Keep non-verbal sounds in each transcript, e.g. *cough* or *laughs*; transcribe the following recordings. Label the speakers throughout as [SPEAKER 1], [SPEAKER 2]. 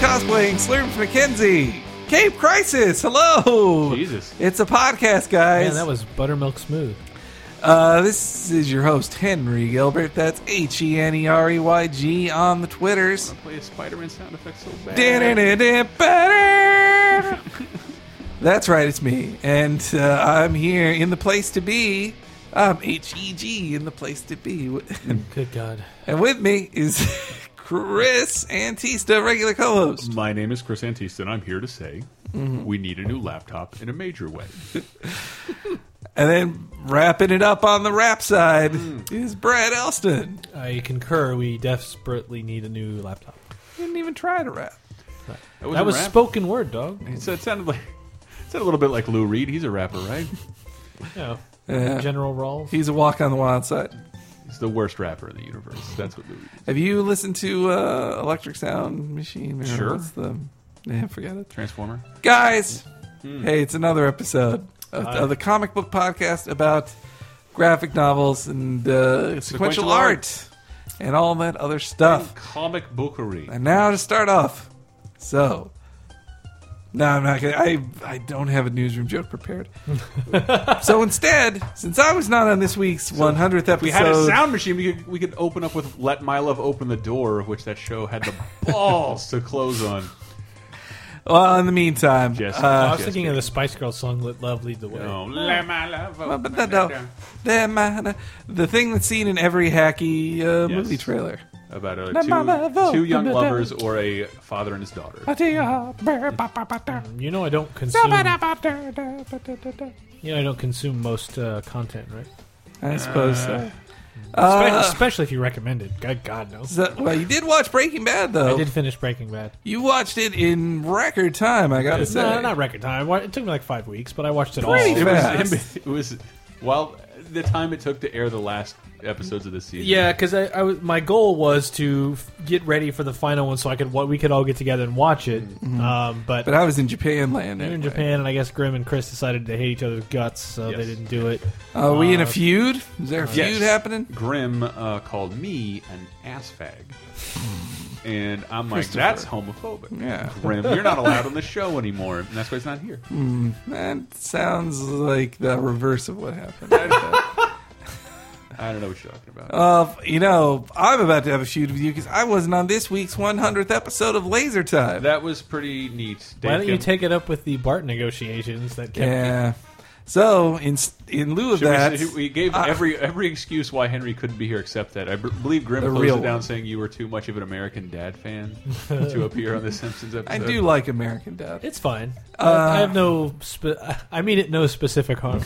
[SPEAKER 1] cosplaying Slurms McKenzie. Cape Crisis, hello!
[SPEAKER 2] Jesus.
[SPEAKER 1] It's a podcast, guys.
[SPEAKER 3] Man, that was buttermilk smooth.
[SPEAKER 1] Uh, this is your host, Henry Gilbert. That's H E N E R E Y G on the
[SPEAKER 3] *laughs*
[SPEAKER 1] Twitters.
[SPEAKER 2] Play a Spider-Man sound effect so bad.
[SPEAKER 1] Da-da-da-da-ba-da. That's right, it's me. And uh, I'm here in the place to be. I'm H E G in the place to be.
[SPEAKER 3] Good God.
[SPEAKER 1] and with me is *laughs* Chris Antista, regular co host.
[SPEAKER 2] My name is Chris Antista, and I'm here to say we need a new laptop in a major way.
[SPEAKER 1] And then wrapping it up on the rap side is Brad Elston.
[SPEAKER 3] I concur. We desperately need a new laptop.
[SPEAKER 1] Didn't even try to rap.
[SPEAKER 2] was
[SPEAKER 3] that
[SPEAKER 2] a
[SPEAKER 3] was
[SPEAKER 2] rap.
[SPEAKER 3] spoken word, dog.
[SPEAKER 2] It sa- it sounded like *laughs* it sounded a little bit like Lou Reed. He's a rapper, right?
[SPEAKER 3] Yeah.
[SPEAKER 1] Yeah.
[SPEAKER 3] General Rawls.
[SPEAKER 1] He's a walk on the wild side.
[SPEAKER 2] He's the worst rapper in the universe. That's what Lou Reed. Is.
[SPEAKER 1] Have you listened to uh, Electric Sound Machine? Or
[SPEAKER 2] Sure.
[SPEAKER 1] What's the? Yeah, I forgot it.
[SPEAKER 2] Transformer.
[SPEAKER 1] Guys, hey, it's another episode of,
[SPEAKER 3] Hi.
[SPEAKER 1] of the comic book podcast about graphic novels and uh, sequential,
[SPEAKER 2] Sequential
[SPEAKER 1] art,
[SPEAKER 2] art.
[SPEAKER 1] and all that other stuff.
[SPEAKER 2] Comic bookery.
[SPEAKER 1] And now to start off, so. No, I'm not gonna. I I don't have a newsroom joke prepared. so instead, since I was not on this week's 100th episode,
[SPEAKER 2] We had a sound machine. We could, we could open up with "Let My Love Open the Door," of which that show had the balls to close on.
[SPEAKER 1] Well, in the meantime,
[SPEAKER 2] Yes.
[SPEAKER 3] I
[SPEAKER 1] uh,
[SPEAKER 3] was thinking of the Spice Girls song "Let Love Lead the Way."
[SPEAKER 2] Oh, let my love
[SPEAKER 1] well,
[SPEAKER 2] open
[SPEAKER 1] Uh, but that,
[SPEAKER 2] the
[SPEAKER 1] no,
[SPEAKER 2] door.
[SPEAKER 1] that man- the thing that's seen in every hacky uh,
[SPEAKER 2] Yes.
[SPEAKER 1] movie trailer.
[SPEAKER 2] about
[SPEAKER 1] Let my
[SPEAKER 2] uh,
[SPEAKER 1] love
[SPEAKER 2] two, two
[SPEAKER 1] open
[SPEAKER 2] young
[SPEAKER 1] the
[SPEAKER 2] lovers or a father and his daughter.
[SPEAKER 3] You know I don't consume. You know I don't consume most uh, content, right?
[SPEAKER 1] I suppose so.
[SPEAKER 3] Espe-
[SPEAKER 1] Uh,
[SPEAKER 3] Especially if you recommend it. God, God no.
[SPEAKER 1] so- Well, you did watch Breaking Bad, though.
[SPEAKER 3] I did finish Breaking Bad.
[SPEAKER 1] You watched it in record time. I gotta say,
[SPEAKER 3] No, not record time. I wa- It took me like five weeks, but I watched it
[SPEAKER 1] Pretty
[SPEAKER 3] all.
[SPEAKER 2] It
[SPEAKER 1] fast.
[SPEAKER 2] was, it was while the time it took to air the last episodes of the season.
[SPEAKER 3] Yeah, because I, I was- my goal was to f- get ready for the final one, so I could what we could all get together and watch it. Um, but
[SPEAKER 1] Mm-hmm. but I was in Japan land.
[SPEAKER 3] you're in
[SPEAKER 1] anyway.
[SPEAKER 3] Japan, and I guess Grim and Chris decided to hate each other's guts, so
[SPEAKER 2] Yes.
[SPEAKER 3] they didn't do it.
[SPEAKER 1] Are Uh, we in a feud? Is there a feud
[SPEAKER 2] Uh, Yes.
[SPEAKER 1] happening?
[SPEAKER 2] Grimm uh, called me an ass fag. And I'm like, that's homophobic.
[SPEAKER 1] Yeah.
[SPEAKER 2] Grim, you're not allowed on the show anymore. And that's why he's not here.
[SPEAKER 1] That sounds like the reverse of what happened.
[SPEAKER 2] *laughs* I don't know what you're talking about.
[SPEAKER 1] Uh, you know, I'm about to have a feud with you because I wasn't on this week's 100th episode of Laser Time.
[SPEAKER 2] that was pretty neat. Dave
[SPEAKER 3] Why don't you
[SPEAKER 2] Kim-
[SPEAKER 3] take it up with the BART negotiations that kept?
[SPEAKER 1] yeah. So in in lieu of
[SPEAKER 2] Should we
[SPEAKER 1] that, Uh,
[SPEAKER 2] say- We, gave
[SPEAKER 1] I-
[SPEAKER 2] every every excuse why Henry couldn't be here except that. I b- believe Grimm
[SPEAKER 1] The
[SPEAKER 2] closed
[SPEAKER 1] real
[SPEAKER 2] it down
[SPEAKER 1] one.
[SPEAKER 2] saying you were too much of an American Dad fan to appear
[SPEAKER 1] *laughs*
[SPEAKER 2] on the Simpsons episode.
[SPEAKER 1] I do like American Dad.
[SPEAKER 3] It's fine.
[SPEAKER 1] Uh,
[SPEAKER 3] I, I have no. Spe- I mean it no specific
[SPEAKER 2] *laughs*
[SPEAKER 3] harm.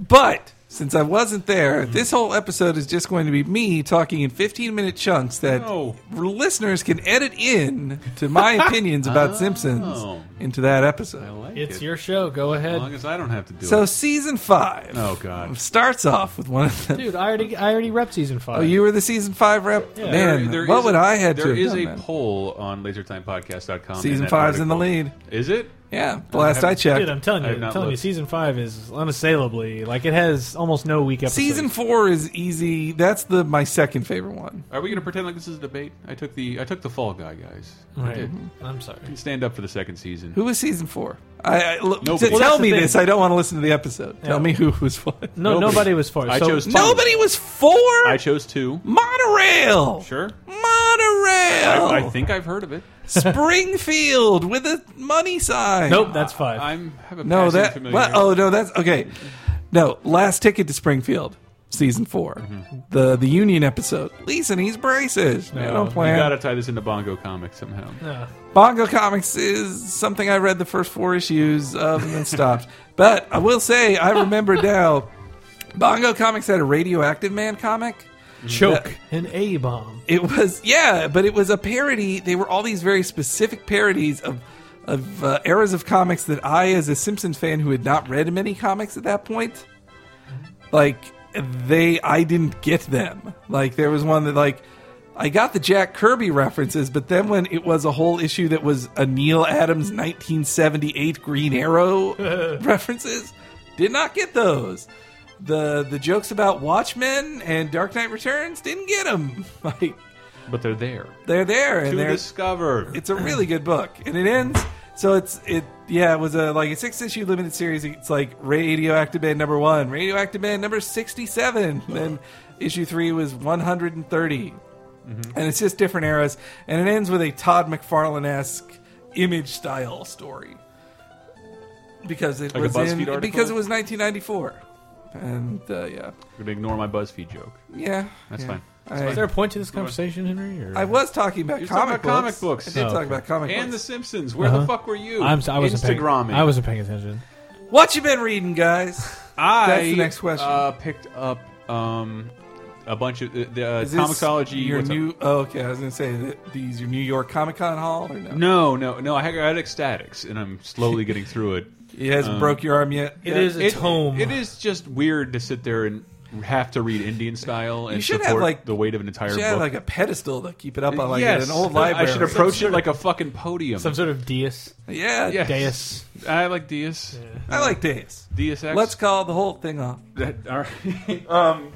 [SPEAKER 1] But since I wasn't there,
[SPEAKER 2] Mm-hmm.
[SPEAKER 1] this whole episode is just going to be me talking in 15 minute chunks that
[SPEAKER 2] No.
[SPEAKER 1] listeners can edit in to my opinions
[SPEAKER 2] *laughs* Oh.
[SPEAKER 1] about Simpsons into that
[SPEAKER 2] I
[SPEAKER 1] episode.
[SPEAKER 2] like
[SPEAKER 3] it's
[SPEAKER 2] it.
[SPEAKER 3] your show. Go
[SPEAKER 2] As
[SPEAKER 3] ahead,
[SPEAKER 2] long as I don't have to do
[SPEAKER 1] So
[SPEAKER 2] it.
[SPEAKER 1] season five
[SPEAKER 2] Oh God.
[SPEAKER 1] starts off with one of the.
[SPEAKER 3] dude. I already I already rep season five.
[SPEAKER 1] Oh, you were the season five rep,
[SPEAKER 3] Yeah.
[SPEAKER 1] man.
[SPEAKER 2] There- there
[SPEAKER 1] what
[SPEAKER 2] is
[SPEAKER 1] would
[SPEAKER 2] a-
[SPEAKER 1] I had to
[SPEAKER 2] There
[SPEAKER 1] have
[SPEAKER 2] is
[SPEAKER 1] done
[SPEAKER 2] a
[SPEAKER 1] then?
[SPEAKER 2] poll on lasertimepodcast.com.
[SPEAKER 1] Season
[SPEAKER 2] that
[SPEAKER 1] five's in the
[SPEAKER 2] article.
[SPEAKER 1] lead.
[SPEAKER 2] Is it?
[SPEAKER 1] Yeah, the last I checked.
[SPEAKER 3] Dude, I'm telling you,
[SPEAKER 2] I
[SPEAKER 3] I'm
[SPEAKER 2] have not
[SPEAKER 3] telling you,
[SPEAKER 2] looked.
[SPEAKER 3] season five is unassailably like it has almost no weak episodes.
[SPEAKER 1] Season four is easy. That's the my second favorite one.
[SPEAKER 2] Are we going to pretend like this is a debate? I took the I took the Fall Guy guys. I
[SPEAKER 3] right?
[SPEAKER 2] did.
[SPEAKER 3] I'm sorry.
[SPEAKER 2] Stand up for the second season.
[SPEAKER 1] Who was season four? I, I look,
[SPEAKER 2] Nobody.
[SPEAKER 1] to
[SPEAKER 2] Well,
[SPEAKER 3] that's
[SPEAKER 1] tell
[SPEAKER 3] the
[SPEAKER 1] me
[SPEAKER 3] thing.
[SPEAKER 1] this. I don't want to listen to the episode. Tell
[SPEAKER 3] Yeah.
[SPEAKER 1] me who was what.
[SPEAKER 3] No,
[SPEAKER 2] Nobody.
[SPEAKER 3] nobody, was for. it.
[SPEAKER 2] I
[SPEAKER 3] so,
[SPEAKER 2] chose two.
[SPEAKER 1] Nobody was four.
[SPEAKER 2] I chose two.
[SPEAKER 1] Monorail.
[SPEAKER 2] Sure.
[SPEAKER 1] Monorail.
[SPEAKER 2] I, I think I've heard of it.
[SPEAKER 1] *laughs* Springfield with a money sign.
[SPEAKER 3] Nope, that's five.
[SPEAKER 2] I'm have a
[SPEAKER 1] No,
[SPEAKER 2] passing
[SPEAKER 1] that.
[SPEAKER 2] familiarity.
[SPEAKER 1] What? Oh no, that's okay. No, last ticket to Springfield, season 4 the the Union episode. Lisa needs braces. No,
[SPEAKER 3] Mm-hmm. No,
[SPEAKER 1] don't
[SPEAKER 3] you
[SPEAKER 1] plan.
[SPEAKER 2] You got to tie this into Bongo Comics somehow.
[SPEAKER 3] Yeah.
[SPEAKER 1] Bongo Comics is something I read the first four issues of and then
[SPEAKER 3] *laughs*
[SPEAKER 1] stopped. But I will say, I remember now, Bongo Comics had a Radioactive Man comic.
[SPEAKER 3] choke an A bomb.
[SPEAKER 1] It was, yeah, but it was a parody. They were all these very specific parodies of, of uh, eras of comics that I, as a Simpsons fan who had not read many comics at that point, like, they, I didn't get them. Like, there was one that, like, I got the Jack Kirby references, but then when it was a whole issue that was a Neil Adams 1978 Green Arrow references, did not get those. The the jokes about Watchmen and Dark Knight Returns didn't get them. *laughs* Like
[SPEAKER 2] But they're there
[SPEAKER 1] They're there,
[SPEAKER 2] to
[SPEAKER 1] and they're
[SPEAKER 2] discover.
[SPEAKER 1] it's a really good book, and it ends. So it's it yeah it was a like a six issue limited series. It's like Radioactive Band number one, Radioactive Band number sixty seven, then issue three was one hundred and
[SPEAKER 2] Mm-hmm.
[SPEAKER 1] and it's just different eras, and it ends with a Todd McFarlane esque image style story because it
[SPEAKER 2] Like a
[SPEAKER 1] was in,
[SPEAKER 2] BuzzFeed article?
[SPEAKER 1] because it was nineteen ninety four, and uh, yeah
[SPEAKER 2] I'm gonna ignore my BuzzFeed joke.
[SPEAKER 1] yeah
[SPEAKER 2] That's
[SPEAKER 1] yeah.
[SPEAKER 2] fine.
[SPEAKER 1] I,
[SPEAKER 3] Is there a point to this conversation, Henry? Or?
[SPEAKER 1] I was talking about,
[SPEAKER 2] You're
[SPEAKER 1] comic,
[SPEAKER 2] talking about
[SPEAKER 1] books.
[SPEAKER 2] comic books.
[SPEAKER 1] I did
[SPEAKER 3] Oh,
[SPEAKER 1] talk
[SPEAKER 3] okay.
[SPEAKER 1] about comic
[SPEAKER 2] And The
[SPEAKER 1] books.
[SPEAKER 2] Simpsons. Where
[SPEAKER 3] Uh-huh.
[SPEAKER 2] the fuck were you?
[SPEAKER 3] I'm, so- I wasn't
[SPEAKER 2] Instagramming.
[SPEAKER 3] Paying, I wasn't paying attention.
[SPEAKER 1] What you been reading, guys?
[SPEAKER 2] I
[SPEAKER 1] That's the next question.
[SPEAKER 2] Uh, picked up um, a bunch of uh, the uh,
[SPEAKER 1] *laughs* Is this
[SPEAKER 2] comicsology.
[SPEAKER 1] Your
[SPEAKER 2] what's up?
[SPEAKER 1] new. Oh, okay, I was gonna say that these your New York Comic Con hall or no?
[SPEAKER 2] No, no, no. I had, I had ecstatics, and I'm slowly getting
[SPEAKER 1] *laughs*
[SPEAKER 2] through it.
[SPEAKER 1] It hasn't broke your arm yet.
[SPEAKER 3] It is its
[SPEAKER 2] Uh, It-
[SPEAKER 3] home.
[SPEAKER 2] It is just weird to sit there and have to read Indian style and
[SPEAKER 1] should have,
[SPEAKER 2] support
[SPEAKER 1] like-
[SPEAKER 2] the weight of an entire
[SPEAKER 1] She had
[SPEAKER 2] book.
[SPEAKER 1] like a pedestal to keep it up on, like
[SPEAKER 2] yes,
[SPEAKER 1] an old
[SPEAKER 2] I
[SPEAKER 1] library.
[SPEAKER 2] should approach it like a fucking podium.
[SPEAKER 3] Some sort of deus.
[SPEAKER 1] *laughs* Yeah,
[SPEAKER 2] Yes.
[SPEAKER 3] Deus.
[SPEAKER 2] I like Deus.
[SPEAKER 1] I like Deus.
[SPEAKER 2] Deus Ex.
[SPEAKER 1] Let's call the whole thing off.
[SPEAKER 2] That- all
[SPEAKER 1] *laughs*
[SPEAKER 2] right. um,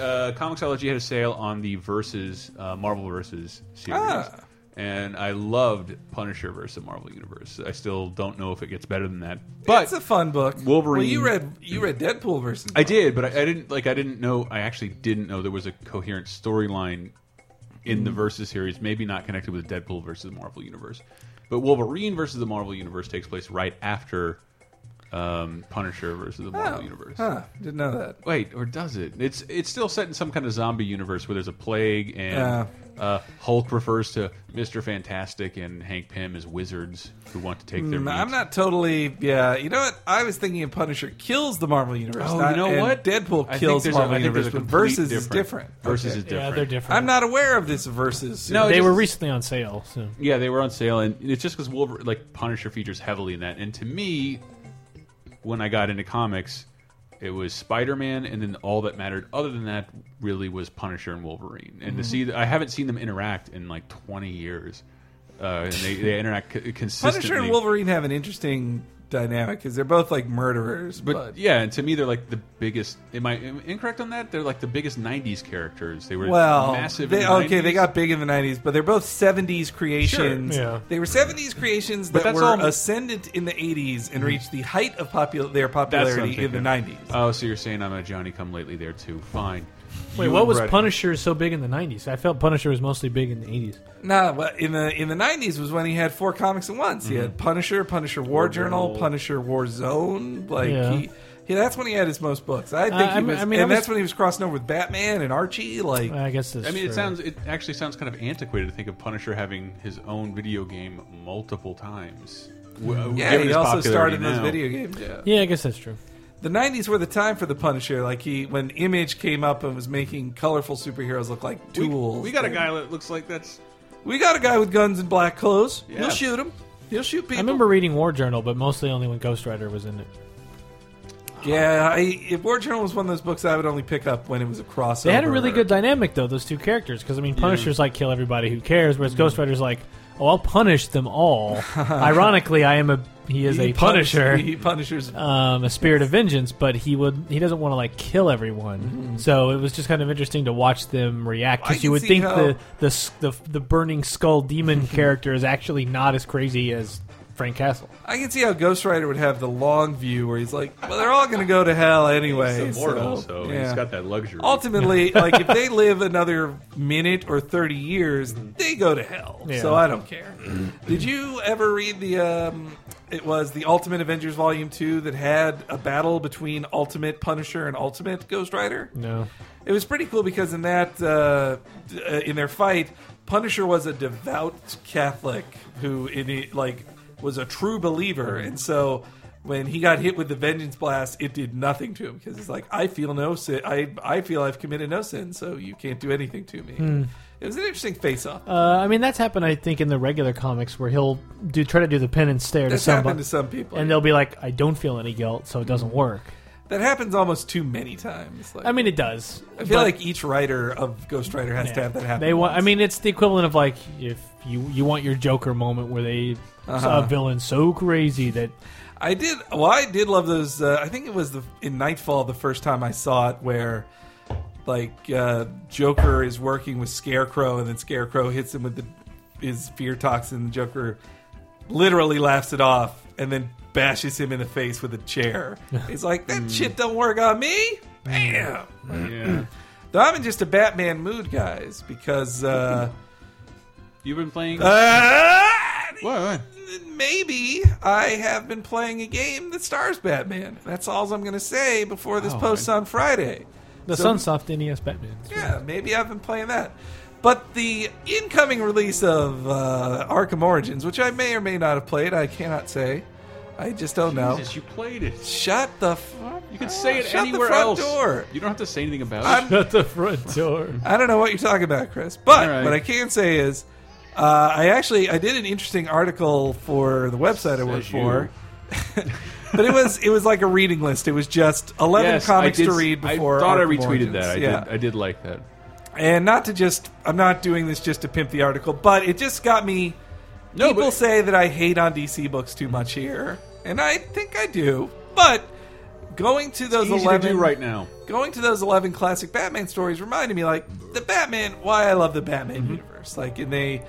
[SPEAKER 2] uh, Comixology had a sale on the versus uh, Marvel versus series,
[SPEAKER 1] Ah.
[SPEAKER 2] and I loved Punisher versus the Marvel Universe. I still don't know if it gets better than that, but
[SPEAKER 1] it's a fun book.
[SPEAKER 2] Wolverine-
[SPEAKER 1] Well, you read you read Deadpool versus.
[SPEAKER 2] I did. But I, I didn't like. I didn't know. I actually didn't know there was a coherent storyline in the
[SPEAKER 1] Mm.
[SPEAKER 2] versus series. Maybe not connected with Deadpool versus the Marvel Universe, but Wolverine versus the Marvel Universe takes place right after um, Punisher versus the Marvel
[SPEAKER 1] Oh,
[SPEAKER 2] Universe.
[SPEAKER 1] Huh? Didn't know that.
[SPEAKER 2] Wait, or does it? It's it's still set in some kind of zombie universe where there's a plague and
[SPEAKER 1] Yeah.
[SPEAKER 2] uh, Hulk refers to Mister Fantastic and Hank Pym as wizards who want to take their.
[SPEAKER 1] Mm,
[SPEAKER 2] meat.
[SPEAKER 1] I'm not totally. Yeah, you know what? I was thinking of Punisher kills the Marvel universe.
[SPEAKER 2] Oh,
[SPEAKER 1] not-
[SPEAKER 2] you know
[SPEAKER 1] and
[SPEAKER 2] what? I
[SPEAKER 1] Deadpool
[SPEAKER 2] think
[SPEAKER 1] kills the
[SPEAKER 2] there's a-
[SPEAKER 1] Marvel
[SPEAKER 2] I think there's
[SPEAKER 1] universe,
[SPEAKER 2] a
[SPEAKER 1] but
[SPEAKER 2] complete
[SPEAKER 1] versus is different.
[SPEAKER 2] Versus
[SPEAKER 1] Okay.
[SPEAKER 2] is *laughs* different.
[SPEAKER 3] Yeah, they're different.
[SPEAKER 1] I'm not aware of this versus.
[SPEAKER 2] No,
[SPEAKER 3] They
[SPEAKER 2] just-
[SPEAKER 3] were recently on sale. So.
[SPEAKER 2] Yeah, they were on sale, and it's just because Wolverine, like Punisher, features heavily in that. And to me, when I got into comics, it was Spider-Man, and then all that mattered other than that really was Punisher and Wolverine. And
[SPEAKER 1] Mm-hmm.
[SPEAKER 2] to see, that I haven't seen them interact in like 20 years, uh, and they, they interact c- consistently.
[SPEAKER 1] Punisher and Wolverine have an interesting dynamic because they're both like murderers,
[SPEAKER 2] But,
[SPEAKER 1] but,
[SPEAKER 2] yeah, and to me, they're like the biggest. Am I am I incorrect on that? They're like the biggest '90s characters. They were
[SPEAKER 1] well,
[SPEAKER 2] massive.
[SPEAKER 1] they,
[SPEAKER 2] in the
[SPEAKER 1] okay, they
[SPEAKER 2] 90s.
[SPEAKER 1] got big in the '90s, but they're both '70s creations.
[SPEAKER 3] Sure. Yeah.
[SPEAKER 1] They were '70s creations
[SPEAKER 2] But
[SPEAKER 1] that
[SPEAKER 2] that's
[SPEAKER 1] were
[SPEAKER 2] all-
[SPEAKER 1] ascendant in the '80s and reached the height of popul- their
[SPEAKER 2] That's what I'm
[SPEAKER 1] popularity in the
[SPEAKER 2] thinking.
[SPEAKER 1] '90s.
[SPEAKER 2] Oh, so you're saying I'm a Johnny Come Lately there too? Fine.
[SPEAKER 3] Wait,
[SPEAKER 2] You
[SPEAKER 3] what
[SPEAKER 2] and
[SPEAKER 3] was
[SPEAKER 2] Brett-
[SPEAKER 3] Punisher so big in the 90s? I felt Punisher was mostly big in the 80s.
[SPEAKER 1] Nah, well, in the in the '90s was when he had four comics at once. He had Punisher, Punisher War Journal,
[SPEAKER 2] Mm-hmm. Journal.
[SPEAKER 1] Punisher War Zone. Like
[SPEAKER 3] Yeah.
[SPEAKER 1] he. Yeah, that's when he had his most books. I think
[SPEAKER 3] I- I
[SPEAKER 1] he
[SPEAKER 3] mean-
[SPEAKER 1] was,
[SPEAKER 3] I mean, I
[SPEAKER 1] and
[SPEAKER 3] was-
[SPEAKER 1] that's when he was crossing over with Batman and Archie. Like,
[SPEAKER 3] I guess this.
[SPEAKER 2] I mean, it sounds. It actually sounds kind of antiquated to think of Punisher having his own video game multiple times. W-
[SPEAKER 1] Yeah,
[SPEAKER 2] given
[SPEAKER 1] he
[SPEAKER 2] his
[SPEAKER 1] also
[SPEAKER 2] popularity
[SPEAKER 1] starred in those
[SPEAKER 2] now.
[SPEAKER 1] video games. Yeah.
[SPEAKER 3] Yeah, I guess that's true.
[SPEAKER 1] The '90s were the time for the Punisher. Like he, when Image came up and was making colorful superheroes look like
[SPEAKER 2] We,
[SPEAKER 1] tools.
[SPEAKER 2] we got a guy that looks like that's.
[SPEAKER 1] We got a guy with guns and black clothes.
[SPEAKER 2] Yeah.
[SPEAKER 1] He'll shoot him. He'll shoot people.
[SPEAKER 3] I remember reading War Journal, but mostly only when Ghost Rider was in it.
[SPEAKER 1] Yeah, I, if War Journal was one of those books I would only pick up when it was a crossover.
[SPEAKER 3] They had a really good dynamic though, those two characters. Because I mean, Punisher's like kill everybody who cares,
[SPEAKER 2] Mm-hmm.
[SPEAKER 3] whereas Ghost Rider's like, oh, I'll punish
[SPEAKER 2] *laughs*
[SPEAKER 3] them all. Ironically, I am a he is
[SPEAKER 1] He
[SPEAKER 3] a
[SPEAKER 1] punished- *laughs*
[SPEAKER 3] Punisher,
[SPEAKER 1] He punishes.
[SPEAKER 3] um, a spirit of vengeance, but he would he doesn't want to like kill everyone. So it was just kind of interesting to watch them react
[SPEAKER 1] Mm-hmm. I
[SPEAKER 3] because
[SPEAKER 1] can
[SPEAKER 3] you would
[SPEAKER 1] see
[SPEAKER 3] think
[SPEAKER 1] how-
[SPEAKER 3] the, the s- the the burning
[SPEAKER 1] *laughs*
[SPEAKER 3] skull demon character is actually not as crazy as Frank Castle.
[SPEAKER 1] I can see how Ghost Rider would have the long view where he's like, "Well, they're all going to go to hell anyway."
[SPEAKER 2] He's immortal, so,
[SPEAKER 1] yeah.
[SPEAKER 2] he's got that luxury.
[SPEAKER 1] ultimately like if they live another minute or 30 years they go to hell
[SPEAKER 3] Yeah.
[SPEAKER 1] so i don't care did you ever read the um it was the ultimate avengers volume 2 that had a battle between ultimate punisher and ultimate ghost rider
[SPEAKER 3] No,
[SPEAKER 1] it was pretty cool because in that uh, d- uh, in their fight punisher was a devout catholic who in it, like was a true believer and so when he got hit with the vengeance blast it did nothing to him because it's like i feel no sin I, I feel i've committed no sin so you can't do anything to me
[SPEAKER 3] Hmm.
[SPEAKER 1] it was an interesting face off
[SPEAKER 3] uh, I mean that's happened I think in the regular comics where he'll do try to do the pin and stare to
[SPEAKER 1] this
[SPEAKER 3] somebody.
[SPEAKER 1] happened to Mm-hmm. some people
[SPEAKER 3] and they'll be like, "I don't feel any guilt, so it doesn't work."
[SPEAKER 1] that happens almost too many times like,
[SPEAKER 3] I mean, it does.
[SPEAKER 1] i feel
[SPEAKER 3] but-
[SPEAKER 1] like each writer of ghost rider has to have that happen
[SPEAKER 3] They want. I
[SPEAKER 1] once.
[SPEAKER 3] mean, it's the equivalent of like if you you want your Joker moment where they
[SPEAKER 1] Uh-huh.
[SPEAKER 3] saw a villain so crazy that
[SPEAKER 1] I did. Well, I did love those. Uh, I think it was the in Nightfall the first time I saw it, where like uh, Joker is working with Scarecrow, and then Scarecrow hits him with the, his fear toxin. The Joker literally laughs it off, and then bashes him in the face with a chair. He's like, "That shit don't work on me." Bam. *clears throat*
[SPEAKER 2] Yeah.
[SPEAKER 1] Though I'm in just a Batman mood, guys, because uh,
[SPEAKER 2] You've been playing.
[SPEAKER 1] uh,
[SPEAKER 2] What, what?
[SPEAKER 1] maybe I have been playing a game that stars Batman. That's all I'm going to say before this
[SPEAKER 2] Oh,
[SPEAKER 1] posts
[SPEAKER 2] I-
[SPEAKER 1] on Friday.
[SPEAKER 3] The
[SPEAKER 1] So-
[SPEAKER 3] Sunsoft NES E
[SPEAKER 1] *laughs*
[SPEAKER 3] Batman.
[SPEAKER 1] Yeah, maybe I've been playing that. But the incoming release of uh, Arkham Origins, which I may or may not have played, I cannot say. I just don't know.
[SPEAKER 2] Jesus, you played it.
[SPEAKER 1] Shut the fuck.
[SPEAKER 2] You could say it
[SPEAKER 1] Shut the
[SPEAKER 2] anywhere
[SPEAKER 1] front
[SPEAKER 2] else.
[SPEAKER 1] door.
[SPEAKER 2] You don't have to say anything about
[SPEAKER 1] I'm-
[SPEAKER 2] it.
[SPEAKER 3] Shut the front door.
[SPEAKER 1] I don't know what you're talking about, Chris. But
[SPEAKER 2] All right.
[SPEAKER 1] what I can say is, uh, I actually I did an interesting article for the website I work
[SPEAKER 2] Says
[SPEAKER 1] for. *laughs* but it was it was like a reading list. It was just eleven
[SPEAKER 2] Yes, I
[SPEAKER 1] comics
[SPEAKER 2] did-
[SPEAKER 1] to read before.
[SPEAKER 2] I thought I
[SPEAKER 1] Arkham
[SPEAKER 2] retweeted
[SPEAKER 1] Origins.
[SPEAKER 2] that. I,
[SPEAKER 1] yeah,
[SPEAKER 2] did, I did like that.
[SPEAKER 1] and not to just I'm not doing this just to pimp the article, but it just got me.
[SPEAKER 2] No,
[SPEAKER 1] people
[SPEAKER 2] but-
[SPEAKER 1] say that I hate on DC books too much here, and I think I do. But going to those
[SPEAKER 2] Easy
[SPEAKER 1] eleven
[SPEAKER 2] to do right now.
[SPEAKER 1] going to those 11 classic batman stories reminded me like the batman why i love the batman
[SPEAKER 2] Mm-hmm.
[SPEAKER 1] universe like and they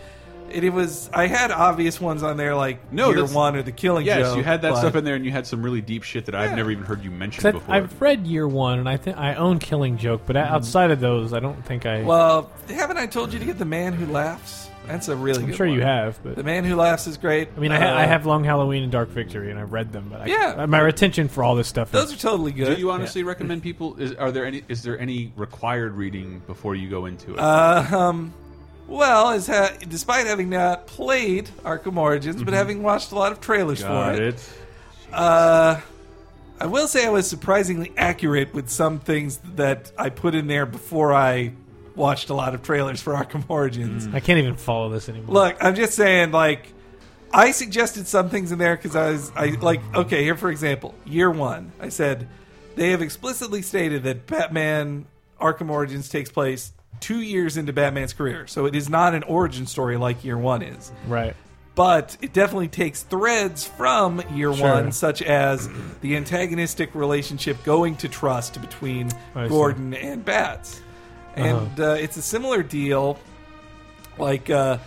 [SPEAKER 1] and it was i had obvious ones on there like
[SPEAKER 2] No,
[SPEAKER 1] year
[SPEAKER 2] that's-
[SPEAKER 1] one or the killing
[SPEAKER 2] Yes,
[SPEAKER 1] joke
[SPEAKER 2] you had that
[SPEAKER 1] but-
[SPEAKER 2] stuff in there, and you had some really deep shit that I've never even heard you mention
[SPEAKER 3] Except
[SPEAKER 2] before.
[SPEAKER 3] I've read Year One, and I think I own Killing Joke, but outside of those, I don't think I.
[SPEAKER 1] Mm-hmm. well haven't i told you to get the man who laughs that's a really
[SPEAKER 3] I'm
[SPEAKER 1] good
[SPEAKER 3] sure you
[SPEAKER 1] one.
[SPEAKER 3] have, but
[SPEAKER 1] the man who laughs is great
[SPEAKER 3] I mean, I, ha-
[SPEAKER 1] Uh,
[SPEAKER 3] I have Long Halloween and Dark Victory, and I've read them, but I,
[SPEAKER 1] Yeah.
[SPEAKER 3] my retention for all this stuff
[SPEAKER 1] those
[SPEAKER 3] is
[SPEAKER 1] are totally good
[SPEAKER 2] do you honestly recommend people? Is are there any? Is there any required reading before you go into it?
[SPEAKER 1] well is ha- despite having not played arkham origins but having watched a lot of trailers
[SPEAKER 2] Mm-hmm. Got
[SPEAKER 1] for
[SPEAKER 2] it.
[SPEAKER 1] Uh, I will say I was surprisingly accurate with some things that I put in there before I watched a lot of trailers for Arkham Origins.
[SPEAKER 3] I can't even follow this anymore.
[SPEAKER 1] Look, I'm just saying, like, I suggested some things in there because I was, I like, okay, here for example, year one, I said they have explicitly stated that Batman Arkham Origins takes place two years into Batman's career, so it is not an origin story like year one is
[SPEAKER 3] right?
[SPEAKER 1] but it definitely takes threads from year
[SPEAKER 3] Sure.
[SPEAKER 1] one, such as the antagonistic relationship going to trust between
[SPEAKER 3] I see. Uh-huh.
[SPEAKER 1] Gordon and Bats. And uh it's a similar deal. Like, uh,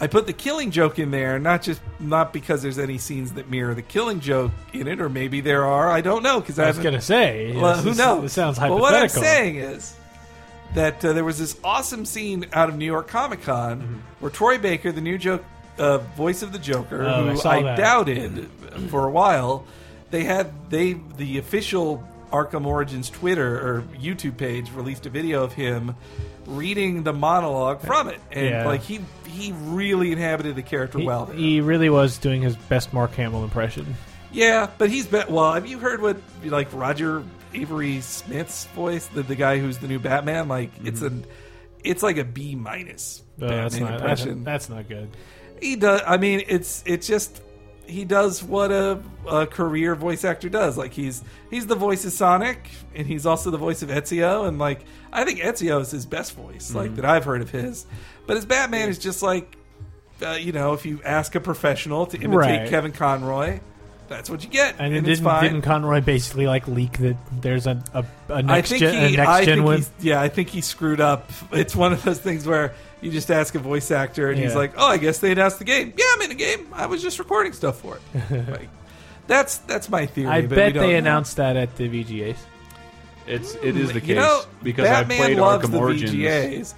[SPEAKER 1] I put the killing joke in there, not just not because there's any scenes that mirror the killing joke in it, or maybe there are. I don't know because I,
[SPEAKER 3] I was
[SPEAKER 1] haven't-
[SPEAKER 3] gonna say,
[SPEAKER 1] well,
[SPEAKER 3] this
[SPEAKER 1] who
[SPEAKER 3] is-
[SPEAKER 1] knows?
[SPEAKER 3] This sounds
[SPEAKER 1] But
[SPEAKER 3] hypothetical.
[SPEAKER 1] what I'm saying is that uh, there was this awesome scene out of New York Comic Con
[SPEAKER 3] Mm-hmm.
[SPEAKER 1] where Troy Baker, the new joke uh, voice of the Joker,
[SPEAKER 3] Oh, I
[SPEAKER 1] who
[SPEAKER 3] saw
[SPEAKER 1] I,
[SPEAKER 3] that. *clears throat*
[SPEAKER 1] doubted for a while, they had they the official Arkham Origins Twitter or YouTube page released a video of him reading the monologue from it, and
[SPEAKER 3] Yeah.
[SPEAKER 1] like he he really inhabited the character
[SPEAKER 3] He,
[SPEAKER 1] well. there.
[SPEAKER 3] he really was doing his best Mark Hamill impression.
[SPEAKER 1] Yeah, but he's been. Well, have you heard what like Roger Avery Smith's voice, the the guy who's the new Batman? Like it's an, it's like a B minus
[SPEAKER 3] Mm-hmm. Uh,
[SPEAKER 1] Batman
[SPEAKER 3] that's not that's,
[SPEAKER 1] impression.
[SPEAKER 3] that's not good.
[SPEAKER 1] he does. I mean, it's it's just he does what a, a career voice actor does. Like he's he's the voice of Sonic, and he's also the voice of Ezio. And like I think Ezio is his best voice,
[SPEAKER 3] Mm-hmm.
[SPEAKER 1] like that I've heard of his. But his Batman is just like. Uh, you know, if you ask a professional to imitate
[SPEAKER 3] Right.
[SPEAKER 1] Kevin Conroy, that's what you get, and,
[SPEAKER 3] And, then
[SPEAKER 1] it's
[SPEAKER 3] didn't,
[SPEAKER 1] fine.
[SPEAKER 3] didn't Conroy basically like leak that there's a a, a
[SPEAKER 1] I
[SPEAKER 3] next
[SPEAKER 1] think
[SPEAKER 3] gen
[SPEAKER 1] he,
[SPEAKER 3] a next
[SPEAKER 1] I
[SPEAKER 3] gen
[SPEAKER 1] think
[SPEAKER 3] one?
[SPEAKER 1] he's- Yeah, I think he screwed up. *laughs* It's one of those things where you just ask a voice actor and he's
[SPEAKER 3] Yeah.
[SPEAKER 1] like, "Oh, I guess they announced the game. Yeah, I'm in the game. I was just recording stuff for
[SPEAKER 3] *laughs*
[SPEAKER 1] it." like, that's that's my theory.
[SPEAKER 3] I
[SPEAKER 1] but we
[SPEAKER 3] bet
[SPEAKER 1] don't
[SPEAKER 3] they
[SPEAKER 1] know.
[SPEAKER 3] announced that at the VGAs.
[SPEAKER 2] It's it is the case
[SPEAKER 1] You know,
[SPEAKER 2] because
[SPEAKER 1] Batman
[SPEAKER 2] I played
[SPEAKER 1] loves
[SPEAKER 2] Arkham
[SPEAKER 1] the
[SPEAKER 2] Origins.
[SPEAKER 1] VGAs.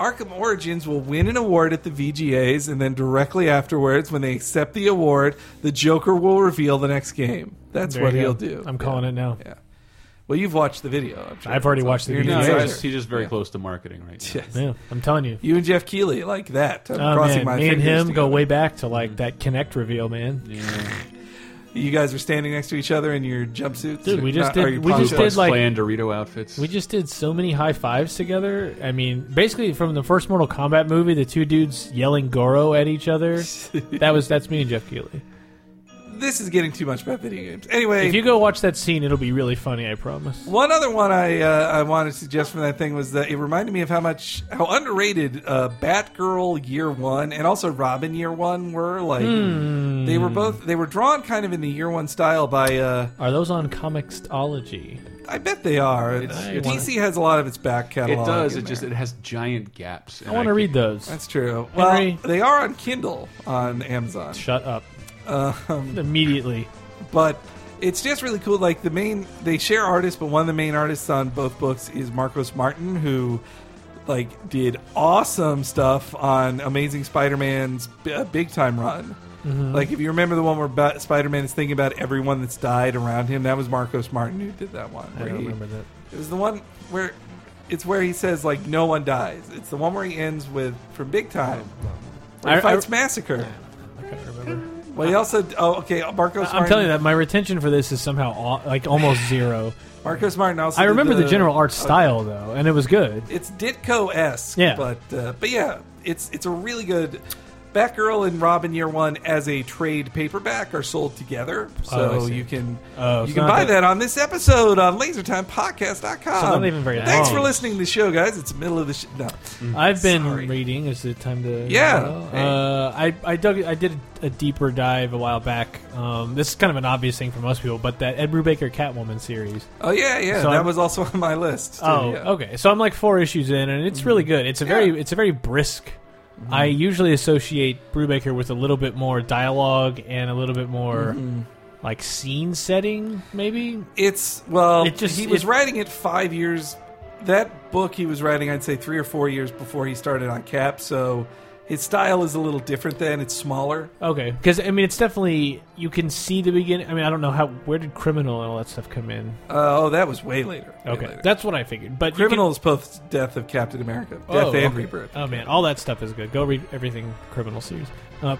[SPEAKER 1] Arkham Origins will win an award at the VGAs, and then directly afterwards, when they accept the award, the Joker will reveal the next game. That's
[SPEAKER 3] There
[SPEAKER 1] what
[SPEAKER 3] you go.
[SPEAKER 1] he'll do.
[SPEAKER 3] I'm calling it now.
[SPEAKER 1] Yeah. Well, you've watched the video. I'm sure.
[SPEAKER 3] I've already
[SPEAKER 1] It's
[SPEAKER 3] watched the
[SPEAKER 1] You're an
[SPEAKER 2] No,
[SPEAKER 3] video.
[SPEAKER 2] he's
[SPEAKER 3] Yeah.
[SPEAKER 1] insider.
[SPEAKER 2] just, he's just very close to marketing right
[SPEAKER 1] *laughs*
[SPEAKER 2] now.
[SPEAKER 1] Yes.
[SPEAKER 3] Yeah, I'm telling you.
[SPEAKER 1] You and Jeff Keeley, like that. I'm
[SPEAKER 3] Oh,
[SPEAKER 1] crossing
[SPEAKER 3] man,
[SPEAKER 1] my
[SPEAKER 3] me and
[SPEAKER 1] fingers
[SPEAKER 3] him go
[SPEAKER 1] together. Mm.
[SPEAKER 3] way back to like that Connect reveal, man.
[SPEAKER 1] You guys are standing next to each other in your jumpsuits.
[SPEAKER 3] Dude, we just
[SPEAKER 1] Not-
[SPEAKER 3] did-
[SPEAKER 1] or your
[SPEAKER 3] we just
[SPEAKER 1] ponchos.
[SPEAKER 3] did, like-
[SPEAKER 2] Plan Dorito outfits.
[SPEAKER 3] We just did so many high fives together. I mean, basically from the first Mortal Kombat movie, the two dudes yelling Goro at
[SPEAKER 1] *laughs*
[SPEAKER 3] each other. that was that's me and Jeff Keighley.
[SPEAKER 1] This is getting too much about video games. Anyway,
[SPEAKER 3] If you go watch that scene, it'll be really funny. I promise.
[SPEAKER 1] one other one I uh, I wanted to suggest from that thing was that it reminded me of how much how underrated uh, Batgirl Year One and also Robin Year One were. Like
[SPEAKER 3] Hmm.
[SPEAKER 1] they were both they were drawn kind of in the Year One style by. Uh,
[SPEAKER 3] Are those on Comixology?
[SPEAKER 1] I bet they are.
[SPEAKER 2] It's-
[SPEAKER 1] DC has a lot of its back
[SPEAKER 2] It
[SPEAKER 1] catalog.
[SPEAKER 2] does.
[SPEAKER 1] in
[SPEAKER 2] It just
[SPEAKER 1] there.
[SPEAKER 2] it has giant gaps.
[SPEAKER 3] I want to read those.
[SPEAKER 1] That's true. Well,
[SPEAKER 3] Henry.
[SPEAKER 1] they are on Kindle on Amazon, *laughs*
[SPEAKER 3] Shut up.
[SPEAKER 1] Um,
[SPEAKER 3] Immediately.
[SPEAKER 1] but it's just really cool. Like the main, they share artists, but one of the main artists on both books is Marcos Martin, who like did awesome stuff on Amazing Spider-Man's b- uh, big time run.
[SPEAKER 3] Mm-hmm.
[SPEAKER 1] Like if you remember the one where ba- Spider-Man is thinking about everyone that's died around him, that was Marcos Martin who did that one.
[SPEAKER 3] I
[SPEAKER 1] where
[SPEAKER 3] don't
[SPEAKER 1] he-
[SPEAKER 3] remember that.
[SPEAKER 1] It was the one where it's where he says like no one dies. It's the one where he ends with from Big Time. Where he
[SPEAKER 3] I-
[SPEAKER 1] fights
[SPEAKER 3] I-
[SPEAKER 1] massacre.
[SPEAKER 3] I can't remember.
[SPEAKER 1] Well, he also oh okay, Marcos.
[SPEAKER 3] I'm
[SPEAKER 1] Martin,
[SPEAKER 3] telling you that my retention for this is somehow aw- like almost
[SPEAKER 1] *laughs*
[SPEAKER 3] zero.
[SPEAKER 1] Marcos Martin also.
[SPEAKER 3] I
[SPEAKER 1] did
[SPEAKER 3] remember the, general art style though, and it was good.
[SPEAKER 1] It's Ditko esque,
[SPEAKER 3] Yeah.
[SPEAKER 1] but uh, but yeah, it's it's a really good. Batgirl and Robin Year One as a trade paperback are sold together, so
[SPEAKER 3] I see.
[SPEAKER 1] you can
[SPEAKER 3] Oh,
[SPEAKER 1] you
[SPEAKER 3] it's
[SPEAKER 1] can
[SPEAKER 3] not
[SPEAKER 1] buy
[SPEAKER 3] that-
[SPEAKER 1] that on this episode on LaserTimePodcast.com.
[SPEAKER 3] So not even very
[SPEAKER 1] Thanks
[SPEAKER 3] long. Mm.
[SPEAKER 1] for listening to the show, guys. It's the middle of the sh- no.
[SPEAKER 3] I've been
[SPEAKER 1] Sorry.
[SPEAKER 3] reading. Is it time to?
[SPEAKER 1] Yeah.
[SPEAKER 3] Uh, I I dug. I did a deeper dive a while back. Um, this is kind of an obvious thing for most people, but that Ed Brubaker Catwoman series.
[SPEAKER 1] Oh yeah, yeah.
[SPEAKER 3] So
[SPEAKER 1] that
[SPEAKER 3] I'm-
[SPEAKER 1] was also on my list. too,
[SPEAKER 3] Oh,
[SPEAKER 1] yeah. Mm.
[SPEAKER 3] okay. So I'm like four issues in, and it's really good. It's a very
[SPEAKER 1] Yeah. Mm-hmm.
[SPEAKER 3] it's a very brisk. I usually associate Brubaker with a little bit more dialogue and a little bit more
[SPEAKER 1] Mm-hmm.
[SPEAKER 3] like scene setting, maybe.
[SPEAKER 1] It's well,
[SPEAKER 3] It just-
[SPEAKER 1] he was
[SPEAKER 3] it-
[SPEAKER 1] writing it five years. That book he was writing, I'd say three or four years before he started on Cap. So his style is a little different. Then it's smaller.
[SPEAKER 3] Okay, because I mean, it's definitely you can see the beginning. I mean, I don't know how where did Criminal and all that stuff come in.
[SPEAKER 1] Uh, oh, that was way later. way
[SPEAKER 3] Okay,
[SPEAKER 1] later.
[SPEAKER 3] that's what I figured. But you can-
[SPEAKER 1] criminals post death of Captain America, death
[SPEAKER 3] Oh,
[SPEAKER 1] and
[SPEAKER 3] okay.
[SPEAKER 1] rebirth.
[SPEAKER 3] Oh man, all that stuff is good. Go read everything Criminal series. Uh,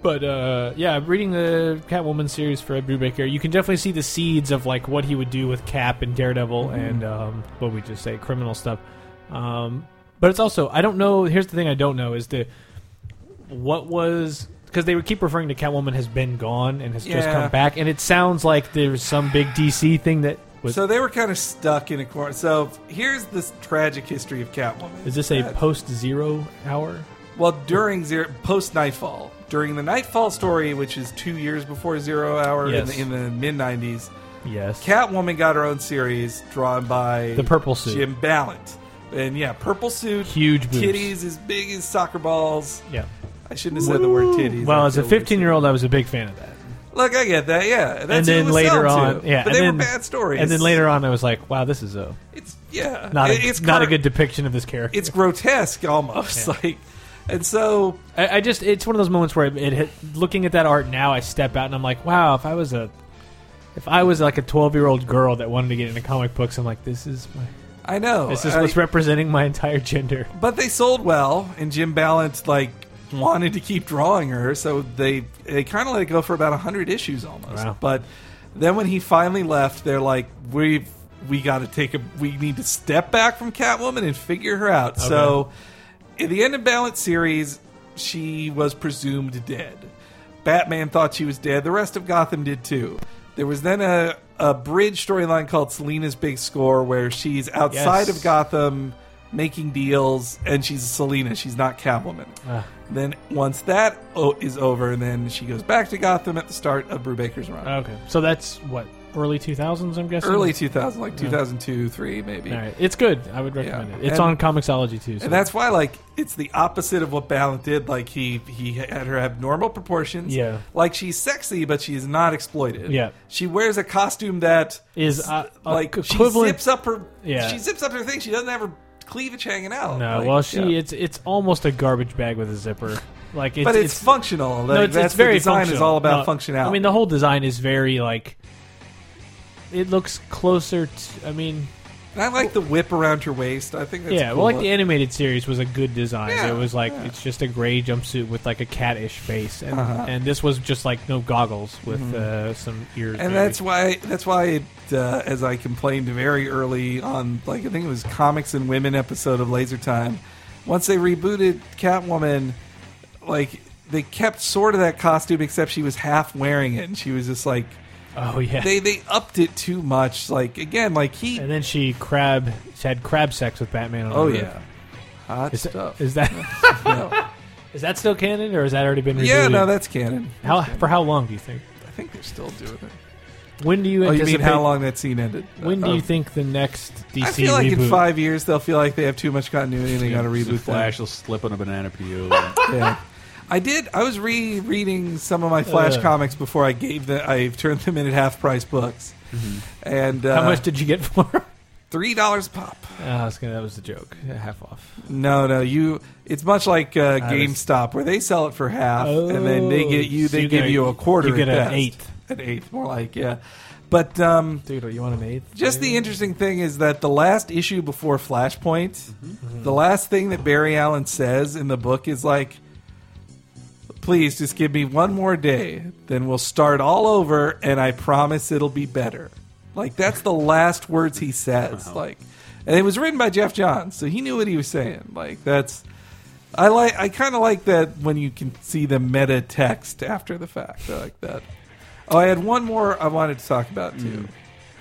[SPEAKER 3] but uh, yeah, I'm reading the Catwoman series for Ed Brubaker, you can definitely see the seeds of like what he would do with Cap and Daredevil
[SPEAKER 1] Mm-hmm.
[SPEAKER 3] and um, what we just say criminal stuff. Um, but it's also I don't know. Here's the thing I don't know is the what was because they would keep referring to Catwoman has been gone and has just
[SPEAKER 1] Yeah.
[SPEAKER 3] come back, and it sounds like there's some big DC thing that was.
[SPEAKER 1] So they were kind of stuck in a corner. So here's this tragic history of Catwoman.
[SPEAKER 3] is this a
[SPEAKER 1] That-
[SPEAKER 3] post zero hour?
[SPEAKER 1] Well, during zero post nightfall, during the nightfall story, which is two years before Zero Hour
[SPEAKER 3] Yes.
[SPEAKER 1] in the, in the mid '90s,
[SPEAKER 3] Yes.
[SPEAKER 1] Catwoman got her own series drawn by
[SPEAKER 3] The purple suit.
[SPEAKER 1] Jim Ballant, and yeah, purple suit,
[SPEAKER 3] Huge boobs.
[SPEAKER 1] titties as big as soccer balls.
[SPEAKER 3] yeah.
[SPEAKER 1] I shouldn't have said the word titties.
[SPEAKER 3] Well,
[SPEAKER 1] I
[SPEAKER 3] as a
[SPEAKER 1] feel weird
[SPEAKER 3] 15 year old, I was a big fan of that.
[SPEAKER 1] saying- look, I get that. Yeah, that's
[SPEAKER 3] and
[SPEAKER 1] who it
[SPEAKER 3] then
[SPEAKER 1] was
[SPEAKER 3] later
[SPEAKER 1] sold
[SPEAKER 3] on,
[SPEAKER 1] to.
[SPEAKER 3] yeah,
[SPEAKER 1] but
[SPEAKER 3] and
[SPEAKER 1] they
[SPEAKER 3] then,
[SPEAKER 1] were bad stories.
[SPEAKER 3] And then later on, I was like, wow, this is a
[SPEAKER 1] it's yeah,
[SPEAKER 3] not a,
[SPEAKER 1] It- it's
[SPEAKER 3] not a
[SPEAKER 1] car-
[SPEAKER 3] good depiction of this character.
[SPEAKER 1] It's grotesque almost
[SPEAKER 3] Yeah.
[SPEAKER 1] *laughs* like, and so
[SPEAKER 3] I, I just it's one of those moments where it, it hit, looking at that art now, I step out and I'm like, wow, if I was a if I was like a 12 year old girl that wanted to get into comic books, I'm like, this is my
[SPEAKER 1] I know
[SPEAKER 3] this is
[SPEAKER 1] Oh, I-
[SPEAKER 3] what's representing my entire gender.
[SPEAKER 1] but they sold well, and Jim Ballant like wanted to keep drawing her, so they they kind of let it go for about hundred issues almost.
[SPEAKER 3] Wow.
[SPEAKER 1] But then when he finally left, they're like, we we got to take a we need to step back from Catwoman and figure her out. So at the end of Ballant series, she was presumed dead. Batman thought she was dead. The rest of Gotham did too. There was then a, a bridge storyline called Selena's Big Score, where she's outside
[SPEAKER 3] Yes.
[SPEAKER 1] of Gotham. Gotham making deals, and she's Selena. She's not Catwoman.
[SPEAKER 3] Ah.
[SPEAKER 1] Then once that o- is over, then she goes back to Gotham at the start of Brubaker's run.
[SPEAKER 3] Okay, so that's what early 2000s, I'm guessing.
[SPEAKER 1] Early 2000, like 2002, 3 maybe.
[SPEAKER 3] All right, it's good. I would recommend
[SPEAKER 1] Yeah.
[SPEAKER 3] it. It's
[SPEAKER 1] And-
[SPEAKER 3] on Comixology too. So.
[SPEAKER 1] And that's why, like, it's the opposite of what Ballant did. Like, he he had her have normal proportions.
[SPEAKER 3] Yeah.
[SPEAKER 1] Like, she's sexy, but she is not exploited.
[SPEAKER 3] Yeah.
[SPEAKER 1] She wears a costume that
[SPEAKER 3] Is, uh, uh,
[SPEAKER 1] like
[SPEAKER 3] equivalent-
[SPEAKER 1] she zips up her
[SPEAKER 3] Yeah.
[SPEAKER 1] she zips up her thing. She doesn't have her cleavage hanging out.
[SPEAKER 3] No,
[SPEAKER 1] Like,
[SPEAKER 3] well, she
[SPEAKER 1] yeah.
[SPEAKER 3] it's it's almost a garbage bag with a zipper. Like, it's,
[SPEAKER 1] but it's, functional. Like,
[SPEAKER 3] no, it's,
[SPEAKER 1] that's
[SPEAKER 3] it's very
[SPEAKER 1] the design is
[SPEAKER 3] functional.
[SPEAKER 1] all about
[SPEAKER 3] No,
[SPEAKER 1] functionality.
[SPEAKER 3] I mean, the whole design is very like. It looks closer. to... I mean,
[SPEAKER 1] And I like the whip around your waist. I think that's
[SPEAKER 3] yeah.
[SPEAKER 1] a cool
[SPEAKER 3] well, like the
[SPEAKER 1] look.
[SPEAKER 3] animated series was a good design.
[SPEAKER 1] Yeah,
[SPEAKER 3] it was like
[SPEAKER 1] yeah.
[SPEAKER 3] it's just a gray jumpsuit with like a catish face, and
[SPEAKER 1] Uh-huh. Mm-hmm.
[SPEAKER 3] and this was just like no goggles with uh, some ears.
[SPEAKER 1] and
[SPEAKER 3] maybe.
[SPEAKER 1] that's why that's why it, uh, as I complained very early on, like I think it was comics and women episode of Laser Time. Once they rebooted Catwoman, like they kept sort of that costume, except she was half wearing it, and she was just like
[SPEAKER 3] oh yeah.
[SPEAKER 1] they they upped it too much. Like again, like he.
[SPEAKER 3] and then she crab she had crab sex with Batman. On
[SPEAKER 1] oh
[SPEAKER 3] the roof.
[SPEAKER 1] yeah, hot
[SPEAKER 3] Is that,
[SPEAKER 1] stuff. *laughs*
[SPEAKER 3] is that
[SPEAKER 1] No.
[SPEAKER 3] is that still canon or has that already been?
[SPEAKER 1] yeah,
[SPEAKER 3] rebooted?
[SPEAKER 1] no, that's canon.
[SPEAKER 3] How for how long do you think?
[SPEAKER 1] I think they're still doing it.
[SPEAKER 3] When do you
[SPEAKER 1] Oh, you
[SPEAKER 3] anticipate?
[SPEAKER 1] mean how long that scene ended?
[SPEAKER 3] When do
[SPEAKER 1] Oh.
[SPEAKER 3] you think the next DC
[SPEAKER 1] I feel like
[SPEAKER 3] reboot?
[SPEAKER 1] in five years they'll feel like they have too much continuity and they got to reboot
[SPEAKER 2] the
[SPEAKER 1] that.
[SPEAKER 2] Flash will slip on a banana peel.
[SPEAKER 1] Yeah. I did. I was rereading some of my Flash
[SPEAKER 3] Uh.
[SPEAKER 1] comics before I gave them. I turned them in at half price books, and uh,
[SPEAKER 3] Mm-hmm. how much did you get for? *laughs* it?
[SPEAKER 1] Three dollars pop.
[SPEAKER 3] Ah, Uh, I was gonna- that was the joke. Half off.
[SPEAKER 1] No, no, you. It's much like uh,
[SPEAKER 3] Ah,
[SPEAKER 1] GameStop where they sell it for half, and then they get you.
[SPEAKER 3] Oh, so
[SPEAKER 1] They
[SPEAKER 3] you
[SPEAKER 1] give
[SPEAKER 3] get a-
[SPEAKER 1] you a quarter.
[SPEAKER 3] you get
[SPEAKER 1] at
[SPEAKER 3] an
[SPEAKER 1] best.
[SPEAKER 3] eighth.
[SPEAKER 1] An eighth, more like yeah. But um,
[SPEAKER 3] Dude, you want an eighth?
[SPEAKER 1] just the interesting thing is that the last issue before Flashpoint, the last thing that Barry Allen says in the book is like, "Please just give me one more day, then we'll start all over, and I promise it'll be better." Like that's the last words he says. Like, and it was written by Jeff Johns, so he knew what he was saying. Like that's. I like. I kind of like that when you can see the meta text after the fact. I like that. Oh, I had one more I wanted to talk about too.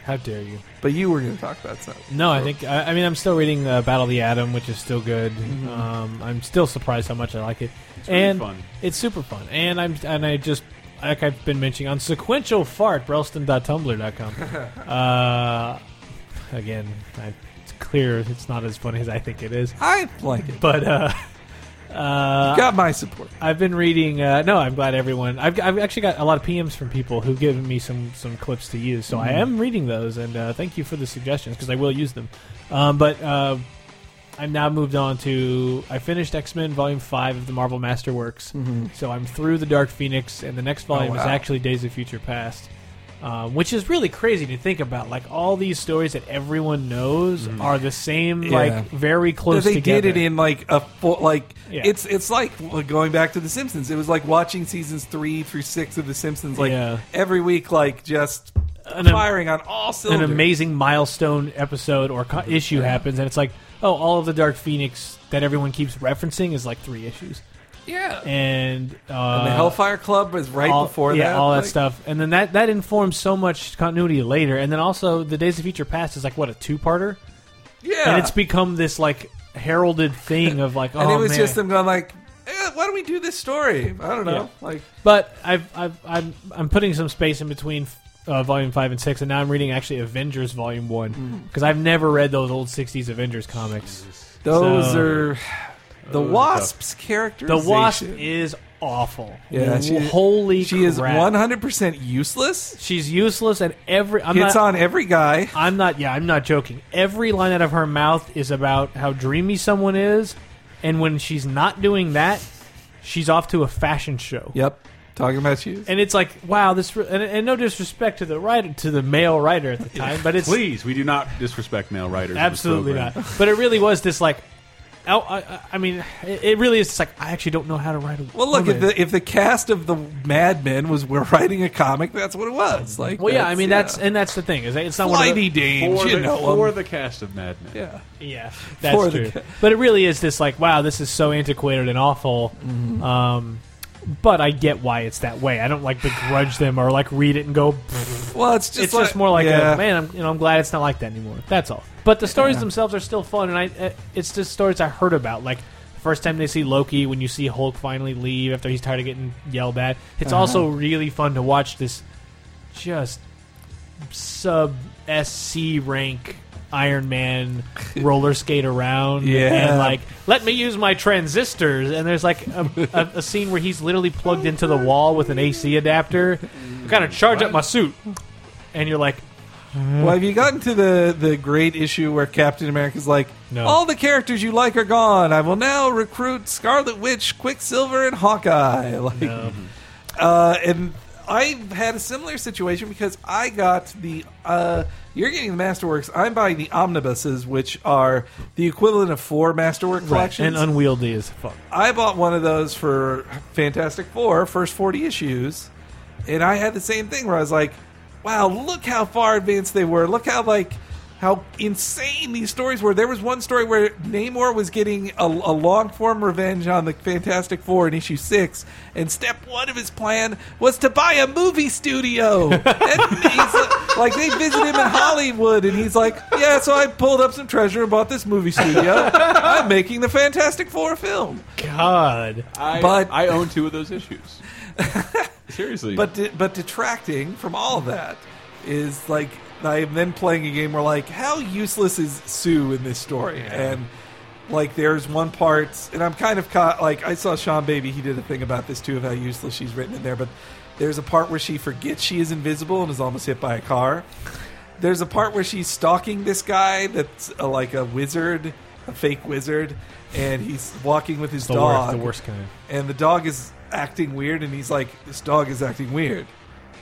[SPEAKER 3] How dare you?
[SPEAKER 1] But you were going to talk about something.
[SPEAKER 3] No, I think I, I mean I'm still reading uh, Battle of the Atom, which is still good.
[SPEAKER 1] Mm-hmm.
[SPEAKER 3] Um, I'm still surprised how much I like it,
[SPEAKER 2] really
[SPEAKER 3] and
[SPEAKER 2] fun.
[SPEAKER 3] it's super fun. And I'm and I just like I've been mentioning on sequential
[SPEAKER 1] *laughs*
[SPEAKER 3] fart brelston.tumblr.com. uh, again, I, it's clear it's not as funny as I think it is,
[SPEAKER 1] I like it.
[SPEAKER 3] but uh, uh,
[SPEAKER 1] Got my support.
[SPEAKER 3] I've been reading. Uh, no, I'm glad everyone. I've, I've actually got a lot of PMs from people who've given me some some clips to use, so
[SPEAKER 1] Mm-hmm.
[SPEAKER 3] I am reading those, and uh, thank you for the suggestions because I will use them. Um, but uh, I'm now moved on to. I finished X Men Volume Five of the Marvel Masterworks, so I'm through the Dark Phoenix, and the next volume
[SPEAKER 1] Mm-hmm.
[SPEAKER 3] is
[SPEAKER 1] Oh, wow.
[SPEAKER 3] actually Days of Future Past. Um, which is really crazy to think about. Like all these stories that everyone knows are the same,
[SPEAKER 1] Mm. Yeah.
[SPEAKER 3] like very close.
[SPEAKER 1] they
[SPEAKER 3] together.
[SPEAKER 1] did it in like a full, like
[SPEAKER 3] Yeah.
[SPEAKER 1] it's it's like well, going back to The Simpsons. It was like watching seasons three through six of The Simpsons, like
[SPEAKER 3] Yeah.
[SPEAKER 1] every week, like just
[SPEAKER 3] An am-
[SPEAKER 1] firing on all
[SPEAKER 3] an
[SPEAKER 1] cylinders.
[SPEAKER 3] amazing milestone episode or co- issue happens, and it's like, oh, all of the Dark Phoenix that everyone keeps referencing is like three issues,
[SPEAKER 1] yeah. And,
[SPEAKER 3] and, uh,
[SPEAKER 1] the Hellfire Club was right
[SPEAKER 3] all-
[SPEAKER 1] before
[SPEAKER 3] yeah,
[SPEAKER 1] that.
[SPEAKER 3] all that
[SPEAKER 1] like-
[SPEAKER 3] stuff, and then that that informs so much continuity later, and then also the Days of Future Past is like what a two parter,
[SPEAKER 1] Yeah,
[SPEAKER 3] and it's become this like heralded thing of like,
[SPEAKER 1] *laughs*
[SPEAKER 3] oh
[SPEAKER 1] And it was
[SPEAKER 3] man.
[SPEAKER 1] just them going like, eh, why don't we do this story? I don't know. Like
[SPEAKER 3] But I've, I've I'm I'm putting some space in between uh, volume five and six, and now I'm reading actually Avengers volume
[SPEAKER 1] Mm.
[SPEAKER 3] one because I've never read those old '60s Avengers comics.
[SPEAKER 1] those
[SPEAKER 3] So- uh, oh,
[SPEAKER 1] are the
[SPEAKER 2] Those are
[SPEAKER 1] Wasp's character.
[SPEAKER 3] The Wasp is awful.
[SPEAKER 1] Yeah, she-
[SPEAKER 3] holy
[SPEAKER 1] she is
[SPEAKER 3] crap.
[SPEAKER 1] one hundred percent useless.
[SPEAKER 3] She's useless, and every I'm
[SPEAKER 1] hits
[SPEAKER 3] not.
[SPEAKER 1] on every guy.
[SPEAKER 3] I'm not. Yeah, I'm not joking. Every line out of her mouth is about how dreamy someone is, and when she's not doing that, she's off to a fashion show.
[SPEAKER 1] *laughs* Yep, talking about you.
[SPEAKER 3] And it's like, wow, this. re- And, and no disrespect to the writer, to the male writer at the time, but it's
[SPEAKER 2] Please, we do not disrespect male writers. in this
[SPEAKER 3] absolutely
[SPEAKER 2] program.
[SPEAKER 3] not. But it really was this like. Oh, I, I- I mean, it, it really is just like I actually don't know how to write a.
[SPEAKER 1] Well, look if
[SPEAKER 3] woman.
[SPEAKER 1] the if the cast of the Mad Men was we're *laughs* writing a comic, that's what it was. Like,
[SPEAKER 3] Well, yeah, I mean that's and that's the thing is it's not one of the,
[SPEAKER 1] Lady Dame.
[SPEAKER 2] For,
[SPEAKER 1] you
[SPEAKER 2] the,
[SPEAKER 1] know,
[SPEAKER 2] for
[SPEAKER 1] um,
[SPEAKER 2] the cast of Mad Men.
[SPEAKER 1] yeah. *laughs*
[SPEAKER 3] Yeah, that's
[SPEAKER 1] For the
[SPEAKER 3] true.
[SPEAKER 1] ca-
[SPEAKER 3] but it really is this like, wow, this is so antiquated and awful.
[SPEAKER 1] Mm-hmm.
[SPEAKER 3] Um, but I get why it's that way. I don't like begrudge them or like read it and go. "Pfft."
[SPEAKER 1] Well, it's just
[SPEAKER 3] It's just more like,
[SPEAKER 1] yeah.
[SPEAKER 3] a, man, I'm you know I'm glad it's not like that anymore. That's all. But the stories themselves are still fun, and I uh, it's just stories I heard about like. the First time they see Loki, when you see Hulk finally leave after he's tired of getting yelled at, it's
[SPEAKER 1] Uh-huh.
[SPEAKER 3] also really fun to watch this just sub SC rank Iron Man roller skate
[SPEAKER 1] *laughs*
[SPEAKER 3] around.
[SPEAKER 1] Yeah.
[SPEAKER 3] And like, let me use my transistors. And there's like a, a, a scene where he's literally plugged into the wall with an AC adapter. Gotta charge up my suit. And you're like,
[SPEAKER 1] Well, have you gotten to the the great issue where Captain America's like,
[SPEAKER 3] No.
[SPEAKER 1] all the characters you like are gone. I will now recruit Scarlet Witch, Quicksilver, and Hawkeye. *laughs* Like, uh, and I've had a similar situation because I got the. Uh, you're getting the Masterworks. I'm buying the omnibuses, which are the equivalent of four Masterwork collections.
[SPEAKER 3] and unwieldy as fuck.
[SPEAKER 1] I bought one of those for Fantastic Four, first 40 issues, and I had the same thing where I was like, wow, look how far advanced they were. Look how, like, how insane these stories were. There was one story where Namor was getting a, a long form revenge on the Fantastic Four in issue six, and step one of his plan was to buy a movie studio. and he's like, like, they visit him in Hollywood, and he's like, yeah, so I pulled up some treasure and bought this movie studio. I'm making the Fantastic Four film.
[SPEAKER 3] God.
[SPEAKER 2] I,
[SPEAKER 1] But-
[SPEAKER 2] I own two of those issues. Seriously,
[SPEAKER 1] but de- but detracting from all of that is like I am then playing a game where like how useless is Sue in this story and. Like there's one part, and I'm kind of caught. Like I saw Sean Baby, he did a thing about this too of how useless she's written in there. But there's a part where she forgets she is invisible and is almost hit by a car. There's a part where she's stalking this guy that's uh like a wizard, a fake wizard, and he's walking with his
[SPEAKER 3] The,
[SPEAKER 1] dog
[SPEAKER 3] worst, the worst kind.
[SPEAKER 1] and the dog is acting weird and he's like this dog is acting weird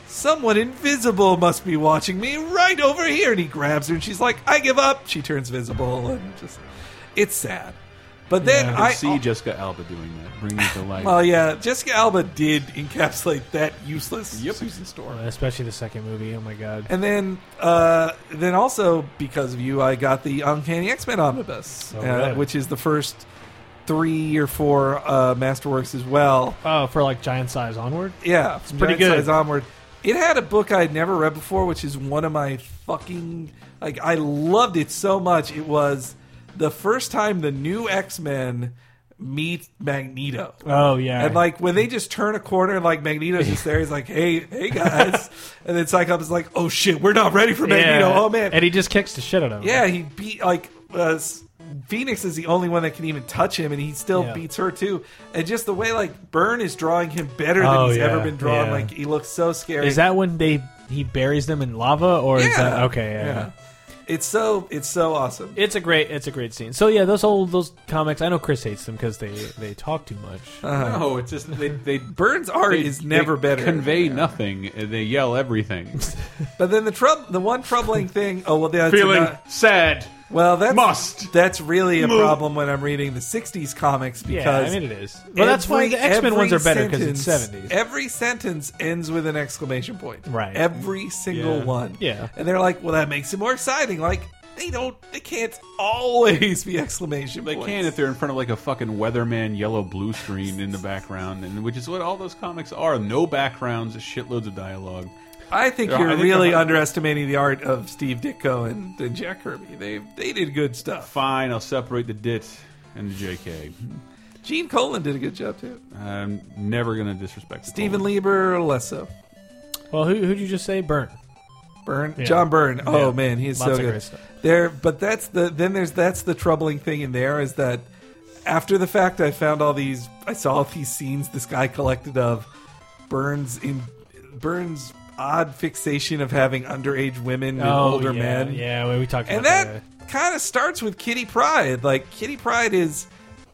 [SPEAKER 1] someone invisible must be watching me right over here and he grabs her and she's like i give up she turns visible and just it's sad but then
[SPEAKER 3] Yeah, I
[SPEAKER 2] I
[SPEAKER 1] i oh,
[SPEAKER 2] see Jessica Alba doing that, bringing it to life.
[SPEAKER 1] well yeah jessica alba did encapsulate that useless
[SPEAKER 2] Yep.
[SPEAKER 1] susan storm
[SPEAKER 3] Especially the second movie. Oh my god.
[SPEAKER 1] and then uh then also because of you i got the uncanny x-men omnibus
[SPEAKER 3] Oh,
[SPEAKER 1] uh,
[SPEAKER 3] yeah.
[SPEAKER 1] which is the first three or four uh masterworks as well
[SPEAKER 3] Oh, for like giant size onward.
[SPEAKER 1] Yeah, it's
[SPEAKER 3] pretty good.
[SPEAKER 1] Onward. It had a book I had never read before, which is one of my fucking like I loved it so much. It was the first time the new X Men meet Magneto.
[SPEAKER 3] Oh yeah.
[SPEAKER 1] And like when they just turn a corner and like Magneto's just there, he's like, "Hey, hey *laughs* guys," and then Cyclops is like, "Oh shit, we're not ready for Magneto." Oh man,
[SPEAKER 3] And he just kicks the shit out of him.
[SPEAKER 1] yeah, he beat like uh, S- Phoenix is the only one that can even touch him, and he still
[SPEAKER 3] Yeah.
[SPEAKER 1] beats her too. And just the way like Byrne is drawing him better than
[SPEAKER 3] Oh,
[SPEAKER 1] he's
[SPEAKER 3] yeah,
[SPEAKER 1] ever been drawn.
[SPEAKER 3] yeah.
[SPEAKER 1] Like he looks so scary.
[SPEAKER 3] Is that when they he buries them in lava or is
[SPEAKER 1] Yeah.
[SPEAKER 3] that okay? Yeah.
[SPEAKER 1] It's so it's so awesome.
[SPEAKER 3] It's a great it's a great scene. So yeah, those old those comics. I know Chris hates them because they they talk too much.
[SPEAKER 1] Uh,
[SPEAKER 2] no, it's just
[SPEAKER 1] *laughs*
[SPEAKER 2] they they
[SPEAKER 1] Byrne's art
[SPEAKER 2] they-
[SPEAKER 1] is uh-huh. never
[SPEAKER 2] they
[SPEAKER 1] better.
[SPEAKER 2] Convey nothing. and They
[SPEAKER 1] *laughs*
[SPEAKER 2] yell everything.
[SPEAKER 1] but then the trouble, the one troubling thing. Oh well, that's
[SPEAKER 2] *laughs* Feeling
[SPEAKER 1] ano-
[SPEAKER 2] sad.
[SPEAKER 1] well, that's
[SPEAKER 2] must.
[SPEAKER 1] That's really a problem when I'm reading the '60s comics because
[SPEAKER 3] yeah, I mean it is. Well, that's why
[SPEAKER 1] Every-
[SPEAKER 3] the X Men ones are
[SPEAKER 1] every
[SPEAKER 3] better because it's
[SPEAKER 1] sentence-
[SPEAKER 3] seventies.
[SPEAKER 1] Every sentence ends with an exclamation point.
[SPEAKER 3] Right.
[SPEAKER 1] Every single
[SPEAKER 2] Yeah.
[SPEAKER 1] one.
[SPEAKER 3] Yeah.
[SPEAKER 1] And they're like, well, that makes it more exciting. Like, they don't, they can't always be exclamation
[SPEAKER 2] They
[SPEAKER 1] points.
[SPEAKER 2] can if they're in front of like a fucking weatherman yellow blue screen in the background, and which is what all those comics are. No backgrounds, shitloads of dialogue.
[SPEAKER 1] I think
[SPEAKER 2] Yeah,
[SPEAKER 1] you're
[SPEAKER 2] I think
[SPEAKER 1] really
[SPEAKER 2] they're-
[SPEAKER 1] underestimating the art of Steve Ditko and, and Jack Kirby. They they did good stuff.
[SPEAKER 2] Fine, I'll separate the dit and the JK.
[SPEAKER 1] Gene Colan did a good job too.
[SPEAKER 2] I'm never gonna disrespect the
[SPEAKER 1] Steven
[SPEAKER 2] Coen.
[SPEAKER 1] Lieber, less so. e-
[SPEAKER 3] Well, who who'd you just say? Burn.
[SPEAKER 1] Byrne,
[SPEAKER 3] Yeah.
[SPEAKER 1] John Byrne. Oh
[SPEAKER 3] Yeah.
[SPEAKER 1] man, he is
[SPEAKER 3] Lots
[SPEAKER 1] so
[SPEAKER 3] of
[SPEAKER 1] good.
[SPEAKER 3] great stuff.
[SPEAKER 1] There, but that's the then there's that's the troubling thing in there is that after the fact, I found all these, I saw all these scenes this guy collected of Burns in Burns odd fixation of having underage women and older
[SPEAKER 3] Oh, yeah,
[SPEAKER 1] men,
[SPEAKER 3] Yeah, we, we talked
[SPEAKER 1] and
[SPEAKER 3] about that.
[SPEAKER 1] that kind of starts with Kitty Pride. Like Kitty Pride is.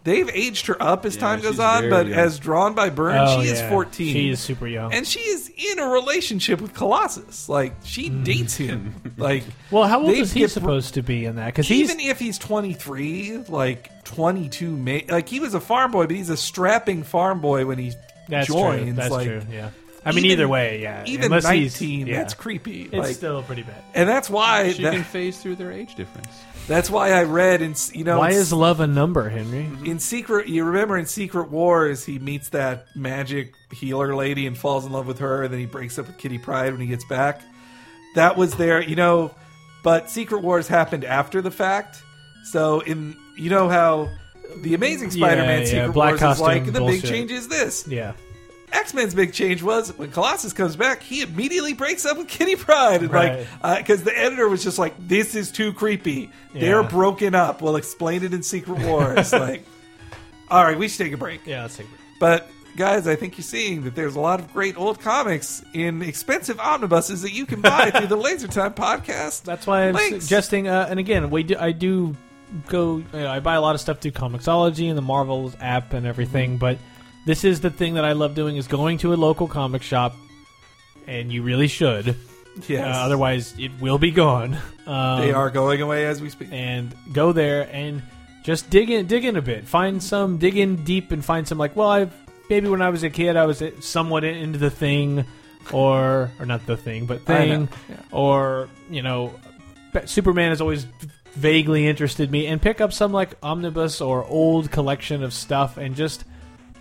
[SPEAKER 1] They've aged her up as
[SPEAKER 2] Yeah,
[SPEAKER 1] time goes
[SPEAKER 2] she's
[SPEAKER 1] on,
[SPEAKER 2] very
[SPEAKER 1] but
[SPEAKER 2] young.
[SPEAKER 1] as drawn by Byrne,
[SPEAKER 3] Oh,
[SPEAKER 1] she is
[SPEAKER 3] yeah.
[SPEAKER 1] 14.
[SPEAKER 3] She is super young.
[SPEAKER 1] And she is in a relationship with Colossus. Like she dates him. Like
[SPEAKER 3] well, how old
[SPEAKER 1] they
[SPEAKER 3] is he
[SPEAKER 1] get-
[SPEAKER 3] supposed to be in that? Because he's
[SPEAKER 1] even if he's 23, like 22, may, like he was a farm boy, but he's a strapping farm boy when he
[SPEAKER 3] that's
[SPEAKER 1] joins.
[SPEAKER 3] True. That's
[SPEAKER 1] like,
[SPEAKER 3] true. Yeah. I mean,
[SPEAKER 1] even-
[SPEAKER 3] either way, yeah.
[SPEAKER 1] Even
[SPEAKER 3] Unless
[SPEAKER 1] 19,
[SPEAKER 3] he's, yeah.
[SPEAKER 1] that's creepy.
[SPEAKER 3] It's
[SPEAKER 1] like,
[SPEAKER 3] still pretty bad.
[SPEAKER 1] and that's why
[SPEAKER 3] *laughs*
[SPEAKER 2] She
[SPEAKER 1] that-
[SPEAKER 2] can phase through their age difference.
[SPEAKER 1] that's why I read and s- you know
[SPEAKER 3] Why
[SPEAKER 1] in
[SPEAKER 3] is love a number, Henry?
[SPEAKER 1] in secret you remember in secret wars he meets that magic healer lady and falls in love with her and then he breaks up with kitty pride when he gets back that was there you know but secret wars happened after the fact so in you know how the amazing
[SPEAKER 3] Yeah,
[SPEAKER 1] spider-man
[SPEAKER 3] yeah,
[SPEAKER 1] secret
[SPEAKER 3] black
[SPEAKER 1] wars is
[SPEAKER 3] costume
[SPEAKER 1] like the
[SPEAKER 3] bullshit.
[SPEAKER 1] big change is this
[SPEAKER 3] Yeah.
[SPEAKER 1] x-men's big change was when colossus comes back he immediately breaks up with kitty pride and
[SPEAKER 3] Right.
[SPEAKER 1] like because the editor was just like this is too creepy they're
[SPEAKER 3] Yeah.
[SPEAKER 1] broken up we'll explain it in secret wars
[SPEAKER 3] *laughs*
[SPEAKER 1] like all right, we should take a break.
[SPEAKER 3] Yeah, that's it.
[SPEAKER 1] But guys, I think you're seeing that there's a lot of great old comics in expensive omnibuses that you can buy through
[SPEAKER 3] *laughs*
[SPEAKER 1] the Laser Time podcast.
[SPEAKER 3] That's why I'm
[SPEAKER 1] links.
[SPEAKER 3] suggesting. Uh, and again, we do, I do go. You know, I buy a lot of stuff through Comixology and the Marvel app and
[SPEAKER 1] Mm-hmm.
[SPEAKER 3] everything. But this is the thing that I love doing: is going to a local comic shop, and you really should. Uh,
[SPEAKER 1] yes,
[SPEAKER 3] otherwise, it will be gone. Um,
[SPEAKER 1] they are going away as we speak.
[SPEAKER 3] and go there and just dig in, dig in a bit. Find some, dig in deep, and find some. Like, well, I maybe when I was a kid, I was somewhat into the thing, or or not the thing, but
[SPEAKER 1] I know,
[SPEAKER 3] thing,
[SPEAKER 1] yeah.
[SPEAKER 3] or you know, Ba- Superman has always vaguely interested me. And pick up some like omnibus or old collection of stuff, and just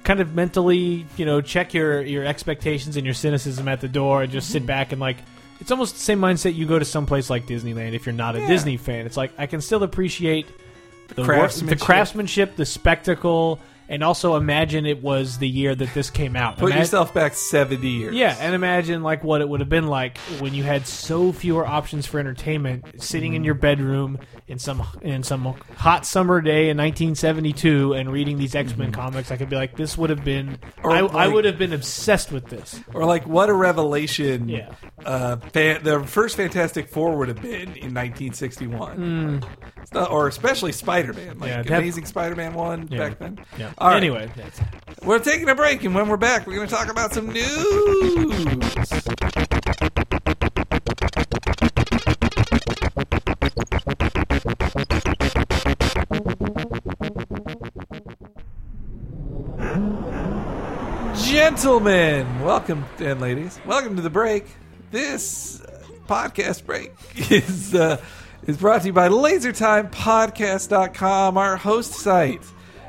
[SPEAKER 3] kind of mentally, you know, check your your expectations and your cynicism at the door, and just
[SPEAKER 1] Mm-hmm.
[SPEAKER 3] sit back and like. It's almost the same mindset you go to someplace like Disneyland if you're not a
[SPEAKER 1] Yeah.
[SPEAKER 3] Disney fan. It's like I can still appreciate the, wor-
[SPEAKER 1] craftsmanship.
[SPEAKER 3] the craftsmanship, the spectacle, and also imagine it was the year that this came out.
[SPEAKER 1] Put
[SPEAKER 3] Imag-
[SPEAKER 1] yourself back 70 years.
[SPEAKER 3] Yeah, and imagine like what it would have been like when you had so fewer options for entertainment, sitting
[SPEAKER 1] Mm-hmm.
[SPEAKER 3] in your bedroom in some in some hot summer day in 1972 and reading these X Men comics. I could be like, this would have been.
[SPEAKER 1] Mm-hmm. Or,
[SPEAKER 3] I, I
[SPEAKER 1] like-
[SPEAKER 3] would have been obsessed with this.
[SPEAKER 1] Or like, what a revelation!
[SPEAKER 3] Yeah.
[SPEAKER 1] uh, fan, the first Fantastic Four would have been in 1961, It's not- or especially Spider-Man, like
[SPEAKER 3] Hmm. Yeah, that-
[SPEAKER 1] Amazing Spider-Man one
[SPEAKER 3] Yeah.
[SPEAKER 1] back then.
[SPEAKER 3] Yeah.
[SPEAKER 1] All right.
[SPEAKER 3] Anyway,
[SPEAKER 1] we're taking a break, and when we're back, we're going to talk about some news. Gentlemen, welcome and ladies, welcome to the break. This uh, podcast break *laughs* is uh, is brought to you by LaserTimePodcast.com, our host site,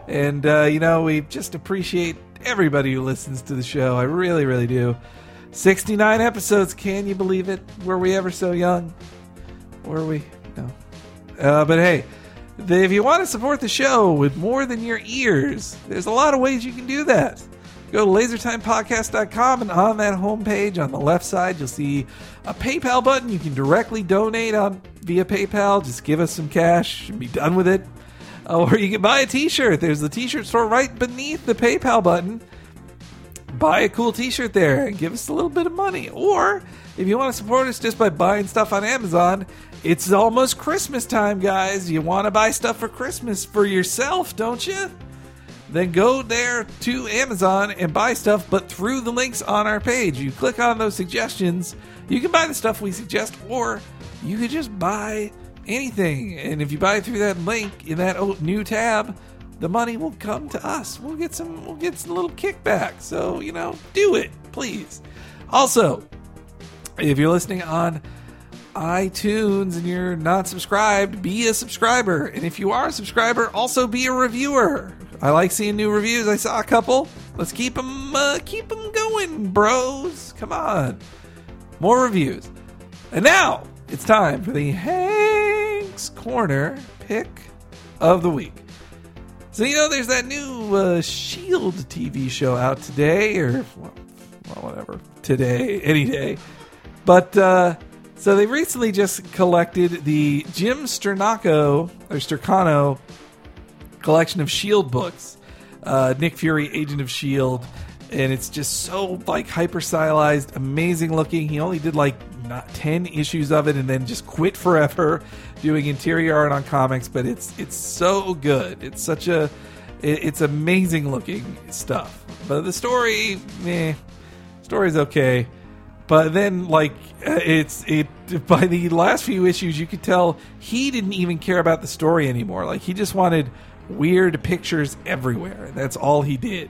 [SPEAKER 1] and uh, you know we just appreciate everybody who listens to the show. I really, really do. Sixty nine episodes. Can you believe it? Were we ever so young? Were we? No. Uh, but hey, the, if you want to support the show with more than your ears, there's a lot of ways you can do that. Go to lasertimepodcast.com and on that homepage on the left side, you'll see a PayPal button. You can directly donate on via PayPal. Just give us some cash and be done with it. Uh, or you can buy a t shirt. There's the t shirt store right beneath the PayPal button buy a cool t-shirt there and give us a little bit of money or if you want to support us just by buying stuff on amazon it's almost christmas time guys you want to buy stuff for christmas for yourself don't you then go there to amazon and buy stuff but through the links on our page you click on those suggestions you can buy the stuff we suggest or you could just buy anything and if you buy through that link in that o- new tab the money will come to us. We'll get some we'll get some little kickback. So, you know, do it, please. Also, if you're listening on iTunes and you're not subscribed, be a subscriber. And if you are a subscriber, also be a reviewer. I like seeing new reviews. I saw a couple. Let's keep them uh, keep them going, bros. Come on. More reviews. And now it's time for the Hank's Corner pick of the week. So you know, there's that new uh, Shield TV show out today, or well, well, whatever, today, any day. But uh, so they recently just collected the Jim Sternacco or Stercano collection of Shield E books, uh, Nick Fury, Agent of Shield, E and it's just so like hyper stylized, amazing looking. He only did like not ten issues of it, and then just quit forever *laughs* doing interior art on comics. But it's it's so good. It's such a it, it's amazing looking stuff. But the story, eh, story's okay. But then, like, uh, it's it by the last few issues, you could tell he didn't even care about the story anymore. Like, he just wanted weird pictures everywhere. That's all he did.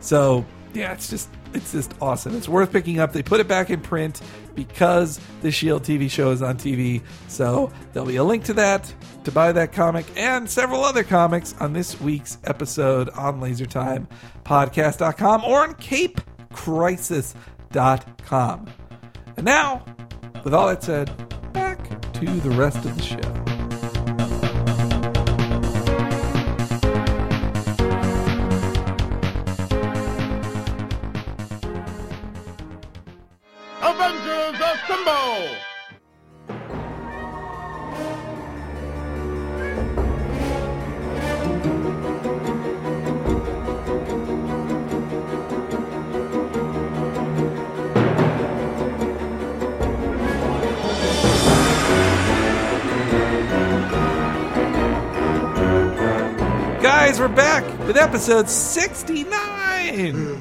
[SPEAKER 1] So yeah, it's just it's just awesome. It's worth picking up. They put it back in print because the Shield TV show is on TV. So there'll be a link to that to buy that comic and several other comics on this week's episode on LaserTimePodcast.com or on CapeCrisis.com. And now, with all that said, back to the rest of the show.
[SPEAKER 4] Avengers Assemble!
[SPEAKER 1] Guys, we're back with episode 69.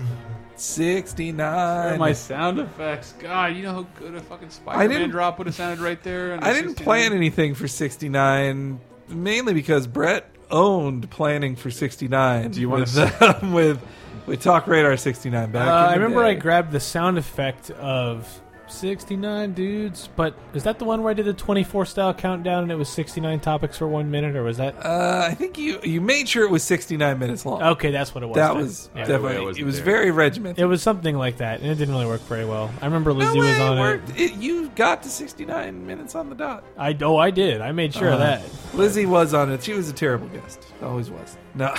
[SPEAKER 1] 69.
[SPEAKER 2] My sound effects. God, you know how good a fucking
[SPEAKER 1] didn't-
[SPEAKER 2] Spider-Man drop would have sounded right there.
[SPEAKER 1] I didn't plan anything for 69, mainly because Brett owned planning for 69. Do
[SPEAKER 2] you
[SPEAKER 1] *laughs*
[SPEAKER 2] wanna
[SPEAKER 1] with, them, with with Talk Radar 69 back?
[SPEAKER 3] uh,
[SPEAKER 1] in the
[SPEAKER 3] I remember
[SPEAKER 1] day.
[SPEAKER 3] I grabbed the sound effect of 69 dudes. But is that the one where I did the 24 style countdown and it was 69 topics for one minute, or was that?
[SPEAKER 1] Uh, I think you you made sure it was 69 minutes long.
[SPEAKER 3] Okay, that's what it was.
[SPEAKER 1] that
[SPEAKER 3] then.
[SPEAKER 1] was
[SPEAKER 3] Yeah.
[SPEAKER 2] way I
[SPEAKER 1] definitely.
[SPEAKER 2] wasn't
[SPEAKER 1] It was
[SPEAKER 2] there.
[SPEAKER 1] very regimented.
[SPEAKER 3] It was something like that, and it didn't really work very well. I remember
[SPEAKER 1] No
[SPEAKER 3] Lizzie
[SPEAKER 1] way
[SPEAKER 3] was on
[SPEAKER 1] it
[SPEAKER 3] it.
[SPEAKER 1] worked. It, you got to 69 minutes on the dot.
[SPEAKER 3] I oh, I did. I made sure of that.
[SPEAKER 1] Lizzie was on it. She was a terrible guest. Always was. *laughs* No.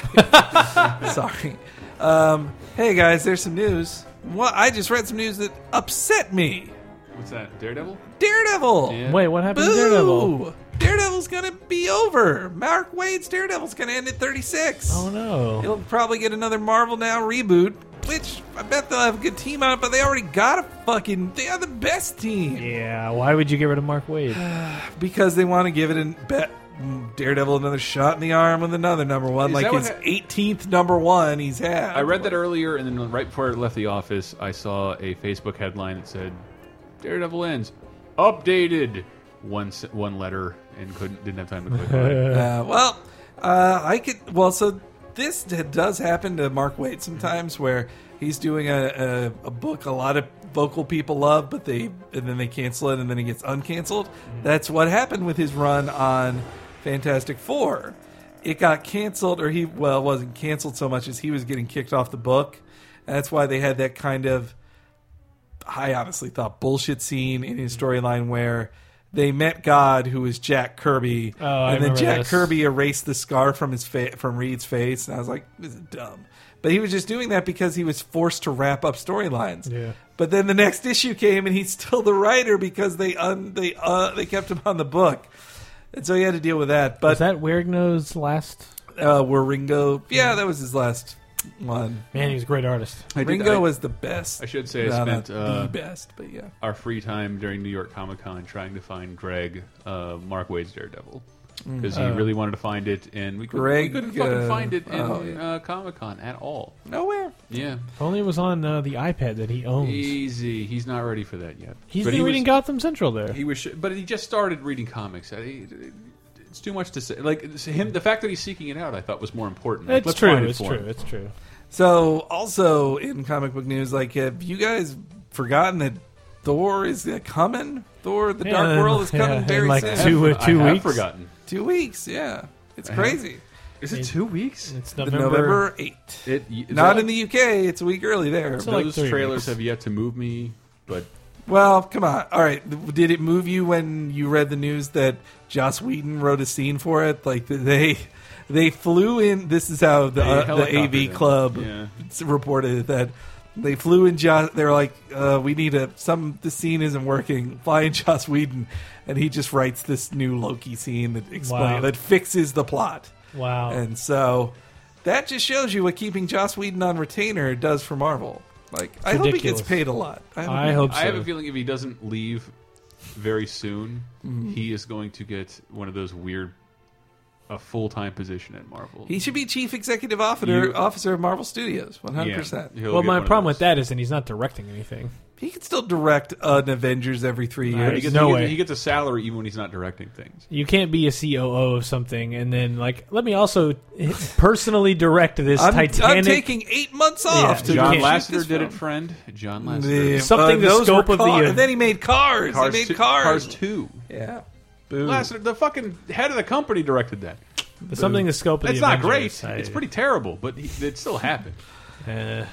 [SPEAKER 1] Sorry. Um, hey, guys, there's some news. Well, I just read some news that upset me.
[SPEAKER 2] What's that? Daredevil?
[SPEAKER 1] Daredevil!
[SPEAKER 2] Yeah.
[SPEAKER 3] Wait, what happened
[SPEAKER 1] Boo!
[SPEAKER 3] to Daredevil?
[SPEAKER 1] Daredevil's gonna be over. Mark Wade's Daredevil's gonna end at 36.
[SPEAKER 3] Oh no.
[SPEAKER 1] He'll probably get another Marvel Now reboot, which I bet they'll have a good team on it, but they already got a fucking. They are the best team.
[SPEAKER 3] Yeah. Why would you get rid of Mark Wade?
[SPEAKER 2] *sighs*
[SPEAKER 1] Because they want to give it an bet Daredevil another shot in the arm with another number one,
[SPEAKER 2] Is
[SPEAKER 1] like
[SPEAKER 2] that what
[SPEAKER 1] his
[SPEAKER 2] ha-
[SPEAKER 1] eighteenth number one he's had.
[SPEAKER 2] I read that earlier, and then right before I left the office, I saw a Facebook headline that said, "Daredevil ends, updated." One s- one letter, and couldn't didn't have time to click on
[SPEAKER 1] *laughs*
[SPEAKER 2] it.
[SPEAKER 1] Uh, well, uh, I could. Well, so this d- does happen to Mark Waid sometimes, where he's doing a, a, a book a lot of vocal people love, but they and then they cancel it, and then he gets uncanceled.
[SPEAKER 2] Mm-hmm.
[SPEAKER 1] That's what happened with his run on Fantastic Four. It got canceled, or he well it wasn't canceled so much as he was getting kicked off the book. And that's why they had that kind of I honestly thought bullshit scene in his storyline where they met God, who was Jack Kirby,
[SPEAKER 3] Oh, I
[SPEAKER 1] and then
[SPEAKER 3] remember
[SPEAKER 1] Jack
[SPEAKER 3] this.
[SPEAKER 1] Kirby erased the scar from his fa- from Reed's face, and I was like, "This is dumb." But he was just doing that because he was forced to wrap up storylines.
[SPEAKER 3] Yeah.
[SPEAKER 1] But then the next issue came, and he's still the writer because they un- they uh, they kept him on the book, and so he had to deal with that. But
[SPEAKER 3] Was that Wergno's last?
[SPEAKER 1] uh, were Ringo, yeah, that was his last one.
[SPEAKER 3] Man, he's a great artist.
[SPEAKER 2] Hmm. I did-
[SPEAKER 1] Ringo
[SPEAKER 2] I-
[SPEAKER 1] was the best.
[SPEAKER 2] I should say I
[SPEAKER 1] No,
[SPEAKER 2] spent,
[SPEAKER 1] not
[SPEAKER 2] uh,
[SPEAKER 1] the best, but yeah.
[SPEAKER 2] our free time during New York Comic Con trying to find Greg, uh, Mark Wade's Daredevil. Because he really wanted to find it, and we, could,
[SPEAKER 1] Mm. Oh. Greg,
[SPEAKER 2] we couldn't fucking
[SPEAKER 1] uh,
[SPEAKER 2] find it in
[SPEAKER 1] oh,
[SPEAKER 2] uh, Comic Con at all.
[SPEAKER 1] Nowhere.
[SPEAKER 2] Yeah.
[SPEAKER 3] If only it was on uh, the iPad that he owns.
[SPEAKER 2] Easy. He's not ready for that yet.
[SPEAKER 3] He's
[SPEAKER 2] but
[SPEAKER 3] been
[SPEAKER 2] he
[SPEAKER 3] reading
[SPEAKER 2] was,
[SPEAKER 3] Gotham Central there.
[SPEAKER 2] He was, sh- but he just started reading comics. I- he- It's too much to say. Like it's him, the fact that he's seeking it out, I thought was more important. Like,
[SPEAKER 3] it's
[SPEAKER 2] let's
[SPEAKER 3] true.
[SPEAKER 2] find it
[SPEAKER 3] It's
[SPEAKER 2] for
[SPEAKER 3] true.
[SPEAKER 2] him.
[SPEAKER 3] It's true.
[SPEAKER 1] So, also in comic book news, like, have you guys forgotten that Thor is uh, coming? Thor: The Dark
[SPEAKER 3] Yeah,
[SPEAKER 1] World is
[SPEAKER 3] yeah,
[SPEAKER 1] coming
[SPEAKER 3] in
[SPEAKER 1] very
[SPEAKER 3] like
[SPEAKER 1] soon.
[SPEAKER 3] two-
[SPEAKER 1] Two,
[SPEAKER 3] uh,
[SPEAKER 2] I
[SPEAKER 3] two
[SPEAKER 2] have
[SPEAKER 3] weeks?
[SPEAKER 2] forgotten.
[SPEAKER 1] weeks, yeah, it's
[SPEAKER 2] Uh-huh.
[SPEAKER 1] crazy.
[SPEAKER 2] Is it two weeks?
[SPEAKER 3] It's
[SPEAKER 1] The
[SPEAKER 3] November.
[SPEAKER 1] November eighth.
[SPEAKER 2] It, y-
[SPEAKER 1] Not
[SPEAKER 2] that-
[SPEAKER 1] in the UK. It's a week early there.
[SPEAKER 3] So- like
[SPEAKER 2] Those
[SPEAKER 3] three
[SPEAKER 2] trailers
[SPEAKER 3] weeks.
[SPEAKER 2] have yet to move me, but
[SPEAKER 1] Well, come on. All right. Did it move you when you read the news that Joss Whedon wrote a scene for it? Like they they flew in. This is how the,
[SPEAKER 2] They
[SPEAKER 1] uh, the
[SPEAKER 2] helicoptered
[SPEAKER 1] AV
[SPEAKER 2] it.
[SPEAKER 1] Club
[SPEAKER 2] Yeah.
[SPEAKER 1] s- reported that they flew in. Joss. They're like, uh, we need a some. The scene isn't working. Fly in Joss Whedon, and he just writes this new Loki scene that explains
[SPEAKER 3] Wow.
[SPEAKER 1] that fixes the plot.
[SPEAKER 3] Wow.
[SPEAKER 1] And so that just shows you what keeping Joss Whedon on retainer does for Marvel. Like I hope he gets
[SPEAKER 3] ridiculous.
[SPEAKER 1] paid a lot.
[SPEAKER 3] I hope so.
[SPEAKER 2] I have a feeling if he doesn't leave very soon,
[SPEAKER 1] Mm-hmm.
[SPEAKER 2] he is going to get one of those weird, a full time position at Marvel.
[SPEAKER 1] He should be chief executive officer
[SPEAKER 2] You-
[SPEAKER 1] officer of Marvel Studios, one
[SPEAKER 2] Yeah,
[SPEAKER 1] hundred percent.
[SPEAKER 2] he'll
[SPEAKER 3] well,
[SPEAKER 2] get
[SPEAKER 3] my
[SPEAKER 2] one of
[SPEAKER 3] problem
[SPEAKER 2] those.
[SPEAKER 3] with that is that he's not directing anything.
[SPEAKER 1] He could still direct an Avengers every three
[SPEAKER 3] All
[SPEAKER 2] he
[SPEAKER 1] years.
[SPEAKER 3] right.
[SPEAKER 2] gets,
[SPEAKER 3] No
[SPEAKER 2] he
[SPEAKER 3] way.
[SPEAKER 2] Gets, he gets a salary even when he's not directing things.
[SPEAKER 3] You can't be a COO of something and then like let me also *laughs* personally direct this
[SPEAKER 1] I'm, I'm
[SPEAKER 3] Titanic
[SPEAKER 1] taking eight months off to
[SPEAKER 2] John
[SPEAKER 1] shoot this
[SPEAKER 2] Lasseter did
[SPEAKER 1] film.
[SPEAKER 2] it, friend. John
[SPEAKER 1] Yeah,
[SPEAKER 2] Lasseter.
[SPEAKER 3] Something the
[SPEAKER 1] those
[SPEAKER 3] scope
[SPEAKER 1] were
[SPEAKER 3] of the,
[SPEAKER 1] car-
[SPEAKER 3] uh,
[SPEAKER 1] and then he made cars. he made
[SPEAKER 2] two,
[SPEAKER 1] cars.
[SPEAKER 2] Cars two.
[SPEAKER 1] Yeah. *laughs* Boo.
[SPEAKER 2] Lasseter, the fucking head of the company, directed that.
[SPEAKER 3] something the scope of
[SPEAKER 2] That's
[SPEAKER 3] the
[SPEAKER 2] not
[SPEAKER 3] Avengers.
[SPEAKER 2] great.
[SPEAKER 3] I-
[SPEAKER 2] It's pretty terrible, but he, it still happened.
[SPEAKER 1] Uh-huh.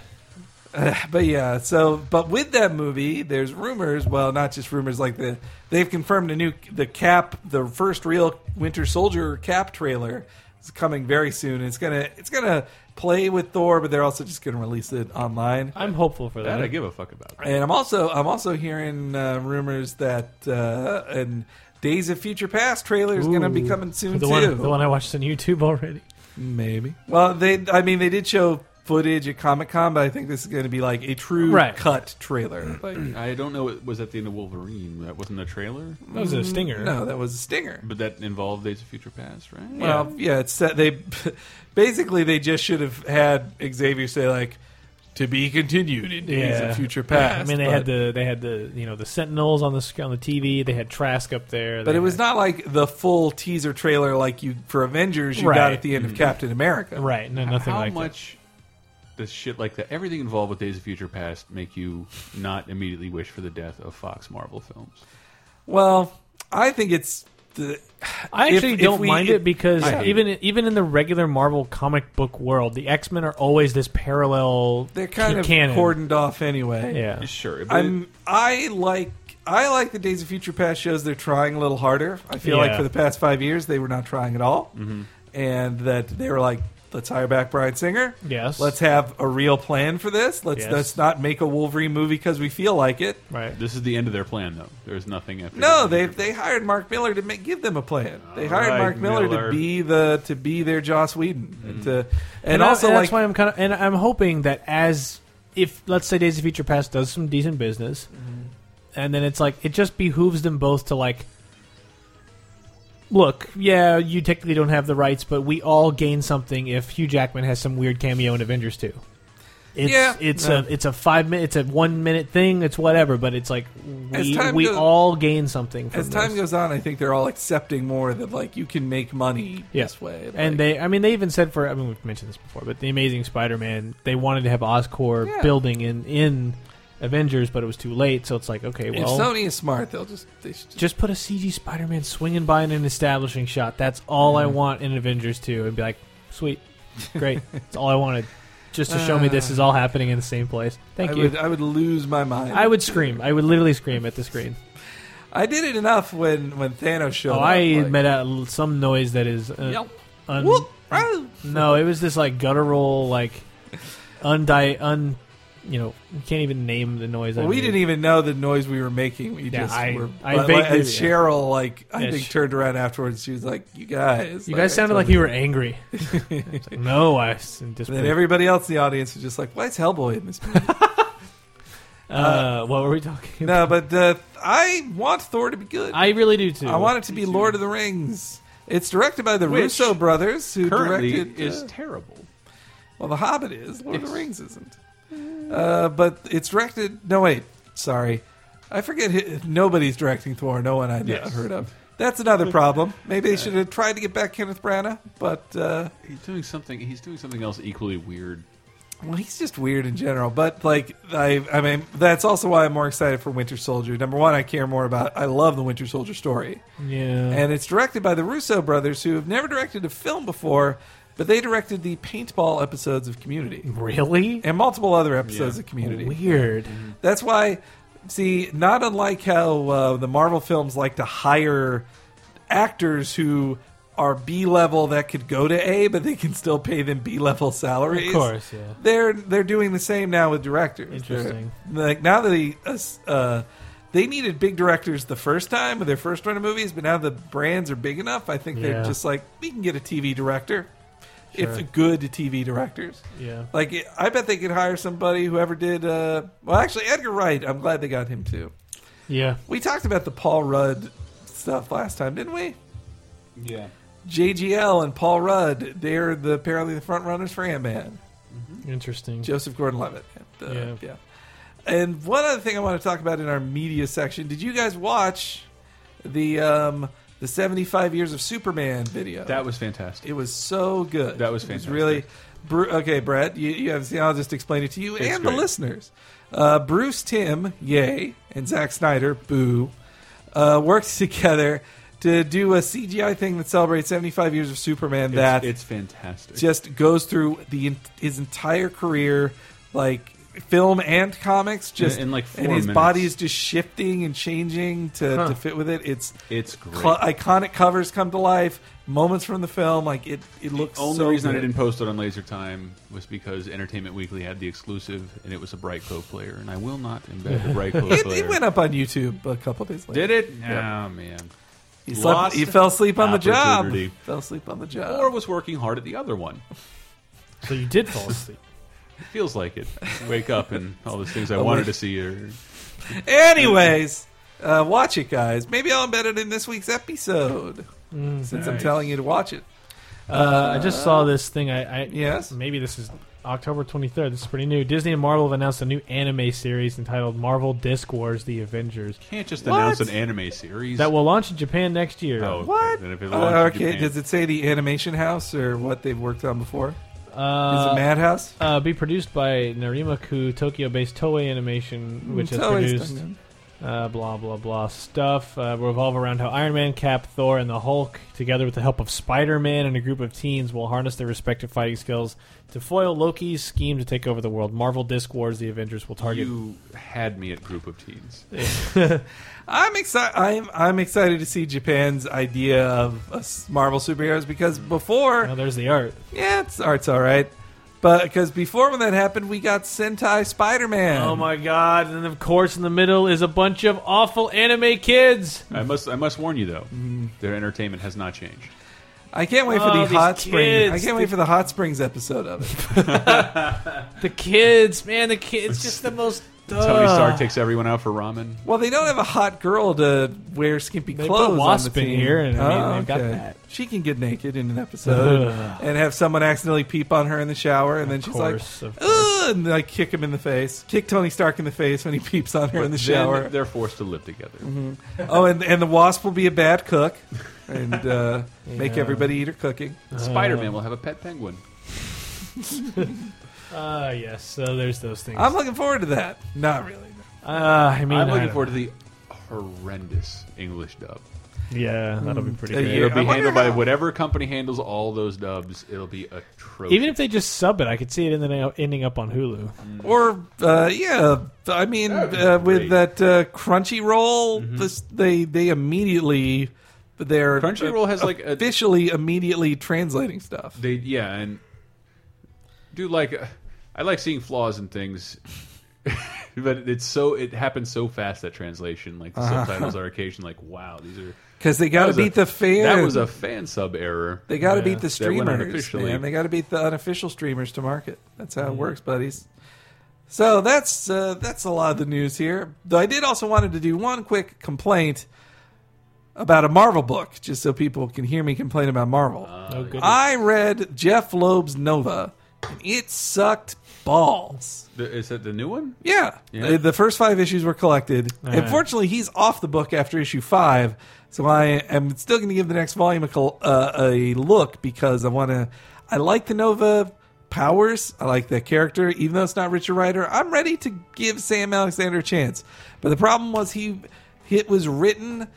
[SPEAKER 3] uh,
[SPEAKER 1] But yeah, so but with that movie, there's rumors. Well, not just rumors. Like the they've confirmed a new the Cap, the first real Winter Soldier Cap trailer is coming very soon. It's gonna it's gonna play with Thor, but they're also just gonna release it online.
[SPEAKER 3] I'm hopeful for that.
[SPEAKER 2] That I give a fuck about.
[SPEAKER 1] And I'm also I'm also hearing uh, rumors that uh, and Days of Future Past trailer is gonna be
[SPEAKER 3] Ooh.
[SPEAKER 1] coming soon
[SPEAKER 3] the
[SPEAKER 1] too.
[SPEAKER 3] One, the one I watched on YouTube already.
[SPEAKER 1] Maybe. Well, they. I mean, they did show footage at Comic Con, but I think this is going to be like a true
[SPEAKER 3] Right.
[SPEAKER 1] cut trailer. Like,
[SPEAKER 2] I don't know. It was at the end of Wolverine. That wasn't a trailer,
[SPEAKER 3] That was a stinger.
[SPEAKER 1] Mm,
[SPEAKER 3] Uh,
[SPEAKER 1] no, that was a stinger.
[SPEAKER 2] but that involved Days of Future Past, right?
[SPEAKER 1] Well, yeah, it's that they *laughs* basically they just should have had Xavier say like to be continued in days
[SPEAKER 3] Yeah.
[SPEAKER 1] of future past.
[SPEAKER 3] I mean, they
[SPEAKER 1] but,
[SPEAKER 3] had the they had the you know the Sentinels on the sc- on the TV. They had Trask up there.
[SPEAKER 1] but
[SPEAKER 3] They
[SPEAKER 1] it was
[SPEAKER 3] had-
[SPEAKER 1] not like the full teaser trailer like you for Avengers you
[SPEAKER 3] Right.
[SPEAKER 1] got at the end of Captain America.
[SPEAKER 3] right. No, nothing
[SPEAKER 2] How
[SPEAKER 3] like
[SPEAKER 2] much the shit like that, everything involved with Days of Future Past make you not immediately wish for the death of Fox Marvel films.
[SPEAKER 1] Well, I think it's the.
[SPEAKER 3] I
[SPEAKER 1] if-
[SPEAKER 3] actually
[SPEAKER 1] if
[SPEAKER 3] don't
[SPEAKER 1] we-
[SPEAKER 3] mind it because
[SPEAKER 2] I hate
[SPEAKER 3] even even in the regular Marvel comic book world, the X Men are always this parallel.
[SPEAKER 1] they're kind of
[SPEAKER 3] canon.
[SPEAKER 1] cordoned off anyway.
[SPEAKER 3] Yeah,
[SPEAKER 2] Sure, but
[SPEAKER 1] I'm. I like. I like the Days of Future Past shows. They're trying a little harder. I feel like
[SPEAKER 3] Yeah. Mm-hmm.
[SPEAKER 1] for the past five years they were not trying at all, and that they were like, let's hire back Brian Singer.
[SPEAKER 3] Yes.
[SPEAKER 1] Let's have a real plan for this. Let's
[SPEAKER 3] Yes.
[SPEAKER 1] let's not make a Wolverine movie because we feel like it.
[SPEAKER 3] right.
[SPEAKER 2] this is the end of their plan, though. There's nothing after.
[SPEAKER 1] No, they
[SPEAKER 2] Days of Future
[SPEAKER 1] they hired Mark Miller to make, give them a plan. They
[SPEAKER 2] All
[SPEAKER 1] hired
[SPEAKER 2] right,
[SPEAKER 1] Mark Miller,
[SPEAKER 2] Miller.
[SPEAKER 1] to be the to be their Joss Whedon and to and,
[SPEAKER 3] Mm-hmm. And, I-
[SPEAKER 1] also
[SPEAKER 3] and
[SPEAKER 1] like
[SPEAKER 3] that's why I'm kind of and I'm hoping that as if let's say Days of Future Past does some decent business,
[SPEAKER 1] Mm-hmm.
[SPEAKER 3] and then it's like it just behooves them both to like. Look, yeah, you technically don't have the rights, but we all gain something if Hugh Jackman has some weird cameo in Avengers Two. It's,
[SPEAKER 1] Yeah.
[SPEAKER 3] it's
[SPEAKER 1] Yeah.
[SPEAKER 3] a it's a five minute, it's a one minute thing, it's whatever, but it's like
[SPEAKER 1] As
[SPEAKER 3] we
[SPEAKER 1] time
[SPEAKER 3] we
[SPEAKER 1] goes-
[SPEAKER 3] all gain something. From
[SPEAKER 1] as time
[SPEAKER 3] this.
[SPEAKER 1] goes on, I think they're all accepting more that like you can make money
[SPEAKER 3] Yeah.
[SPEAKER 1] this way.
[SPEAKER 3] And
[SPEAKER 1] Like,
[SPEAKER 3] they, I mean, they even said for, I mean, we've mentioned this before, but the Amazing Spider-Man, they wanted to have Oscorp
[SPEAKER 1] Yeah.
[SPEAKER 3] building in in Avengers, but it was too late. So it's like, okay,
[SPEAKER 1] if
[SPEAKER 3] well,
[SPEAKER 1] Sony is smart, they'll just they should just,
[SPEAKER 3] just put a CG Spider-Man swinging by in an establishing shot. That's all
[SPEAKER 1] Mm-hmm.
[SPEAKER 3] I want in Avengers 2, and be like, sweet,
[SPEAKER 1] *laughs*
[SPEAKER 3] great, it's all I wanted, just to show me this is all happening in the same place. Thank
[SPEAKER 1] Uh. I
[SPEAKER 3] you.
[SPEAKER 1] would I would lose my mind.
[SPEAKER 3] I would scream. I would literally scream at the screen.
[SPEAKER 1] I did it enough when when Thanos showed
[SPEAKER 3] Oh,
[SPEAKER 1] up.
[SPEAKER 3] I
[SPEAKER 1] like,
[SPEAKER 3] made out some noise that is uh,
[SPEAKER 1] Yelp.
[SPEAKER 3] un-
[SPEAKER 1] Whoop, ah. row.
[SPEAKER 3] No, it was this like guttural, like undi un. You know, you can't even name the noise.
[SPEAKER 1] Well,
[SPEAKER 3] I
[SPEAKER 1] we
[SPEAKER 3] made.
[SPEAKER 1] didn't even know the noise we were making. We
[SPEAKER 3] Yeah,
[SPEAKER 1] just
[SPEAKER 3] I-
[SPEAKER 1] were.
[SPEAKER 3] I
[SPEAKER 1] but, like,
[SPEAKER 3] vaguely-
[SPEAKER 1] and Cheryl, like I
[SPEAKER 3] Yeah,
[SPEAKER 1] think,
[SPEAKER 3] she-
[SPEAKER 1] turned around afterwards. She was like, "You guys,
[SPEAKER 3] You
[SPEAKER 1] like,
[SPEAKER 3] guys
[SPEAKER 1] I
[SPEAKER 3] sounded
[SPEAKER 1] told
[SPEAKER 3] like you were
[SPEAKER 1] *laughs*
[SPEAKER 3] angry. It's like, no, I s- just.
[SPEAKER 1] And then everybody else in the audience was just like, "Why is Hellboy in this?" movie?"
[SPEAKER 3] uh, what were we talking? about?
[SPEAKER 1] no, but uh, I want Thor to be good. I,
[SPEAKER 3] I really do too.
[SPEAKER 1] want it to be Lord of the Rings. It's directed by the
[SPEAKER 2] Which
[SPEAKER 1] Russo brothers, who
[SPEAKER 2] currently
[SPEAKER 1] directed. uh,
[SPEAKER 2] is terrible.
[SPEAKER 1] well, The Hobbit is. Lord of
[SPEAKER 2] Yes.
[SPEAKER 1] the Rings isn't. Uh, but it's directed. No, wait. Sorry, I forget. who- Nobody's directing Thor. No one I've
[SPEAKER 2] Yes.
[SPEAKER 1] heard of. That's another problem. Maybe they should have tried to get back Kenneth Branagh, but. Uh,
[SPEAKER 2] He's doing something. He's doing something else equally weird.
[SPEAKER 1] Well, he's just weird in general, but like I, I mean, that's also why I'm more excited for Winter Soldier. Number one, I care more about. I love the Winter Soldier story,
[SPEAKER 3] Yeah.
[SPEAKER 1] and it's directed by the Russo brothers, who have never directed a film before, but they directed the paintball episodes of Community
[SPEAKER 3] really
[SPEAKER 1] and multiple other episodes
[SPEAKER 2] Mm-hmm. Yeah.
[SPEAKER 1] of Community.
[SPEAKER 3] weird.
[SPEAKER 1] That's why, see, not unlike how uh, the Marvel films like to hire actors who are B level that could go to A, but they can still pay them B level salaries.
[SPEAKER 3] Of course, yeah.
[SPEAKER 1] They're they're doing the same now with directors.
[SPEAKER 3] Interesting.
[SPEAKER 1] They're- like now that the uh, s- uh, they needed big directors the first time with their first run of movies, but now the brands are big enough. I think
[SPEAKER 3] Yeah.
[SPEAKER 1] they're just like we can get a TV director. If
[SPEAKER 3] Sure.
[SPEAKER 1] good TV directors,
[SPEAKER 3] Yeah.
[SPEAKER 1] like it- I bet they could hire somebody whoever did. Uh, well, actually, Edgar Wright. I'm glad they got him too.
[SPEAKER 3] Yeah.
[SPEAKER 1] We talked about the Paul Rudd stuff last time, didn't we?
[SPEAKER 2] Yeah.
[SPEAKER 1] JGL and Paul Rudd. They're the apparently the front runners for Ant Man.
[SPEAKER 3] Interesting.
[SPEAKER 1] Joseph Gordon-Levitt. And, uh,
[SPEAKER 3] Yeah.
[SPEAKER 1] yeah. And one other thing I want to talk about in our media section. Did you guys watch the um, the 75 years of Superman video?
[SPEAKER 2] That was fantastic.
[SPEAKER 1] it was so good.
[SPEAKER 2] That was
[SPEAKER 1] It
[SPEAKER 2] fantastic.
[SPEAKER 1] really. Bru- okay, Brett, you, you have seen. I'll just explain it to you
[SPEAKER 2] It's
[SPEAKER 1] and the
[SPEAKER 2] great.
[SPEAKER 1] listeners. Uh, Bruce Tim, yay, and Zack Snyder, boo, uh, worked *laughs* together to do a CGI thing that celebrates 75 years of Superman.
[SPEAKER 2] It's-
[SPEAKER 1] that
[SPEAKER 2] it's fantastic.
[SPEAKER 1] just goes through the en- his entire career, like film and comics. Just
[SPEAKER 2] In- in, like, four
[SPEAKER 1] and his
[SPEAKER 2] minutes.
[SPEAKER 1] body is just shifting and changing to,
[SPEAKER 3] Huh.
[SPEAKER 1] to fit with it. It's
[SPEAKER 2] it's great.
[SPEAKER 1] cl- iconic covers come to life. Moments from the film, like it, it looks.
[SPEAKER 2] only
[SPEAKER 1] so
[SPEAKER 2] reason
[SPEAKER 1] good.
[SPEAKER 2] I didn't post it on Laser Time was because Entertainment Weekly had the exclusive, and it was a Brightco player, and I will not embed the Brightco
[SPEAKER 1] *laughs* It,
[SPEAKER 2] player.
[SPEAKER 1] it went up on YouTube a couple days later.
[SPEAKER 2] Did it? Oh man.
[SPEAKER 1] He, slept-
[SPEAKER 2] Lost
[SPEAKER 1] he fell asleep on the job.
[SPEAKER 2] opportunity.
[SPEAKER 1] Fell asleep on the job.
[SPEAKER 2] Or was working hard at the other one.
[SPEAKER 3] So you did
[SPEAKER 1] *laughs*
[SPEAKER 3] fall asleep.
[SPEAKER 2] Feels like it. Wake up and all those things I
[SPEAKER 1] Oh,
[SPEAKER 2] wanted
[SPEAKER 1] wait.
[SPEAKER 2] to see. Are,
[SPEAKER 1] Anyways, uh, watch it, guys. Maybe I'll embed it in this week's episode
[SPEAKER 2] Mm,
[SPEAKER 1] since I'm telling you to watch it.
[SPEAKER 3] Uh, I just saw this thing. I, I
[SPEAKER 1] Yes?
[SPEAKER 3] Maybe this is October 23rd. This is pretty new. Disney and Marvel have announced a new anime series entitled Marvel Disc Wars: The Avengers
[SPEAKER 2] can't just
[SPEAKER 1] What?
[SPEAKER 2] announce an anime series.
[SPEAKER 3] that will launch in Japan next year.
[SPEAKER 2] Oh, okay.
[SPEAKER 1] What?
[SPEAKER 2] Then if it
[SPEAKER 1] Uh,
[SPEAKER 2] launched in
[SPEAKER 1] okay,
[SPEAKER 2] Japan-
[SPEAKER 1] does it say the animation house or what they've worked on before? Is it
[SPEAKER 3] Uh,
[SPEAKER 1] Madhouse?
[SPEAKER 3] uh, be produced by Narima Ku, Tokyo-based Toei Animation, which has
[SPEAKER 1] It's always
[SPEAKER 3] produced
[SPEAKER 1] done
[SPEAKER 3] uh, blah blah blah stuff. Uh, revolve around how Iron Man, Cap, Thor, and the Hulk, together with the help of Spider-Man and a group of teens, will harness their respective fighting skills to foil Loki's scheme to take over the world. Marvel Disc Wars: The Avengers will target.
[SPEAKER 2] You had me at group of teens.
[SPEAKER 1] that. I'm excited. I'm I'm excited to see Japan's idea of us Marvel superheroes because
[SPEAKER 3] Mm.
[SPEAKER 1] before
[SPEAKER 3] Now there's the art.
[SPEAKER 1] Yeah, it's art's all right. But because before when that happened, we got Sentai Spider Man.
[SPEAKER 3] Oh my god! And of course, in the middle is a bunch of awful anime kids.
[SPEAKER 2] I must I must warn you though,
[SPEAKER 1] Mm-hmm.
[SPEAKER 2] their entertainment has not changed.
[SPEAKER 1] I can't wait for
[SPEAKER 3] Oh,
[SPEAKER 1] the
[SPEAKER 3] these
[SPEAKER 1] hot springs. I
[SPEAKER 3] kids.
[SPEAKER 1] can't wait for the hot springs episode of it.
[SPEAKER 3] The kids, man, the kids, just the most.
[SPEAKER 2] Tony
[SPEAKER 3] Ugh.
[SPEAKER 2] Stark takes everyone out for ramen.
[SPEAKER 1] Well, they don't have a hot girl to wear skimpy
[SPEAKER 3] They put
[SPEAKER 1] clothes.
[SPEAKER 3] Wasp
[SPEAKER 1] on
[SPEAKER 3] in
[SPEAKER 1] the team.
[SPEAKER 3] here, and I mean,
[SPEAKER 1] Oh,
[SPEAKER 3] they've got
[SPEAKER 1] okay.
[SPEAKER 3] that.
[SPEAKER 1] She can get naked in an episode
[SPEAKER 3] Ugh.
[SPEAKER 1] and have someone accidentally peep on her in the shower, and then she's
[SPEAKER 3] course, of
[SPEAKER 1] like, "Ugh," and like kick him in the face, kick Tony Stark in the face when he *laughs* peeps on her in the
[SPEAKER 2] But
[SPEAKER 1] shower.
[SPEAKER 2] Then they're forced to live together.
[SPEAKER 1] oh, and and the wasp will be a bad cook and
[SPEAKER 2] *laughs*
[SPEAKER 1] uh, make
[SPEAKER 3] Yeah.
[SPEAKER 1] everybody eat her cooking.
[SPEAKER 2] Spider Man will have a pet penguin.
[SPEAKER 3] Ah, yes. So there's those things.
[SPEAKER 1] I'm looking forward to that. Not really.
[SPEAKER 3] uh, I mean,
[SPEAKER 2] I'm
[SPEAKER 3] I
[SPEAKER 2] looking
[SPEAKER 3] don't-
[SPEAKER 2] forward to the horrendous English dub.
[SPEAKER 3] Yeah, that'll be pretty
[SPEAKER 1] Uh,
[SPEAKER 3] good.
[SPEAKER 1] yeah.
[SPEAKER 2] It'll
[SPEAKER 1] I
[SPEAKER 2] be
[SPEAKER 1] wonder
[SPEAKER 2] handled by
[SPEAKER 1] how-
[SPEAKER 2] whatever company handles all those dubs. It'll be atrocious.
[SPEAKER 3] Even if they just sub it, I could see it in the na- ending up on Hulu.
[SPEAKER 2] Mm.
[SPEAKER 1] Or uh, yeah, I mean,
[SPEAKER 2] be
[SPEAKER 1] uh, with
[SPEAKER 2] great.
[SPEAKER 1] that uh, Crunchyroll,
[SPEAKER 2] Mm-hmm.
[SPEAKER 1] this, they they immediately they're
[SPEAKER 2] Crunchyroll has like a
[SPEAKER 1] officially immediately translating stuff.
[SPEAKER 2] They yeah, and do like uh, I like seeing flaws in things, *laughs* but it's so it happens so fast that translation like the subtitles are occasionally like wow these
[SPEAKER 1] *laughs*
[SPEAKER 2] are
[SPEAKER 1] Because they got
[SPEAKER 2] that
[SPEAKER 1] to
[SPEAKER 2] was a-
[SPEAKER 1] Uh-huh. beat the fan.
[SPEAKER 2] that was a fan sub error.
[SPEAKER 1] they got to
[SPEAKER 3] Yeah,
[SPEAKER 1] beat the
[SPEAKER 2] that went
[SPEAKER 1] streamers,
[SPEAKER 2] unofficially. Mm-hmm.
[SPEAKER 1] man. They got to beat the unofficial streamers to market. That's how it works, buddies. So that's uh, that's a lot of the news here. Though I did also wanted to do one quick complaint about a Marvel book, just so people can hear me complain about Marvel.
[SPEAKER 2] Uh,
[SPEAKER 3] Oh, good.
[SPEAKER 1] I read Jeff Loeb's Nova. and It sucked balls.
[SPEAKER 2] The- is that the new one?
[SPEAKER 1] Yeah. The, the first five issues were collected. Unfortunately, he's off the book after issue five, so I am still going to give the next volume a, col- uh, a look because I want to. I like the Nova powers. I like that character, even though it's not Richard Ryder. I'm ready to give Sam Alexander a chance. But the problem was he it was written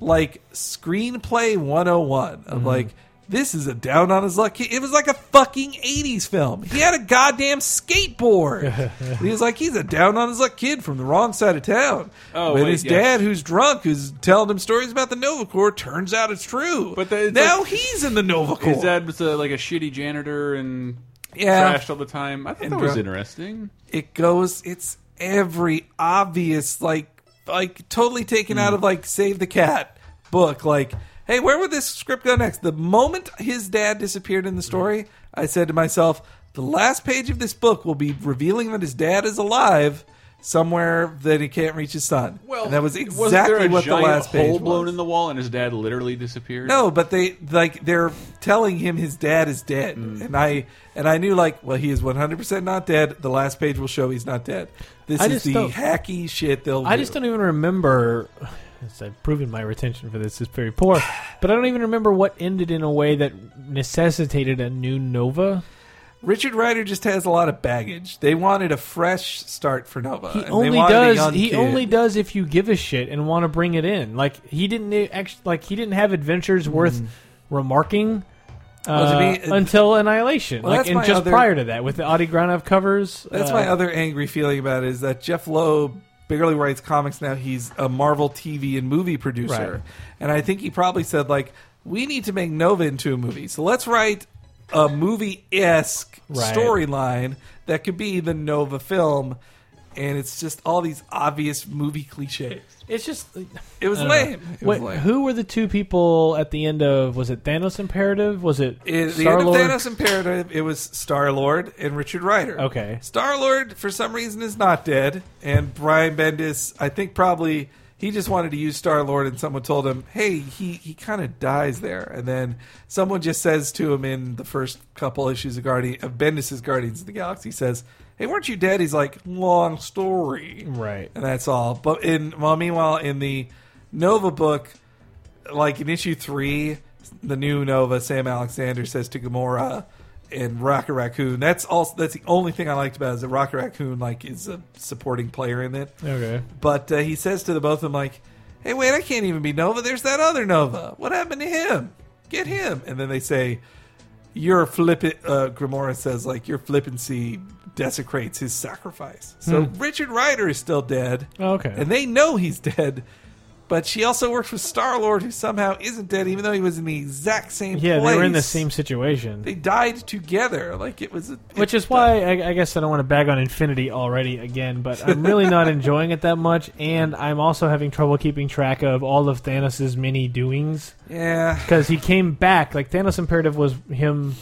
[SPEAKER 1] like screenplay 101 of like this is a down on his luck kid. It was like a fucking 80s film. He had a goddamn skateboard. he was like, he's a down on his luck kid from the wrong side of town.
[SPEAKER 2] Oh,
[SPEAKER 1] When
[SPEAKER 2] wait,
[SPEAKER 1] his
[SPEAKER 2] yes.
[SPEAKER 1] dad, who's drunk, who's telling him stories about the Nova Corps, turns out it's true.
[SPEAKER 2] But the- it's
[SPEAKER 1] now
[SPEAKER 2] like-
[SPEAKER 1] he's in the Nova Corps.
[SPEAKER 2] His dad was a, like a shitty janitor and
[SPEAKER 1] Yeah.
[SPEAKER 2] trashed all the time. I thought
[SPEAKER 1] And
[SPEAKER 2] that was
[SPEAKER 1] dro-
[SPEAKER 2] interesting.
[SPEAKER 1] it goes it's every obvious like like totally taken
[SPEAKER 2] Hmm.
[SPEAKER 1] out of like save the cat book like hey where would this script go next the moment his dad disappeared
[SPEAKER 2] Hmm.
[SPEAKER 1] in the story i said to myself the last page of this book will be revealing that his dad is alive somewhere that he can't reach his son and that was
[SPEAKER 2] wasn't there
[SPEAKER 1] exactly
[SPEAKER 2] a
[SPEAKER 1] what the
[SPEAKER 2] giant
[SPEAKER 1] last
[SPEAKER 2] hole
[SPEAKER 1] page
[SPEAKER 2] blown
[SPEAKER 1] was
[SPEAKER 2] in the wall and his dad literally disappeared?
[SPEAKER 1] no, but they like they're telling him his dad is dead,
[SPEAKER 3] Mm.
[SPEAKER 1] and I and I knew like, well, he is one hundred percent not dead. The last page will show he's not dead. This
[SPEAKER 3] I
[SPEAKER 1] is
[SPEAKER 3] just
[SPEAKER 1] the
[SPEAKER 3] don't-
[SPEAKER 1] hacky shit they'll.
[SPEAKER 3] I
[SPEAKER 1] do.
[SPEAKER 3] just don't even remember. *sighs* as I've proven my retention for this is very poor, but I don't even remember what ended in a way that necessitated a new Nova.
[SPEAKER 1] Richard Ryder just has a lot of baggage. They wanted a fresh start for Nova.
[SPEAKER 3] He
[SPEAKER 1] and Uh, they
[SPEAKER 3] only
[SPEAKER 1] wanted a
[SPEAKER 3] does.
[SPEAKER 1] young
[SPEAKER 3] He
[SPEAKER 1] kid.
[SPEAKER 3] only does if you give a shit and want to bring it in. Like he didn't actually. Like he didn't have adventures worth remarking.
[SPEAKER 1] Hmm. Well, to
[SPEAKER 3] uh,
[SPEAKER 1] me, it-
[SPEAKER 3] until Annihilation,
[SPEAKER 1] Well,
[SPEAKER 3] like
[SPEAKER 1] that's
[SPEAKER 3] and
[SPEAKER 1] my
[SPEAKER 3] just
[SPEAKER 1] other-
[SPEAKER 3] prior to that, with the Adi Granov covers.
[SPEAKER 1] That's
[SPEAKER 3] uh,
[SPEAKER 1] my other angry feeling about it is that Jeff Loeb barely writes comics now. He's a Marvel TV and movie producer,
[SPEAKER 3] Right.
[SPEAKER 1] and I think he probably said like, "We need to make Nova into a movie, so let's write a movie esque
[SPEAKER 3] Right.
[SPEAKER 1] storyline that could be the Nova film." And it's just all these obvious movie cliches.
[SPEAKER 3] It's just
[SPEAKER 1] It was
[SPEAKER 3] I don't know.
[SPEAKER 1] lame. It was
[SPEAKER 3] Wait,
[SPEAKER 1] lame.
[SPEAKER 3] who were the two people at the end of? Was it Thanos Imperative? Was it
[SPEAKER 1] It, the
[SPEAKER 3] Star
[SPEAKER 1] end of
[SPEAKER 3] Lord?
[SPEAKER 1] Thanos Imperative, it was Star Lord and Richard Ryder.
[SPEAKER 3] Okay.
[SPEAKER 1] Star Lord, for some reason, is not dead, and Brian Bendis, I think probably he just wanted to use Star Lord, and someone told him, "Hey, he he kind of dies there," and then someone just says to him in the first couple issues of Guardian of Bendis's Guardians of the Galaxy says, "Hey, weren't you dead?" He's like, "Long story."
[SPEAKER 3] Right.
[SPEAKER 1] and that's all. But in well, meanwhile, in the Nova book, like in issue three, the new Nova, Sam Alexander says to Gamora, and Rocket Raccoon. That's also that's the only thing I liked about it is that Rocket Raccoon like is a supporting player in it.
[SPEAKER 3] Okay.
[SPEAKER 1] But uh, he says to the both of them, like, hey, wait, I can't even be Nova. There's that other Nova. What happened to him? Get him. And then they say, your flippant, uh, Grimora says, like, your flippancy desecrates his sacrifice. So Richard Ryder is still dead.
[SPEAKER 3] Okay.
[SPEAKER 1] And they know he's dead. But she also works with Star Lord, who somehow isn't dead, even though he was in the exact same
[SPEAKER 3] yeah,
[SPEAKER 1] place.
[SPEAKER 3] they were in the same situation.
[SPEAKER 1] They died together. Like, it was. A,
[SPEAKER 3] which is why I, I guess I don't want to bag on Infinity already again, but I'm
[SPEAKER 1] *laughs*
[SPEAKER 3] really not enjoying it that much,
[SPEAKER 1] Mm.
[SPEAKER 3] and I'm also having trouble keeping track of all of Thanos' many doings
[SPEAKER 1] Yeah.
[SPEAKER 3] because he came back. Like Thanos Imperative was him,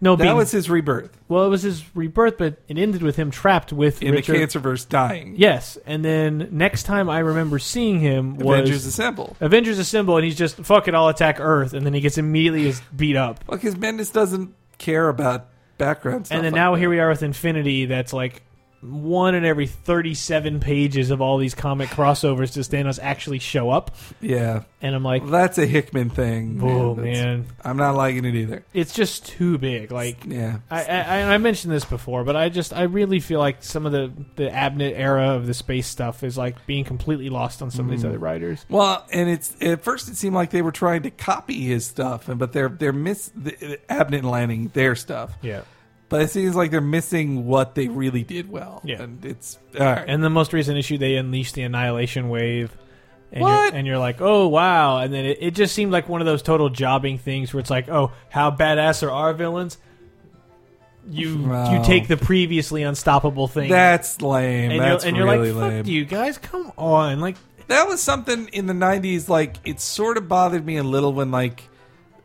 [SPEAKER 3] no,
[SPEAKER 1] That
[SPEAKER 3] being,
[SPEAKER 1] was his rebirth
[SPEAKER 3] well, it was his rebirth, but it ended with him trapped with
[SPEAKER 1] in
[SPEAKER 3] Richard.
[SPEAKER 1] the Cancerverse dying.
[SPEAKER 3] Yes, and then next time I remember seeing him was
[SPEAKER 1] Avengers Assemble.
[SPEAKER 3] Avengers Assemble, and he's just fuck it, I'll attack Earth, and then he gets immediately is beat up.
[SPEAKER 1] Well, because Bendis doesn't care about background stuff.
[SPEAKER 3] and then
[SPEAKER 1] like
[SPEAKER 3] now
[SPEAKER 1] that.
[SPEAKER 3] here we are with Infinity. That's like one in every thirty-seven pages of all these comic crossovers. Does Thanos actually show up?
[SPEAKER 1] Yeah,
[SPEAKER 3] And I'm like,
[SPEAKER 1] Well, that's a Hickman thing.
[SPEAKER 3] oh
[SPEAKER 1] that's-
[SPEAKER 3] man,
[SPEAKER 1] I'm not liking it either.
[SPEAKER 3] it's just too big. Like.
[SPEAKER 1] Yeah,
[SPEAKER 3] I, I, I- I mentioned this before, but I just I really feel like some of the the Abnett era of the space stuff is like being completely lost on some of these
[SPEAKER 1] Mm.
[SPEAKER 3] other writers.
[SPEAKER 1] Well, and it's at first it seemed like they were trying to copy his stuff, and but they're they're miss the, the Abnett and Lanning their stuff,
[SPEAKER 3] Yeah,
[SPEAKER 1] but it seems like they're missing what they really did well.
[SPEAKER 3] Yeah.
[SPEAKER 1] and it's all right.
[SPEAKER 3] and the most recent issue they unleashed the annihilation wave and,
[SPEAKER 1] What?
[SPEAKER 3] You're, and you're like oh wow and then it, it just seemed like one of those total jobbing things where it's like oh how badass are our villains you
[SPEAKER 1] Wow.
[SPEAKER 3] you take the previously unstoppable thing
[SPEAKER 1] that's lame.
[SPEAKER 3] and you're,
[SPEAKER 1] that's
[SPEAKER 3] and you're
[SPEAKER 1] really
[SPEAKER 3] like
[SPEAKER 1] lame.
[SPEAKER 3] fuck you guys come on like
[SPEAKER 1] that was something in the 90s like it sort of bothered me a little when like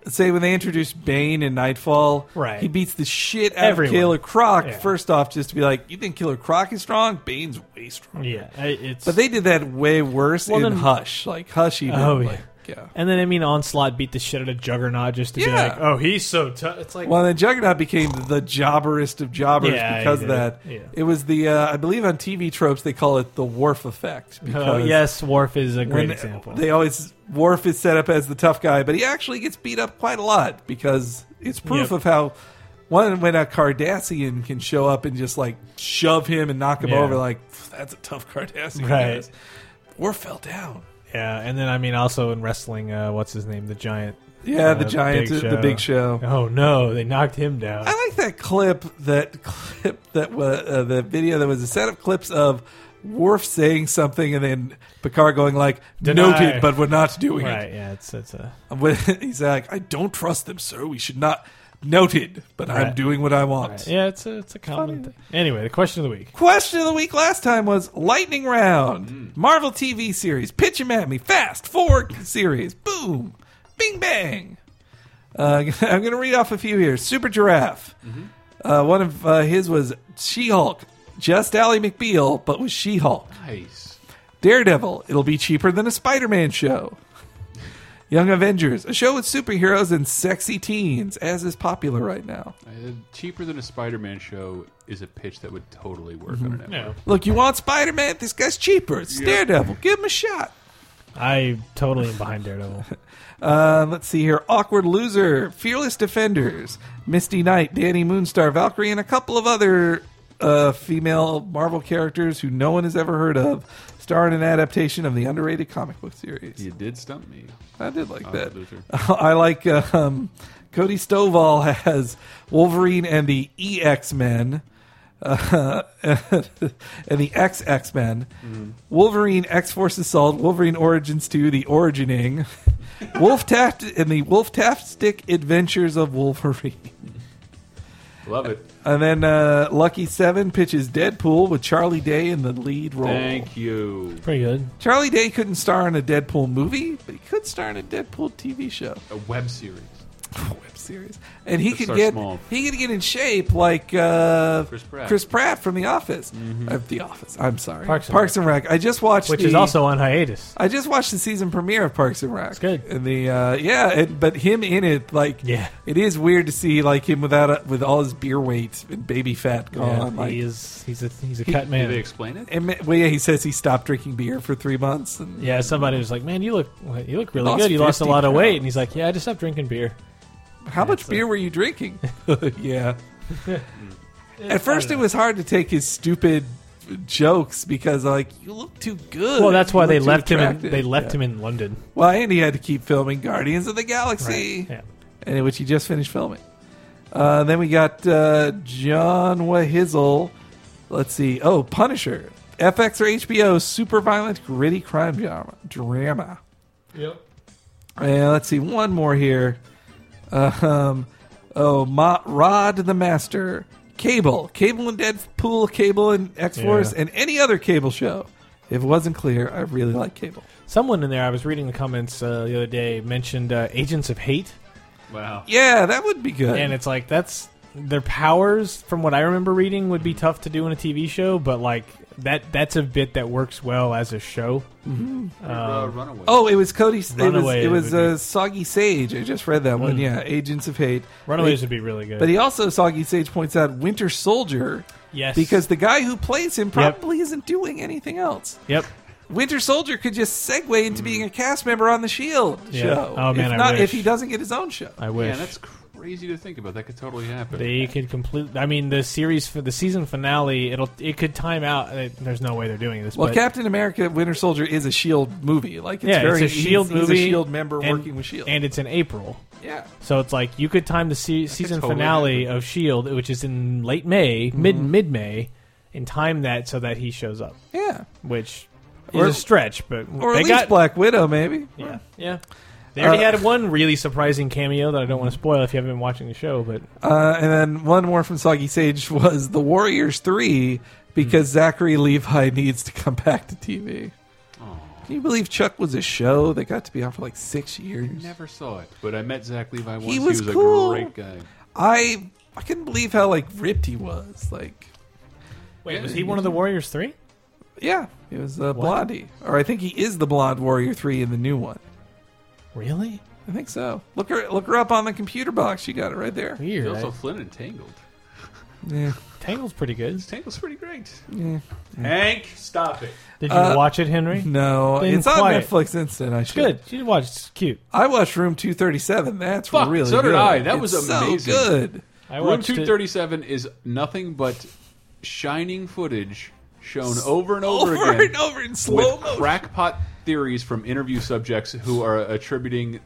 [SPEAKER 1] say when they introduced bane in nightfall
[SPEAKER 3] Right.
[SPEAKER 1] he beats the shit out
[SPEAKER 3] Everyone.
[SPEAKER 1] of killer croc
[SPEAKER 3] Yeah.
[SPEAKER 1] first off just to be like you think killer croc is strong bane's way strong
[SPEAKER 3] yeah I- it's
[SPEAKER 1] but they did that way worse
[SPEAKER 3] Well,
[SPEAKER 1] in
[SPEAKER 3] then-
[SPEAKER 1] hush like hush even
[SPEAKER 3] Oh,
[SPEAKER 1] like, yeah
[SPEAKER 3] and then I mean onslaught beat the shit out of juggernaut just to be
[SPEAKER 1] Yeah.
[SPEAKER 3] like oh he's so tough it's like uh,
[SPEAKER 1] well, then Juggernaut became the jobberest of jobbers
[SPEAKER 3] Yeah, he
[SPEAKER 1] because of
[SPEAKER 3] did.
[SPEAKER 1] that.
[SPEAKER 3] Yeah.
[SPEAKER 1] It was the, uh, I believe on TV tropes, they call it the Worf effect.
[SPEAKER 3] oh,
[SPEAKER 1] Because
[SPEAKER 3] yes Worf is a great
[SPEAKER 1] when
[SPEAKER 3] example
[SPEAKER 1] They always Worf is set up as the tough guy, but he actually gets beat up quite a lot because it's proof
[SPEAKER 3] Yep.
[SPEAKER 1] of how one when a Cardassian can show up and just like shove him and knock him
[SPEAKER 3] Yeah.
[SPEAKER 1] over, like that's a tough Cardassian.
[SPEAKER 3] Right.
[SPEAKER 1] guys." Worf fell down.
[SPEAKER 3] yeah and then I mean also in wrestling uh, what's his name the giant
[SPEAKER 1] Yeah,
[SPEAKER 3] Uh,
[SPEAKER 1] the giant,
[SPEAKER 3] Big
[SPEAKER 1] the
[SPEAKER 3] Show.
[SPEAKER 1] Big Show.
[SPEAKER 3] Oh no, they knocked him down.
[SPEAKER 1] I like that clip. That clip. That was uh, the video. That was a set of clips of Worf saying something and then Picard going like,
[SPEAKER 3] Deny.
[SPEAKER 1] "Noted, but we're not doing it."
[SPEAKER 3] Right? Yeah, it's it's a
[SPEAKER 1] When- *laughs* he's like, I don't trust them, sir. We should not. Noted, but I'm
[SPEAKER 3] Right.
[SPEAKER 1] doing what I want.
[SPEAKER 3] yeah, it's a it's a common thing. Anyway, the question of the week.
[SPEAKER 1] Question of the week last time was lightning round. Marvel TV series. Pitch 'em at me. Fast forward series. Boom. Bing bang. Uh, *laughs* I'm going to read off a few here. Super Giraffe. Uh, one of uh, his was She Hulk. Just Ally McBeal, but was She Hulk.
[SPEAKER 2] Nice.
[SPEAKER 1] Daredevil, it'll be cheaper than a Spider Man show. Young Avengers, a show with superheroes and sexy teens, as is popular right now.
[SPEAKER 2] Uh, cheaper than a Spider-Man show is a pitch that would totally work
[SPEAKER 1] Mm-hmm.
[SPEAKER 2] on a network.
[SPEAKER 3] No,
[SPEAKER 1] Look, you want Spider Man? This guy's cheaper. It's Daredevil. Give him a shot.
[SPEAKER 3] I totally am
[SPEAKER 1] *laughs*
[SPEAKER 3] behind Daredevil.
[SPEAKER 1] Uh, let's see here. Awkward Loser, Fearless Defenders, Misty Knight, Danny Moonstar, Valkyrie, and a couple of other uh, female Marvel characters who no one has ever heard of, star in an adaptation of the underrated comic book series.
[SPEAKER 2] You did stump me.
[SPEAKER 1] I did like that.
[SPEAKER 2] Luther.
[SPEAKER 1] *laughs* I like uh, um, Cody Stovall *laughs* has Wolverine and the EX Men. Uh, *laughs* and the X X Men, Wolverine X Force Assault, Wolverine Origins Two, The Origining, Wolf Taft, and the Wolf Taft Stick Adventures of Wolverine. *laughs*
[SPEAKER 2] Love it.
[SPEAKER 1] And then uh, Lucky Seven pitches Deadpool with Charlie Day in the lead role.
[SPEAKER 2] Thank you.
[SPEAKER 3] Pretty good.
[SPEAKER 1] Charlie Day couldn't star in a Deadpool movie, but he could star in a Deadpool TV show.
[SPEAKER 2] A web series.
[SPEAKER 1] *laughs* web series, and he
[SPEAKER 2] Let's
[SPEAKER 1] could
[SPEAKER 2] start
[SPEAKER 1] get
[SPEAKER 2] small.
[SPEAKER 1] he could get in shape like uh,
[SPEAKER 2] Chris Pratt. Mm-hmm.
[SPEAKER 1] Pratt from The Office. Of the Office, I'm sorry,
[SPEAKER 3] Parks and
[SPEAKER 1] Rec. I just watched,
[SPEAKER 3] Which is
[SPEAKER 1] the-
[SPEAKER 3] also on hiatus.
[SPEAKER 1] I just watched the season premiere of Parks and Rec. It's
[SPEAKER 3] good.
[SPEAKER 1] and the uh, yeah, it, but him in it, like
[SPEAKER 3] Yeah.
[SPEAKER 1] it is weird to see like him without a, with all his beer weight and baby fat
[SPEAKER 3] Yeah,
[SPEAKER 1] gone. like,
[SPEAKER 3] he is he's a he's a cut man.
[SPEAKER 2] Did they explain it?
[SPEAKER 1] and ma- well, yeah, he says he stopped drinking beer for three months, and
[SPEAKER 3] yeah, somebody was like, "Man, you look you look really
[SPEAKER 1] lost
[SPEAKER 3] good. You lost a
[SPEAKER 1] 50
[SPEAKER 3] lot of
[SPEAKER 1] pounds.
[SPEAKER 3] weight." And he's like, "Yeah, I just stopped drinking beer."
[SPEAKER 1] How much beer were you drinking? *laughs* yeah. At first, it was hard to take his stupid jokes because, like, you look too good.
[SPEAKER 3] Well, that's why
[SPEAKER 1] You
[SPEAKER 3] they
[SPEAKER 1] look too
[SPEAKER 3] left him. In,
[SPEAKER 1] attractive."
[SPEAKER 3] they left
[SPEAKER 1] Yeah.
[SPEAKER 3] him in London.
[SPEAKER 1] Well, and he had to keep filming Guardians of the
[SPEAKER 3] Right.
[SPEAKER 1] Galaxy,
[SPEAKER 3] Yeah.
[SPEAKER 1] and which he just finished filming. Uh, then we got uh, John Wahizel. Let's see. Oh, Punisher. FX or HBO, super violent, gritty crime drama. drama.
[SPEAKER 3] Yep.
[SPEAKER 1] And let's see, one more here. Uh, um, oh, Ma- Rod the Master, Cable, Cable and Deadpool, Cable and X Force,
[SPEAKER 3] Yeah.
[SPEAKER 1] and any other cable show. If it wasn't clear, I really like cable.
[SPEAKER 3] Someone in there, I was reading the comments uh, the other day, mentioned uh, Agents of Hate,
[SPEAKER 2] Wow.
[SPEAKER 1] Yeah, that would be good.
[SPEAKER 3] Oh. and it's like that's their powers. From what I remember reading, would be tough to do in a TV show, but like that that's a bit that works well as a show.
[SPEAKER 2] Or, uh, Runaway.
[SPEAKER 1] oh, it was Cody. It was,
[SPEAKER 3] Runaway
[SPEAKER 1] it was
[SPEAKER 3] would be- Mm.
[SPEAKER 1] uh, Soggy Sage. I just read that one. Yeah, Agents of Hate.
[SPEAKER 3] Runaways would be really good.
[SPEAKER 1] But he also, Soggy Sage points out Winter Soldier.
[SPEAKER 3] Yes.
[SPEAKER 1] Because the guy who plays him probably isn't doing anything else.
[SPEAKER 3] yep.
[SPEAKER 1] Winter Soldier could just segue into being a cast member on the Shield
[SPEAKER 3] Yeah.
[SPEAKER 1] E show.
[SPEAKER 3] Oh, man,
[SPEAKER 1] if
[SPEAKER 3] I
[SPEAKER 1] not
[SPEAKER 3] wish.
[SPEAKER 1] if he doesn't get his own show.
[SPEAKER 3] I
[SPEAKER 2] yeah,
[SPEAKER 3] wish.
[SPEAKER 2] that's crazy to think about. That could totally happen.
[SPEAKER 3] They could complete. I mean, the series for the season finale, it'll it could time out. uh, There's no way they're doing this.
[SPEAKER 1] Well,
[SPEAKER 3] but
[SPEAKER 1] Captain America: Winter Soldier is a Shield E movie. Like it's
[SPEAKER 3] yeah,
[SPEAKER 1] very
[SPEAKER 3] it's a Shield
[SPEAKER 1] he's, he's
[SPEAKER 3] E movie.
[SPEAKER 1] a Shield E member
[SPEAKER 3] and-
[SPEAKER 1] working with Shield.
[SPEAKER 3] and it's in April,
[SPEAKER 1] E yeah,
[SPEAKER 3] so it's like you could time the se- season
[SPEAKER 2] totally
[SPEAKER 3] finale
[SPEAKER 2] happen.
[SPEAKER 3] of Shield, E which is in late May,
[SPEAKER 1] Mm-hmm.
[SPEAKER 3] mid mid May, and time that so that he shows up,
[SPEAKER 1] yeah,
[SPEAKER 3] which
[SPEAKER 1] Or-
[SPEAKER 3] is a stretch, but
[SPEAKER 1] or at
[SPEAKER 3] they
[SPEAKER 1] least
[SPEAKER 3] got
[SPEAKER 1] Black Widow, maybe.
[SPEAKER 3] yeah yeah. They already
[SPEAKER 1] Uh, Mm-hmm.
[SPEAKER 3] had one really surprising cameo that I don't want to spoil if you haven't been watching the show, but
[SPEAKER 1] Uh, and then one more from Soggy Sage *laughs* was The Warriors Three because
[SPEAKER 3] Hmm.
[SPEAKER 1] Zachary Levi *laughs* needs to come back to TV. Can you believe Chuck was a show that got to be on for like six years?
[SPEAKER 2] Never saw it, but I met Zach Levi once.
[SPEAKER 1] He was
[SPEAKER 2] he was
[SPEAKER 1] cool.
[SPEAKER 2] a great guy.
[SPEAKER 1] I I couldn't believe how like ripped he was. Like
[SPEAKER 3] wait, was he one of the Warriors three?
[SPEAKER 1] Yeah, it was uh, Blondie, or I think he is the Blonde Warrior Three in the new one.
[SPEAKER 3] Really
[SPEAKER 1] I think so. Look her, look her up on the computer box. You got it right there.
[SPEAKER 3] weird.
[SPEAKER 2] He's also
[SPEAKER 3] I- *laughs*
[SPEAKER 2] Flynn and Tangled.
[SPEAKER 1] Yeah.
[SPEAKER 3] Tangled's pretty good.
[SPEAKER 2] Tangled's pretty great.
[SPEAKER 1] Mm-hmm.
[SPEAKER 2] Hank, stop it.
[SPEAKER 3] Did you
[SPEAKER 1] Uh,
[SPEAKER 3] watch it, Henry?
[SPEAKER 1] No,
[SPEAKER 3] Then
[SPEAKER 1] it's
[SPEAKER 3] quiet.
[SPEAKER 1] on Netflix Instant. I should.
[SPEAKER 3] Good. You watched. It's cute.
[SPEAKER 1] I watched Room Two Thirty Seven. That's
[SPEAKER 2] Fuck,
[SPEAKER 1] really
[SPEAKER 2] so did
[SPEAKER 1] good.
[SPEAKER 2] I. That was
[SPEAKER 1] It's
[SPEAKER 2] amazing.
[SPEAKER 1] So good.
[SPEAKER 3] I
[SPEAKER 2] Room
[SPEAKER 3] watched
[SPEAKER 2] two
[SPEAKER 3] it.
[SPEAKER 2] thirty seven is nothing but shining footage shown over and over,
[SPEAKER 1] Over
[SPEAKER 2] again
[SPEAKER 1] and over in slow
[SPEAKER 2] with
[SPEAKER 1] motion.
[SPEAKER 2] crackpot theories from interview subjects who are attributing.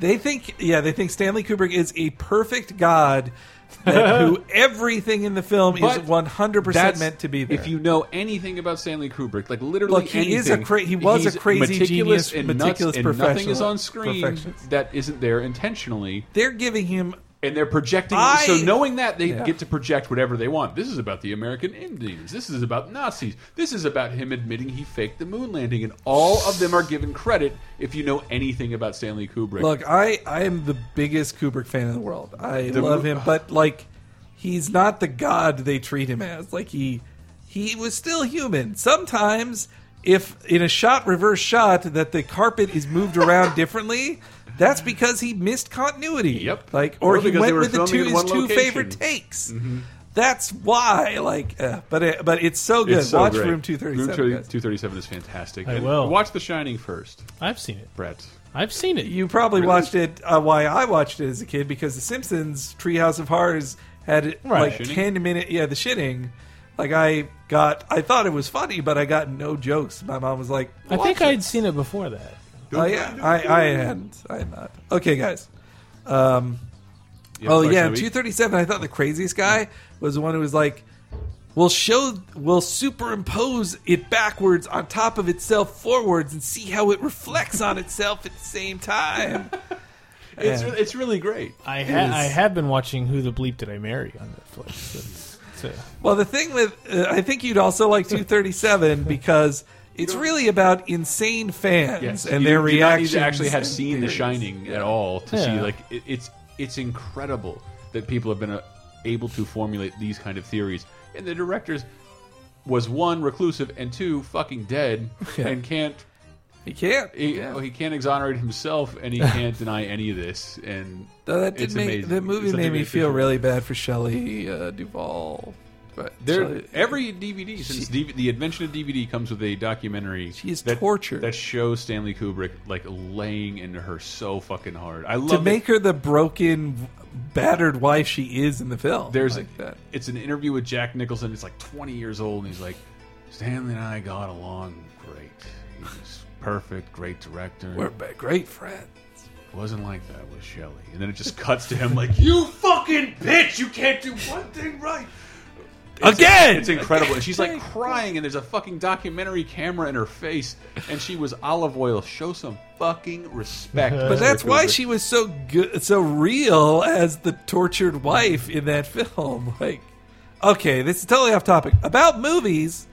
[SPEAKER 1] They think, yeah, they think Stanley Kubrick is a perfect god,
[SPEAKER 2] *laughs*
[SPEAKER 1] that, who everything in the film is
[SPEAKER 2] But
[SPEAKER 1] one hundred percent
[SPEAKER 2] That's
[SPEAKER 1] meant to be there.
[SPEAKER 2] If you know anything about Stanley Kubrick, like literally
[SPEAKER 1] Look, he is a
[SPEAKER 2] anything,
[SPEAKER 1] cra- he was a
[SPEAKER 2] he's
[SPEAKER 1] crazy
[SPEAKER 2] meticulous
[SPEAKER 1] genius,
[SPEAKER 2] and
[SPEAKER 1] meticulous
[SPEAKER 2] nuts, and nothing
[SPEAKER 1] professional-
[SPEAKER 2] is on screen
[SPEAKER 1] perfectionist.
[SPEAKER 2] that isn't there intentionally.
[SPEAKER 1] They're giving him
[SPEAKER 2] And they're projecting.
[SPEAKER 1] I-
[SPEAKER 2] so knowing that, they
[SPEAKER 1] Yeah.
[SPEAKER 2] get to project whatever they want. This is about the American Indians. This is about Nazis. This is about him admitting he faked the moon landing. And all of them are given credit if you know anything about Stanley Kubrick.
[SPEAKER 1] Look, I I am the biggest Kubrick fan in the world. I
[SPEAKER 2] The-
[SPEAKER 1] love him, but like he's not the god they treat him as. Like he he was still human. Sometimes if in a shot reverse shot that the carpet is moved
[SPEAKER 2] *laughs*
[SPEAKER 1] around differently, that's because he missed continuity.
[SPEAKER 2] Yep.
[SPEAKER 1] Like or,
[SPEAKER 2] Or
[SPEAKER 1] he
[SPEAKER 2] because they
[SPEAKER 1] went
[SPEAKER 2] were
[SPEAKER 1] with the
[SPEAKER 2] filming
[SPEAKER 1] two
[SPEAKER 2] in
[SPEAKER 1] his
[SPEAKER 2] one
[SPEAKER 1] two
[SPEAKER 2] location. Mm-hmm.
[SPEAKER 1] favorite takes. That's why, like, uh, but it, but it's so good.
[SPEAKER 2] It's so
[SPEAKER 1] Watch
[SPEAKER 2] great.
[SPEAKER 1] Room Two Thirty
[SPEAKER 2] Room
[SPEAKER 1] Seven.
[SPEAKER 2] 237 is fantastic.
[SPEAKER 3] I
[SPEAKER 2] And
[SPEAKER 3] will.
[SPEAKER 2] Watch The Shining first,
[SPEAKER 3] I've seen it.
[SPEAKER 2] Brett.
[SPEAKER 3] I've seen it.
[SPEAKER 1] You probably watched it. Uh, why I watched it as a kid because The Simpsons Treehouse of Horrors had it
[SPEAKER 3] Right.
[SPEAKER 1] like
[SPEAKER 2] Shitting?
[SPEAKER 1] ten minute. Yeah, the shitting. Like I got, I thought it was funny, but I got no jokes. My mom was like,
[SPEAKER 3] I think
[SPEAKER 1] "Watch it."
[SPEAKER 3] I'd seen it before that.
[SPEAKER 1] Oh yeah, I, I hadn't. I had not. Okay, guys. Um,
[SPEAKER 2] You have
[SPEAKER 1] oh
[SPEAKER 2] Clark's
[SPEAKER 1] yeah,
[SPEAKER 2] movie?
[SPEAKER 1] two thirty seven. I thought the craziest guy was the one who was like, "We'll show, we'll superimpose it backwards on top of itself forwards and see how it reflects on itself at the same
[SPEAKER 2] *laughs*
[SPEAKER 1] time."
[SPEAKER 2] It's,
[SPEAKER 1] Yeah.
[SPEAKER 2] re- it's really great.
[SPEAKER 3] I
[SPEAKER 1] is.
[SPEAKER 3] ha- I have been watching Who the Bleep Did I Marry on Netflix. It's- it's a-
[SPEAKER 1] Well, the thing with uh, I think you'd also like
[SPEAKER 2] *laughs*
[SPEAKER 1] 237 because it's really about insane fans
[SPEAKER 2] Yes.
[SPEAKER 1] and
[SPEAKER 2] You
[SPEAKER 1] their
[SPEAKER 2] do not need
[SPEAKER 1] reactions.
[SPEAKER 2] to actually have
[SPEAKER 1] and
[SPEAKER 2] seen The
[SPEAKER 1] theories.
[SPEAKER 2] Shining at all to see
[SPEAKER 3] Yeah.
[SPEAKER 2] like it, it's it's incredible that people have been uh, able to formulate these kind of theories. And the directors was one reclusive and two fucking dead
[SPEAKER 1] Yeah.
[SPEAKER 2] and can't
[SPEAKER 1] He can't.
[SPEAKER 2] he, oh, he can't exonerate himself and he can't deny any of this. And
[SPEAKER 1] Though that did
[SPEAKER 2] it's
[SPEAKER 1] make
[SPEAKER 2] amazing.
[SPEAKER 1] that movie
[SPEAKER 2] It's
[SPEAKER 1] made me
[SPEAKER 2] amazing.
[SPEAKER 1] feel really bad for Shelley uh, Duvall. But
[SPEAKER 2] There,
[SPEAKER 1] so-
[SPEAKER 2] every DVD since DV the invention of DVD comes with a documentary.
[SPEAKER 1] She is
[SPEAKER 2] that,
[SPEAKER 1] tortured.
[SPEAKER 2] that shows Stanley Kubrick like laying into her so fucking hard. I love
[SPEAKER 1] to
[SPEAKER 2] that
[SPEAKER 1] make her the broken, battered wife she is in the film.
[SPEAKER 2] There's
[SPEAKER 1] like that.
[SPEAKER 2] It's an interview with Jack Nicholson. It's like 20 years old, and he's like, Stanley and I got along great. He was perfect, great director.
[SPEAKER 1] We're a great friends.
[SPEAKER 2] It wasn't like that with Shelley. And then it just cuts to him like, you fucking bitch! You can't do one thing right.
[SPEAKER 1] Again!
[SPEAKER 2] It's incredible. And she's like crying, and there's a fucking documentary camera in her face, and she was olive oil. Show some fucking respect.
[SPEAKER 1] But
[SPEAKER 2] Mr.
[SPEAKER 1] that's why
[SPEAKER 2] Kubrick.
[SPEAKER 1] she was so good, so real as the tortured wife in that film. *laughs* Like, okay, this is totally off topic. About movies,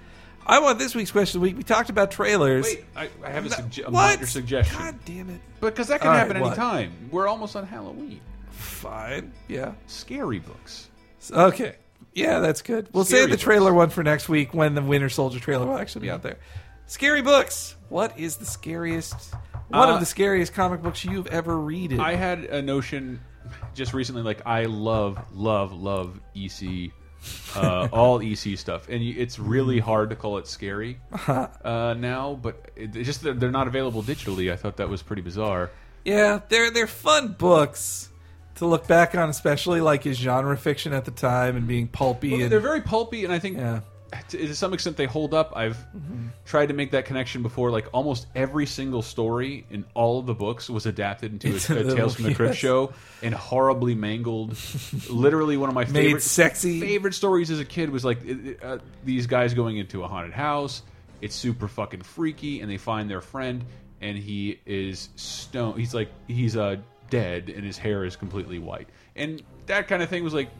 [SPEAKER 1] I want this week's question of the week. We talked about trailers.
[SPEAKER 2] Wait, I, I have a,
[SPEAKER 1] No,
[SPEAKER 2] sugge- a
[SPEAKER 1] what?
[SPEAKER 2] minor suggestion.
[SPEAKER 1] God damn it!
[SPEAKER 2] Because that can
[SPEAKER 1] All right,
[SPEAKER 2] happen
[SPEAKER 1] what?
[SPEAKER 2] anytime. We're almost on Halloween.
[SPEAKER 1] Fine. Yeah.
[SPEAKER 2] Scary books.
[SPEAKER 1] Okay. Yeah, that's good. We'll
[SPEAKER 2] Scary
[SPEAKER 1] save the
[SPEAKER 2] books.
[SPEAKER 1] trailer one for next week when the Winter Soldier trailer will actually be out there. Scary books. What is the scariest? One
[SPEAKER 2] Uh,
[SPEAKER 1] of the scariest comic books you've ever read.
[SPEAKER 2] I had a notion just recently, like I love, love, love EC, uh, all EC stuff, and you- it's really hard to call it *laughs* scary uh, now. But it, it's just that they're not available digitally. I thought that was pretty bizarre.
[SPEAKER 1] Yeah, they're they're fun books to look back on, especially like as genre fiction at the time and being pulpy and
[SPEAKER 2] They're very pulpy, and I think
[SPEAKER 1] Yeah.
[SPEAKER 2] to, to some extent they hold up. I've tried to make that connection before. Like almost every single story in all of the books was adapted *laughs* into
[SPEAKER 1] Into
[SPEAKER 2] a, a
[SPEAKER 1] the
[SPEAKER 2] Tales from the
[SPEAKER 1] movie,
[SPEAKER 2] Crypt
[SPEAKER 1] yes.
[SPEAKER 2] show and horribly
[SPEAKER 1] *laughs*
[SPEAKER 2] mangled. Literally one of my
[SPEAKER 1] made
[SPEAKER 2] favorite
[SPEAKER 1] sexy.
[SPEAKER 2] favorite stories as a kid was like it- it, uh, these guys going into a haunted house. It's super fucking freaky, and they find their friend, and he is stone. He's like he's uh, dead, and his hair is completely white, and that kind of thing was like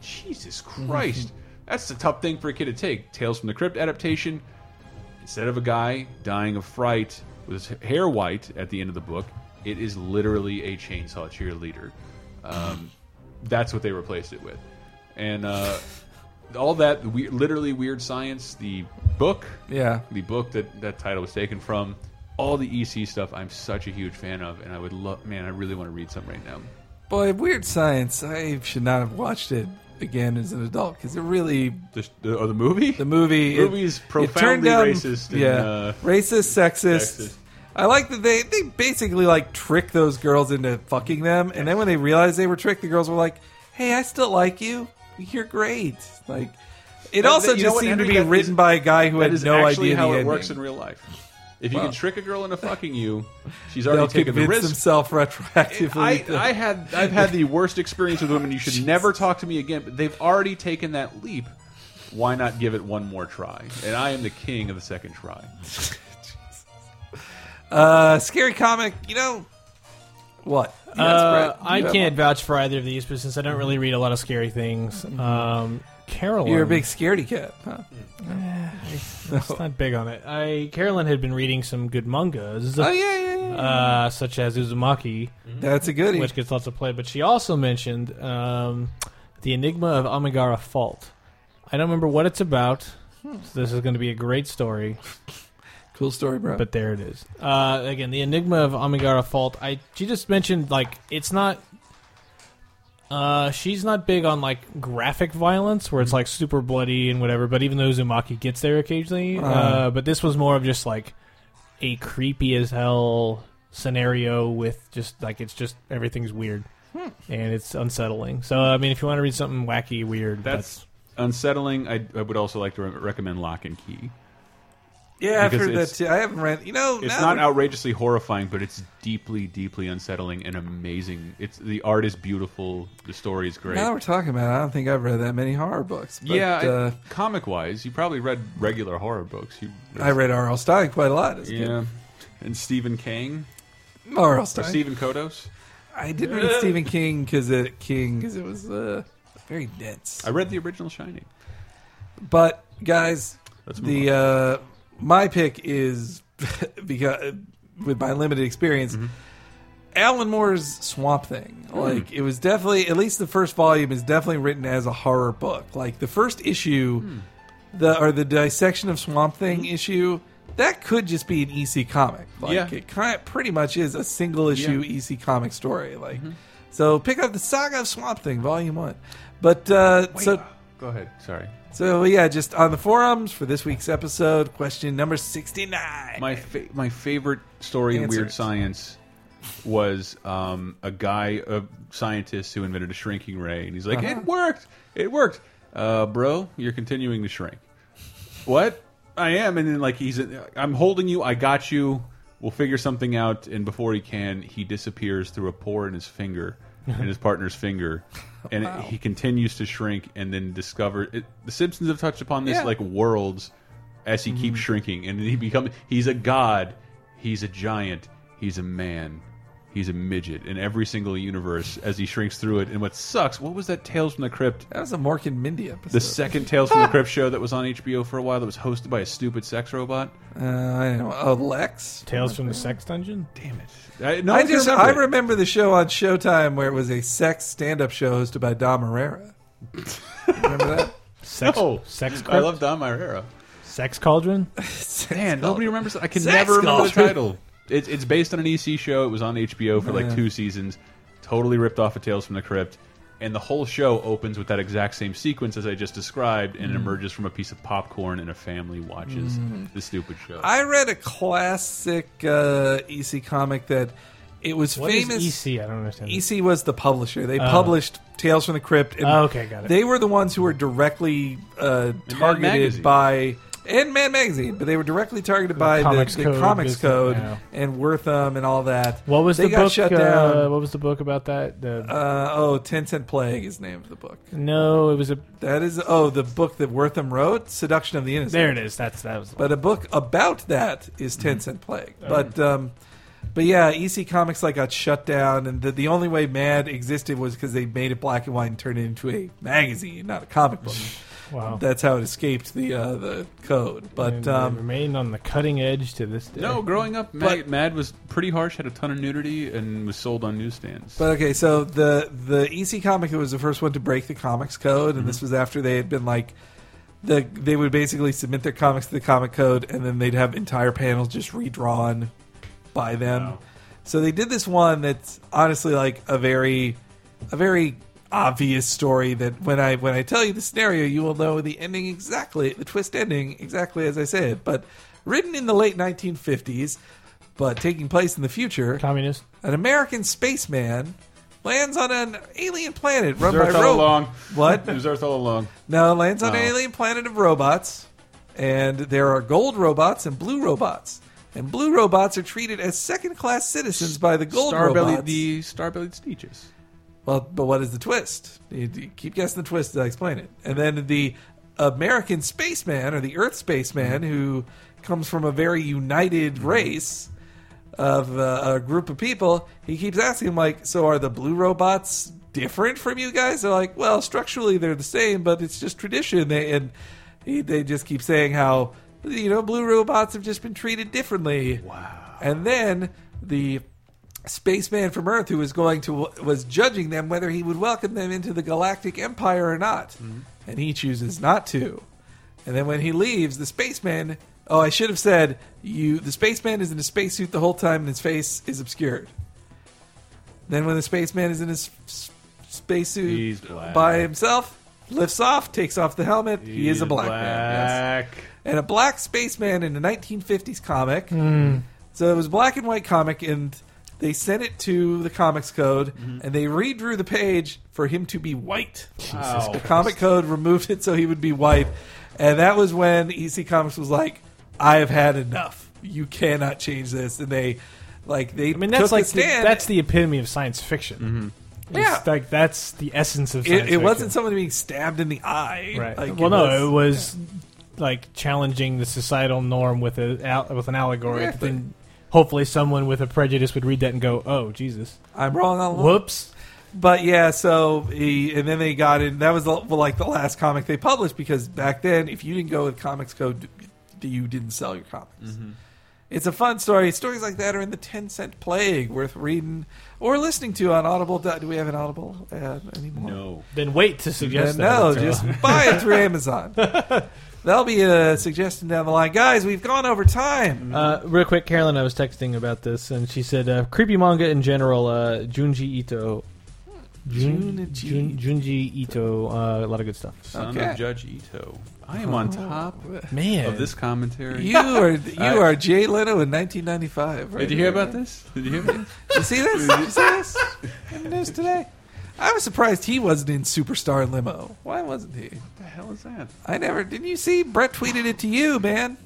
[SPEAKER 1] *laughs*
[SPEAKER 2] Jesus Christ. That's the tough thing for a kid to take. Tales from the Crypt adaptation. Instead of a guy dying of fright with his hair white at the end of the book, it is literally a chainsaw cheerleader. Um, that's what they replaced it with, and uh, all that we literally weird science. The book,
[SPEAKER 1] Yeah.
[SPEAKER 2] the book that that title was taken from. All the EC stuff, I'm such a huge fan of, and I would love. Man, I really want to read some right now.
[SPEAKER 1] Boy, Weird Science, I should not have watched it again as an adult because it really
[SPEAKER 2] The, the, oh, the movie,
[SPEAKER 1] the movie
[SPEAKER 2] The
[SPEAKER 1] it-
[SPEAKER 2] movie is
[SPEAKER 1] it turned
[SPEAKER 2] profoundly
[SPEAKER 1] down-
[SPEAKER 2] racist and,
[SPEAKER 1] yeah,
[SPEAKER 2] uh,
[SPEAKER 1] racist, sexist.
[SPEAKER 2] sexist.
[SPEAKER 1] I like that they they basically like trick those girls into fucking them, and then when they realized they were tricked, the girls were like, "Hey, I still like you. You're great." Like. It
[SPEAKER 2] That-
[SPEAKER 1] also
[SPEAKER 2] that- you know
[SPEAKER 1] just
[SPEAKER 2] what,
[SPEAKER 1] seemed
[SPEAKER 2] Henry,
[SPEAKER 1] to be
[SPEAKER 2] that
[SPEAKER 1] written
[SPEAKER 2] is-
[SPEAKER 1] by a guy who
[SPEAKER 2] That
[SPEAKER 1] had
[SPEAKER 2] is
[SPEAKER 1] no
[SPEAKER 2] actually
[SPEAKER 1] idea
[SPEAKER 2] how
[SPEAKER 1] the
[SPEAKER 2] it works in
[SPEAKER 1] ending.
[SPEAKER 2] real life. If you
[SPEAKER 1] Wow.
[SPEAKER 2] can trick a girl into fucking you, she's
[SPEAKER 1] They'll
[SPEAKER 2] already taken the
[SPEAKER 1] convince
[SPEAKER 2] risk.
[SPEAKER 1] themselves retroactively.
[SPEAKER 2] I,
[SPEAKER 1] that-
[SPEAKER 2] I had I've had the worst experience with women. You should never talk to me again. But they've already taken that leap. Why not give it one more try? And I am the king of the second try.
[SPEAKER 1] Uh, scary comic, you know what? Yes,
[SPEAKER 3] Uh,
[SPEAKER 1] Brett,
[SPEAKER 3] I
[SPEAKER 1] you have
[SPEAKER 3] can't
[SPEAKER 1] one.
[SPEAKER 3] vouch for either of these, but since I don't really read a lot of scary things, um, Carolyn,
[SPEAKER 1] Mm-hmm. You're a big scaredy cat, huh?
[SPEAKER 3] it's not big on it. I Carolyn had been reading some good
[SPEAKER 1] *laughs*
[SPEAKER 3] mangas,
[SPEAKER 1] Oh yeah, yeah, yeah.
[SPEAKER 3] uh, such as Uzumaki,
[SPEAKER 1] That's a goodie.
[SPEAKER 3] which gets lots of play. But she also mentioned um, the Enigma of Amigara Fault. I don't remember what it's about.
[SPEAKER 1] Hmm.
[SPEAKER 3] So this is going to be a great story.
[SPEAKER 1] cool story, bro.
[SPEAKER 3] but there it is. Uh, again, the enigma of Amigara Fault. I she just mentioned like it's not. Uh, she's not big on like graphic violence where it's like super bloody and whatever. But even though Uzumaki gets there occasionally, uh,
[SPEAKER 1] Uh.
[SPEAKER 3] but this was more of just like a creepy as hell scenario with just like it's just everything's weird and it's unsettling. So I mean, if you want to read something wacky, weird, that's,
[SPEAKER 2] That's unsettling. I, I would also like to re recommend Lock and Key.
[SPEAKER 1] yeah, I've
[SPEAKER 2] because
[SPEAKER 1] heard that
[SPEAKER 2] it's-
[SPEAKER 1] too. I haven't read. You know,
[SPEAKER 2] It's
[SPEAKER 1] now-
[SPEAKER 2] not outrageously horrifying, but it's deeply, deeply unsettling and amazing. It's the art is beautiful. The story is great.
[SPEAKER 1] Now that we're talking about, it, I don't think I've read that many horror books. But,
[SPEAKER 2] yeah, I-
[SPEAKER 1] uh,
[SPEAKER 2] comic wise, you probably read regular horror books. You,
[SPEAKER 1] I read R.L. Stein quite a lot. As a
[SPEAKER 2] yeah, and Stephen King,
[SPEAKER 1] kid. R.L.
[SPEAKER 2] or
[SPEAKER 1] Stein.
[SPEAKER 2] Stephen Kodos.
[SPEAKER 1] I didn't read
[SPEAKER 2] *laughs*
[SPEAKER 1] Stephen King because it King 'cause it was uh, very dense.
[SPEAKER 2] I read the original Shining.
[SPEAKER 1] But guys,
[SPEAKER 2] Let's move
[SPEAKER 1] the uh, my pick is *laughs* because with my limited experience,
[SPEAKER 2] Mm-hmm.
[SPEAKER 1] Alan Moore's Swamp Thing.
[SPEAKER 2] Hmm.
[SPEAKER 1] Like it was definitely at least the first volume is definitely written as a horror book. Like the first issue,
[SPEAKER 2] Hmm.
[SPEAKER 1] the or the dissection of Swamp Thing issue. That could just be an EC comic. Like
[SPEAKER 2] Yeah.
[SPEAKER 1] it kind of pretty much is a single issue EC comic
[SPEAKER 2] Mm-hmm.
[SPEAKER 1] story. Like so, pick up the Saga of Swamp Thing, Volume One. But uh, so
[SPEAKER 2] Go ahead. Sorry.
[SPEAKER 1] So yeah, just on the forums for this week's episode, question number sixty-nine.
[SPEAKER 2] My fa my favorite story in Weird
[SPEAKER 1] Answers.
[SPEAKER 2] Science was um, a guy, a scientist who invented a shrinking ray, and he's like, "It worked! It worked, uh, bro! You're continuing to shrink." what? I am, and then like he's, I'm holding you. I got you. We'll figure something out. And before he can, he disappears through a pore in his finger, in his partner's finger, and it- he continues to shrink. And then discover it, the Simpsons have touched upon this
[SPEAKER 1] Yeah.
[SPEAKER 2] like worlds as he keeps shrinking, and then he becomes he's a god, he's a giant, he's a man. He's a midget in every single universe as he shrinks through it. And what sucks, what was that Tales from the Crypt
[SPEAKER 1] that was a Mork and Mindy episode.
[SPEAKER 2] the second Tales
[SPEAKER 1] *laughs*
[SPEAKER 2] from the Crypt show that was on HBO for a while that was hosted by a stupid sex robot.
[SPEAKER 1] uh, I don't know. Oh, Lex.
[SPEAKER 3] Tales from the Sex Dungeon.
[SPEAKER 2] Damn it! I, no
[SPEAKER 1] I
[SPEAKER 2] one can
[SPEAKER 1] just I
[SPEAKER 2] remember it.
[SPEAKER 1] remember the show on Showtime where it was a sex stand-up show hosted by Dom Herrera. remember
[SPEAKER 2] *laughs*
[SPEAKER 1] that?
[SPEAKER 3] Sex,
[SPEAKER 2] No.
[SPEAKER 3] sex,
[SPEAKER 2] I
[SPEAKER 3] crypt?
[SPEAKER 2] love Don Myrera.
[SPEAKER 3] sex cauldron.
[SPEAKER 2] Man, nobody remembers. that. I can
[SPEAKER 1] Sex
[SPEAKER 2] never remember the
[SPEAKER 1] culture.
[SPEAKER 2] title. It's it's based on an EC show. It was on HBO for like
[SPEAKER 1] Yeah.
[SPEAKER 2] two seasons. Totally ripped off of Tales from the Crypt, and the whole show opens with that exact same sequence as I just described, and
[SPEAKER 1] Mm.
[SPEAKER 2] it emerges from a piece of popcorn, and a family watches the stupid show.
[SPEAKER 1] I read a classic uh, EC comic that it was
[SPEAKER 3] What is
[SPEAKER 1] famous.
[SPEAKER 2] E
[SPEAKER 3] EC? I don't understand.
[SPEAKER 1] EC was the publisher.
[SPEAKER 2] Oh.
[SPEAKER 1] They published Tales from the Crypt. And
[SPEAKER 3] Oh, okay, got it.
[SPEAKER 1] They were the ones who were directly uh,
[SPEAKER 2] Magazine.
[SPEAKER 1] targeted by and Man Magazine, but they were directly targeted by the
[SPEAKER 3] Comics
[SPEAKER 1] the
[SPEAKER 3] Code
[SPEAKER 1] comics
[SPEAKER 3] business,
[SPEAKER 1] code
[SPEAKER 3] yeah.
[SPEAKER 1] and Wortham and all that.
[SPEAKER 3] What was
[SPEAKER 1] they
[SPEAKER 3] the
[SPEAKER 1] got
[SPEAKER 3] book?
[SPEAKER 1] shut
[SPEAKER 3] uh,
[SPEAKER 1] down?
[SPEAKER 3] What was the book about that? The,
[SPEAKER 1] Uh, oh, Ten Cent Plague is the name of the book.
[SPEAKER 3] no, it was a.
[SPEAKER 1] That is oh the book that Wortham wrote, Seduction of the Innocent.
[SPEAKER 3] There Mm-hmm. it is. That's that was.
[SPEAKER 1] But a book about that is Ten Cent Plague.
[SPEAKER 3] Oh.
[SPEAKER 1] But um, but yeah, EC Comics like got shut down, and the, the only way Mad existed was because they made it black and white and turned it into a magazine, not a comic book.
[SPEAKER 3] wow.
[SPEAKER 1] That's how it escaped the uh, the code.
[SPEAKER 3] And
[SPEAKER 1] But
[SPEAKER 3] they
[SPEAKER 1] um,
[SPEAKER 3] remained on the cutting edge to this day.
[SPEAKER 2] no, growing up, Mad, Mad was pretty harsh, had a ton of nudity, and was sold on newsstands.
[SPEAKER 1] but okay, so the the EC comic was the first one to break the comics code, and this was after they had been like. The, they would basically submit their comics to the comic code, and then they'd have entire panels just redrawn by them.
[SPEAKER 2] Wow.
[SPEAKER 1] So they did this one that's honestly like a very, a very obvious story that when I when I tell you the scenario, you will know the ending exactly, the twist ending exactly as I say it. But written in the late 1950s, but taking place in the future,
[SPEAKER 3] Communist.
[SPEAKER 1] an American spaceman lands on an alien planet run
[SPEAKER 2] It was
[SPEAKER 1] by
[SPEAKER 2] Earth all along.
[SPEAKER 1] robots. What?
[SPEAKER 2] *laughs* It was Earth all along.
[SPEAKER 1] No, lands on
[SPEAKER 2] Oh.
[SPEAKER 1] an alien planet of robots, and there are gold robots and blue robots. And blue robots are treated as second class citizens by the gold
[SPEAKER 2] Starbelly,
[SPEAKER 1] robots.
[SPEAKER 2] the Starbellied Sneeches.
[SPEAKER 1] Well, but what is the twist? You, you keep guessing the twist as I explain it. And then the American spaceman or the Earth spaceman, who comes from a very united race of uh, a group of people, he keeps asking him like, "So are the blue robots different from you guys?" They're like, "Well, structurally they're the same, but it's just tradition." They and he, they just keep saying how you know blue robots have just been treated differently. Wow. And then the spaceman from Earth who was going to was judging them whether he would welcome them into the Galactic Empire or not, and he chooses not to. And then when he leaves, the spaceman. Oh, I should have said you. The spaceman is in a spacesuit the whole time, and his face is obscured. Then when the spaceman is in his s-
[SPEAKER 2] He's
[SPEAKER 1] spacesuit
[SPEAKER 2] black.
[SPEAKER 1] by himself, lifts off, takes off the helmet. he is a black, man. Yes
[SPEAKER 2] Black.
[SPEAKER 1] and a black spaceman in a 1950s comic.
[SPEAKER 3] Hmm.
[SPEAKER 1] So it was a black and white comic, and they sent it to the Comics Code, and they redrew the page for him to be white.
[SPEAKER 2] Wow.
[SPEAKER 1] The Comic Code removed it so he would be white, and that was when EC Comics was like, "I have had enough. You cannot change this." And they, like, they
[SPEAKER 3] I mean, that's
[SPEAKER 1] took
[SPEAKER 3] like
[SPEAKER 1] a
[SPEAKER 3] the,
[SPEAKER 1] stand. Mm-hmm.
[SPEAKER 3] that's the epitome of science fiction. It's
[SPEAKER 1] Yeah.
[SPEAKER 3] like that's the essence of science
[SPEAKER 1] it, it
[SPEAKER 3] fiction.
[SPEAKER 1] wasn't someone being stabbed in the eye.
[SPEAKER 3] right.
[SPEAKER 1] Like,
[SPEAKER 3] well, no, it was like challenging the societal norm with a al- with an allegory. that
[SPEAKER 1] Exactly.
[SPEAKER 3] Then hopefully someone with a prejudice would read that and go, "Oh, Jesus,
[SPEAKER 1] I'm wrong all along.
[SPEAKER 3] whoops."
[SPEAKER 1] But yeah, so he, and then they got in. That was the, well, like the last comic they published because back then, if you didn't go with Comics Code, you didn't sell your comics.
[SPEAKER 2] Mm-hmm.
[SPEAKER 1] It's a fun story. Stories like that are in the ten cent plague, worth reading or listening to on Audible. Do do we have an Audible ad anymore?
[SPEAKER 2] No.
[SPEAKER 3] Then wait to
[SPEAKER 1] Uh,
[SPEAKER 3] suggest that.
[SPEAKER 1] no,
[SPEAKER 3] So-
[SPEAKER 1] just buy it
[SPEAKER 2] *laughs*
[SPEAKER 1] through Amazon. That'll be a suggestion down the line, guys. We've gone over time.
[SPEAKER 3] Uh, real quick, Carolyn, I was texting about this, and she said, uh, "Creepy manga in general, uh, Junji Ito Jun,
[SPEAKER 1] Junji.
[SPEAKER 3] Jun, Junji Ito. Uh, a lot of good stuff.
[SPEAKER 2] Son
[SPEAKER 1] Okay. Oh.
[SPEAKER 2] of Judge Ito. I am on top
[SPEAKER 3] Man,
[SPEAKER 2] of Oh, this commentary.
[SPEAKER 1] You are you
[SPEAKER 2] All right.
[SPEAKER 1] are Jay Leno in 1995. Right
[SPEAKER 2] Did you hear
[SPEAKER 1] there,
[SPEAKER 2] about
[SPEAKER 1] man.
[SPEAKER 2] this? Did you hear about this?
[SPEAKER 1] You see this? you see this? In the news today. I was surprised he wasn't in Superstar Limo. Why wasn't he?
[SPEAKER 2] what the hell is that?
[SPEAKER 1] I never. Didn't you see? Brett tweeted it to you, man.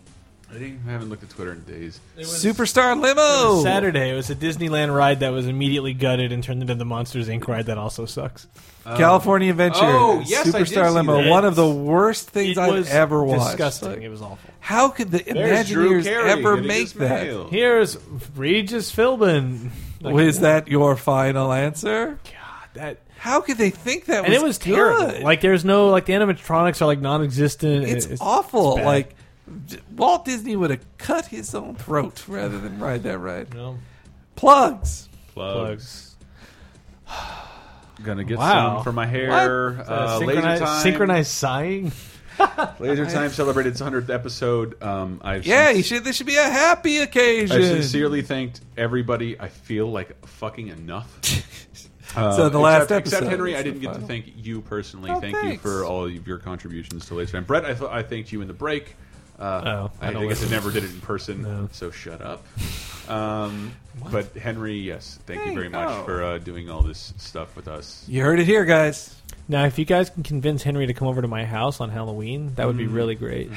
[SPEAKER 2] I, didn't, I haven't looked at Twitter in days.
[SPEAKER 1] Superstar Limo.
[SPEAKER 3] Saturday. It was a Disneyland ride that was immediately gutted and turned into the Monsters Inc. ride that also sucks.
[SPEAKER 1] California Adventure.
[SPEAKER 2] Oh, yes, I did
[SPEAKER 1] Superstar
[SPEAKER 2] see
[SPEAKER 1] Limo.
[SPEAKER 2] that.
[SPEAKER 1] One of the worst things
[SPEAKER 3] It
[SPEAKER 1] I've
[SPEAKER 3] was
[SPEAKER 1] ever watched.
[SPEAKER 3] Disgusting.
[SPEAKER 1] Like,
[SPEAKER 3] it was awful.
[SPEAKER 1] how could the
[SPEAKER 2] There's Drew
[SPEAKER 1] Imagineers
[SPEAKER 2] Carey
[SPEAKER 1] ever
[SPEAKER 2] getting
[SPEAKER 1] make
[SPEAKER 2] his
[SPEAKER 1] that?
[SPEAKER 2] mail.
[SPEAKER 3] Here's Regis Philbin. Like,
[SPEAKER 1] Was that your final answer?
[SPEAKER 3] God, that
[SPEAKER 1] How could they think that?
[SPEAKER 3] and
[SPEAKER 1] was
[SPEAKER 3] it was terrible.
[SPEAKER 1] good?
[SPEAKER 3] Like there's no like the animatronics are like non-existent.
[SPEAKER 1] it's,
[SPEAKER 3] It-
[SPEAKER 1] awful.
[SPEAKER 3] bad.
[SPEAKER 1] like d- Walt Disney would have cut his own throat rather than ride that ride.
[SPEAKER 3] no,
[SPEAKER 1] Plugs.
[SPEAKER 2] Plugs.
[SPEAKER 3] plugs.
[SPEAKER 2] Gonna get
[SPEAKER 3] Wow.
[SPEAKER 2] some for my hair.
[SPEAKER 3] Uh,
[SPEAKER 2] Uh, laser
[SPEAKER 3] synchronized,
[SPEAKER 2] time.
[SPEAKER 3] synchronized sighing.
[SPEAKER 2] Laser time celebrated its 100th episode. Um, I
[SPEAKER 1] Yeah, you should. This should be a happy
[SPEAKER 2] I
[SPEAKER 1] occasion.
[SPEAKER 2] sincerely thanked everybody. I feel like
[SPEAKER 1] *laughs*
[SPEAKER 2] fucking enough. Uh,
[SPEAKER 1] So the last
[SPEAKER 2] except,
[SPEAKER 1] episode
[SPEAKER 2] except Henry,
[SPEAKER 1] is
[SPEAKER 2] I
[SPEAKER 1] the
[SPEAKER 2] didn't get to
[SPEAKER 1] final.
[SPEAKER 2] thank you personally.
[SPEAKER 1] Oh,
[SPEAKER 2] thank you
[SPEAKER 1] thanks.
[SPEAKER 2] for all of your contributions to Laser Time. Brett, I thought I thanked you in the break. Uh,
[SPEAKER 3] Oh, I
[SPEAKER 2] I,
[SPEAKER 3] don't
[SPEAKER 2] guess I
[SPEAKER 3] listen.
[SPEAKER 2] never did it in person,
[SPEAKER 3] No.
[SPEAKER 2] so shut
[SPEAKER 3] *laughs*
[SPEAKER 2] up. Um, but Henry, yes, thank
[SPEAKER 1] Hey,
[SPEAKER 2] you very much
[SPEAKER 1] oh.
[SPEAKER 2] for uh, doing all this stuff with us.
[SPEAKER 1] You heard it here, guys.
[SPEAKER 3] Now, if you guys can convince Henry to come over to my house on Halloween, that would
[SPEAKER 2] Mm-hmm.
[SPEAKER 3] be really great.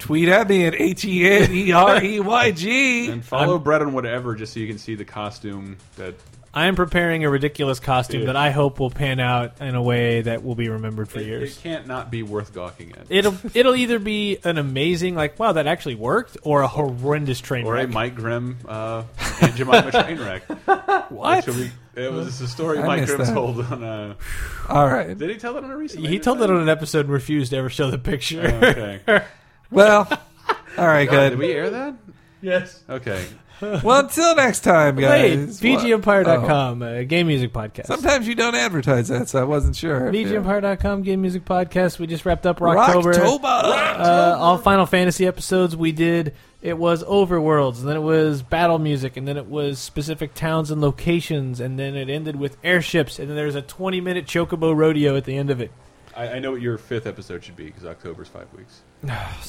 [SPEAKER 1] Tweet at me at H E N E R E Y G.
[SPEAKER 2] *laughs* And follow Brett on whatever, just so you can see the costume that
[SPEAKER 3] I am preparing a ridiculous costume
[SPEAKER 2] Yeah.
[SPEAKER 3] that I hope will pan out in a way that will be remembered for
[SPEAKER 2] it,
[SPEAKER 3] years.
[SPEAKER 2] it can't not be worth gawking at.
[SPEAKER 3] It'll it'll either be an amazing like wow that actually worked or a horrendous train
[SPEAKER 2] or a
[SPEAKER 3] wreck.
[SPEAKER 2] Mike Grimm uh, and
[SPEAKER 3] *laughs*
[SPEAKER 2] Jemima Trainwreck.
[SPEAKER 1] What?
[SPEAKER 2] Which we- it was a story
[SPEAKER 1] I
[SPEAKER 2] Mike
[SPEAKER 1] missed
[SPEAKER 2] Grimm
[SPEAKER 1] that.
[SPEAKER 2] told on a.
[SPEAKER 1] All right.
[SPEAKER 2] Did he tell it on a recent? Oh,
[SPEAKER 3] He told it on an episode and refused to ever show the picture. *laughs*
[SPEAKER 2] Okay.
[SPEAKER 1] Well, all right,
[SPEAKER 2] God, did
[SPEAKER 1] good.
[SPEAKER 2] we air that?
[SPEAKER 3] yes.
[SPEAKER 2] Okay.
[SPEAKER 1] Well, until next time,
[SPEAKER 3] Hey,
[SPEAKER 1] guys. What? Oh.
[SPEAKER 3] VGEmpire.com, uh, game music podcast.
[SPEAKER 1] Sometimes you don't advertise that, so I wasn't sure. if you-
[SPEAKER 3] VGEmpire.com, game music podcast. We just wrapped up Rocktober.
[SPEAKER 1] Rocktober.
[SPEAKER 3] Uh, all Final Fantasy episodes we did. It was Overworlds, and then it was battle music, and then it was specific towns and locations, and then it ended with airships, and then there's a 20 minute Chocobo rodeo at the end of it.
[SPEAKER 2] I, I know what your fifth episode should be because October's five weeks.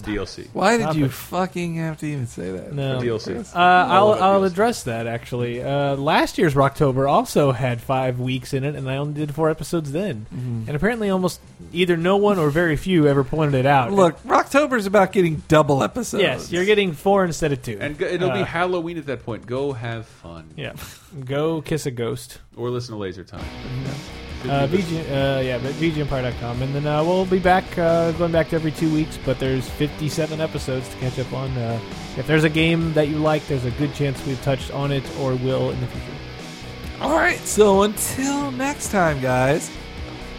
[SPEAKER 2] DLC.
[SPEAKER 1] Why did
[SPEAKER 3] *sighs* Stop
[SPEAKER 1] you
[SPEAKER 3] it.
[SPEAKER 1] fucking have to even say that?
[SPEAKER 3] No.
[SPEAKER 2] DLC.
[SPEAKER 3] Uh, I'll,
[SPEAKER 2] of it
[SPEAKER 3] I'll
[SPEAKER 2] feels-
[SPEAKER 3] address that actually. Uh, last year's Rocktober also had five weeks in it, and I only did four episodes then.
[SPEAKER 1] Mm-hmm.
[SPEAKER 3] And apparently, almost either no one or very few ever pointed it out.
[SPEAKER 1] Look, uh, Rocktober's about getting double episodes.
[SPEAKER 3] yes, you're getting four instead of two.
[SPEAKER 2] And go, it'll be
[SPEAKER 3] Uh,
[SPEAKER 2] Halloween at that point. Go have fun.
[SPEAKER 3] yeah. Go kiss a ghost.
[SPEAKER 2] Or listen to Laser Time.
[SPEAKER 3] Uh, VG, uh, yeah, but VGEmpire.com. And then uh, we'll be back, uh, going back to every two weeks, but there's 57 episodes to catch up on. Uh, if there's a game that you like, there's a good chance we've touched on it or will in the future.
[SPEAKER 1] All right. So until next time, guys.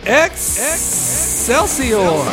[SPEAKER 1] X Excelsior.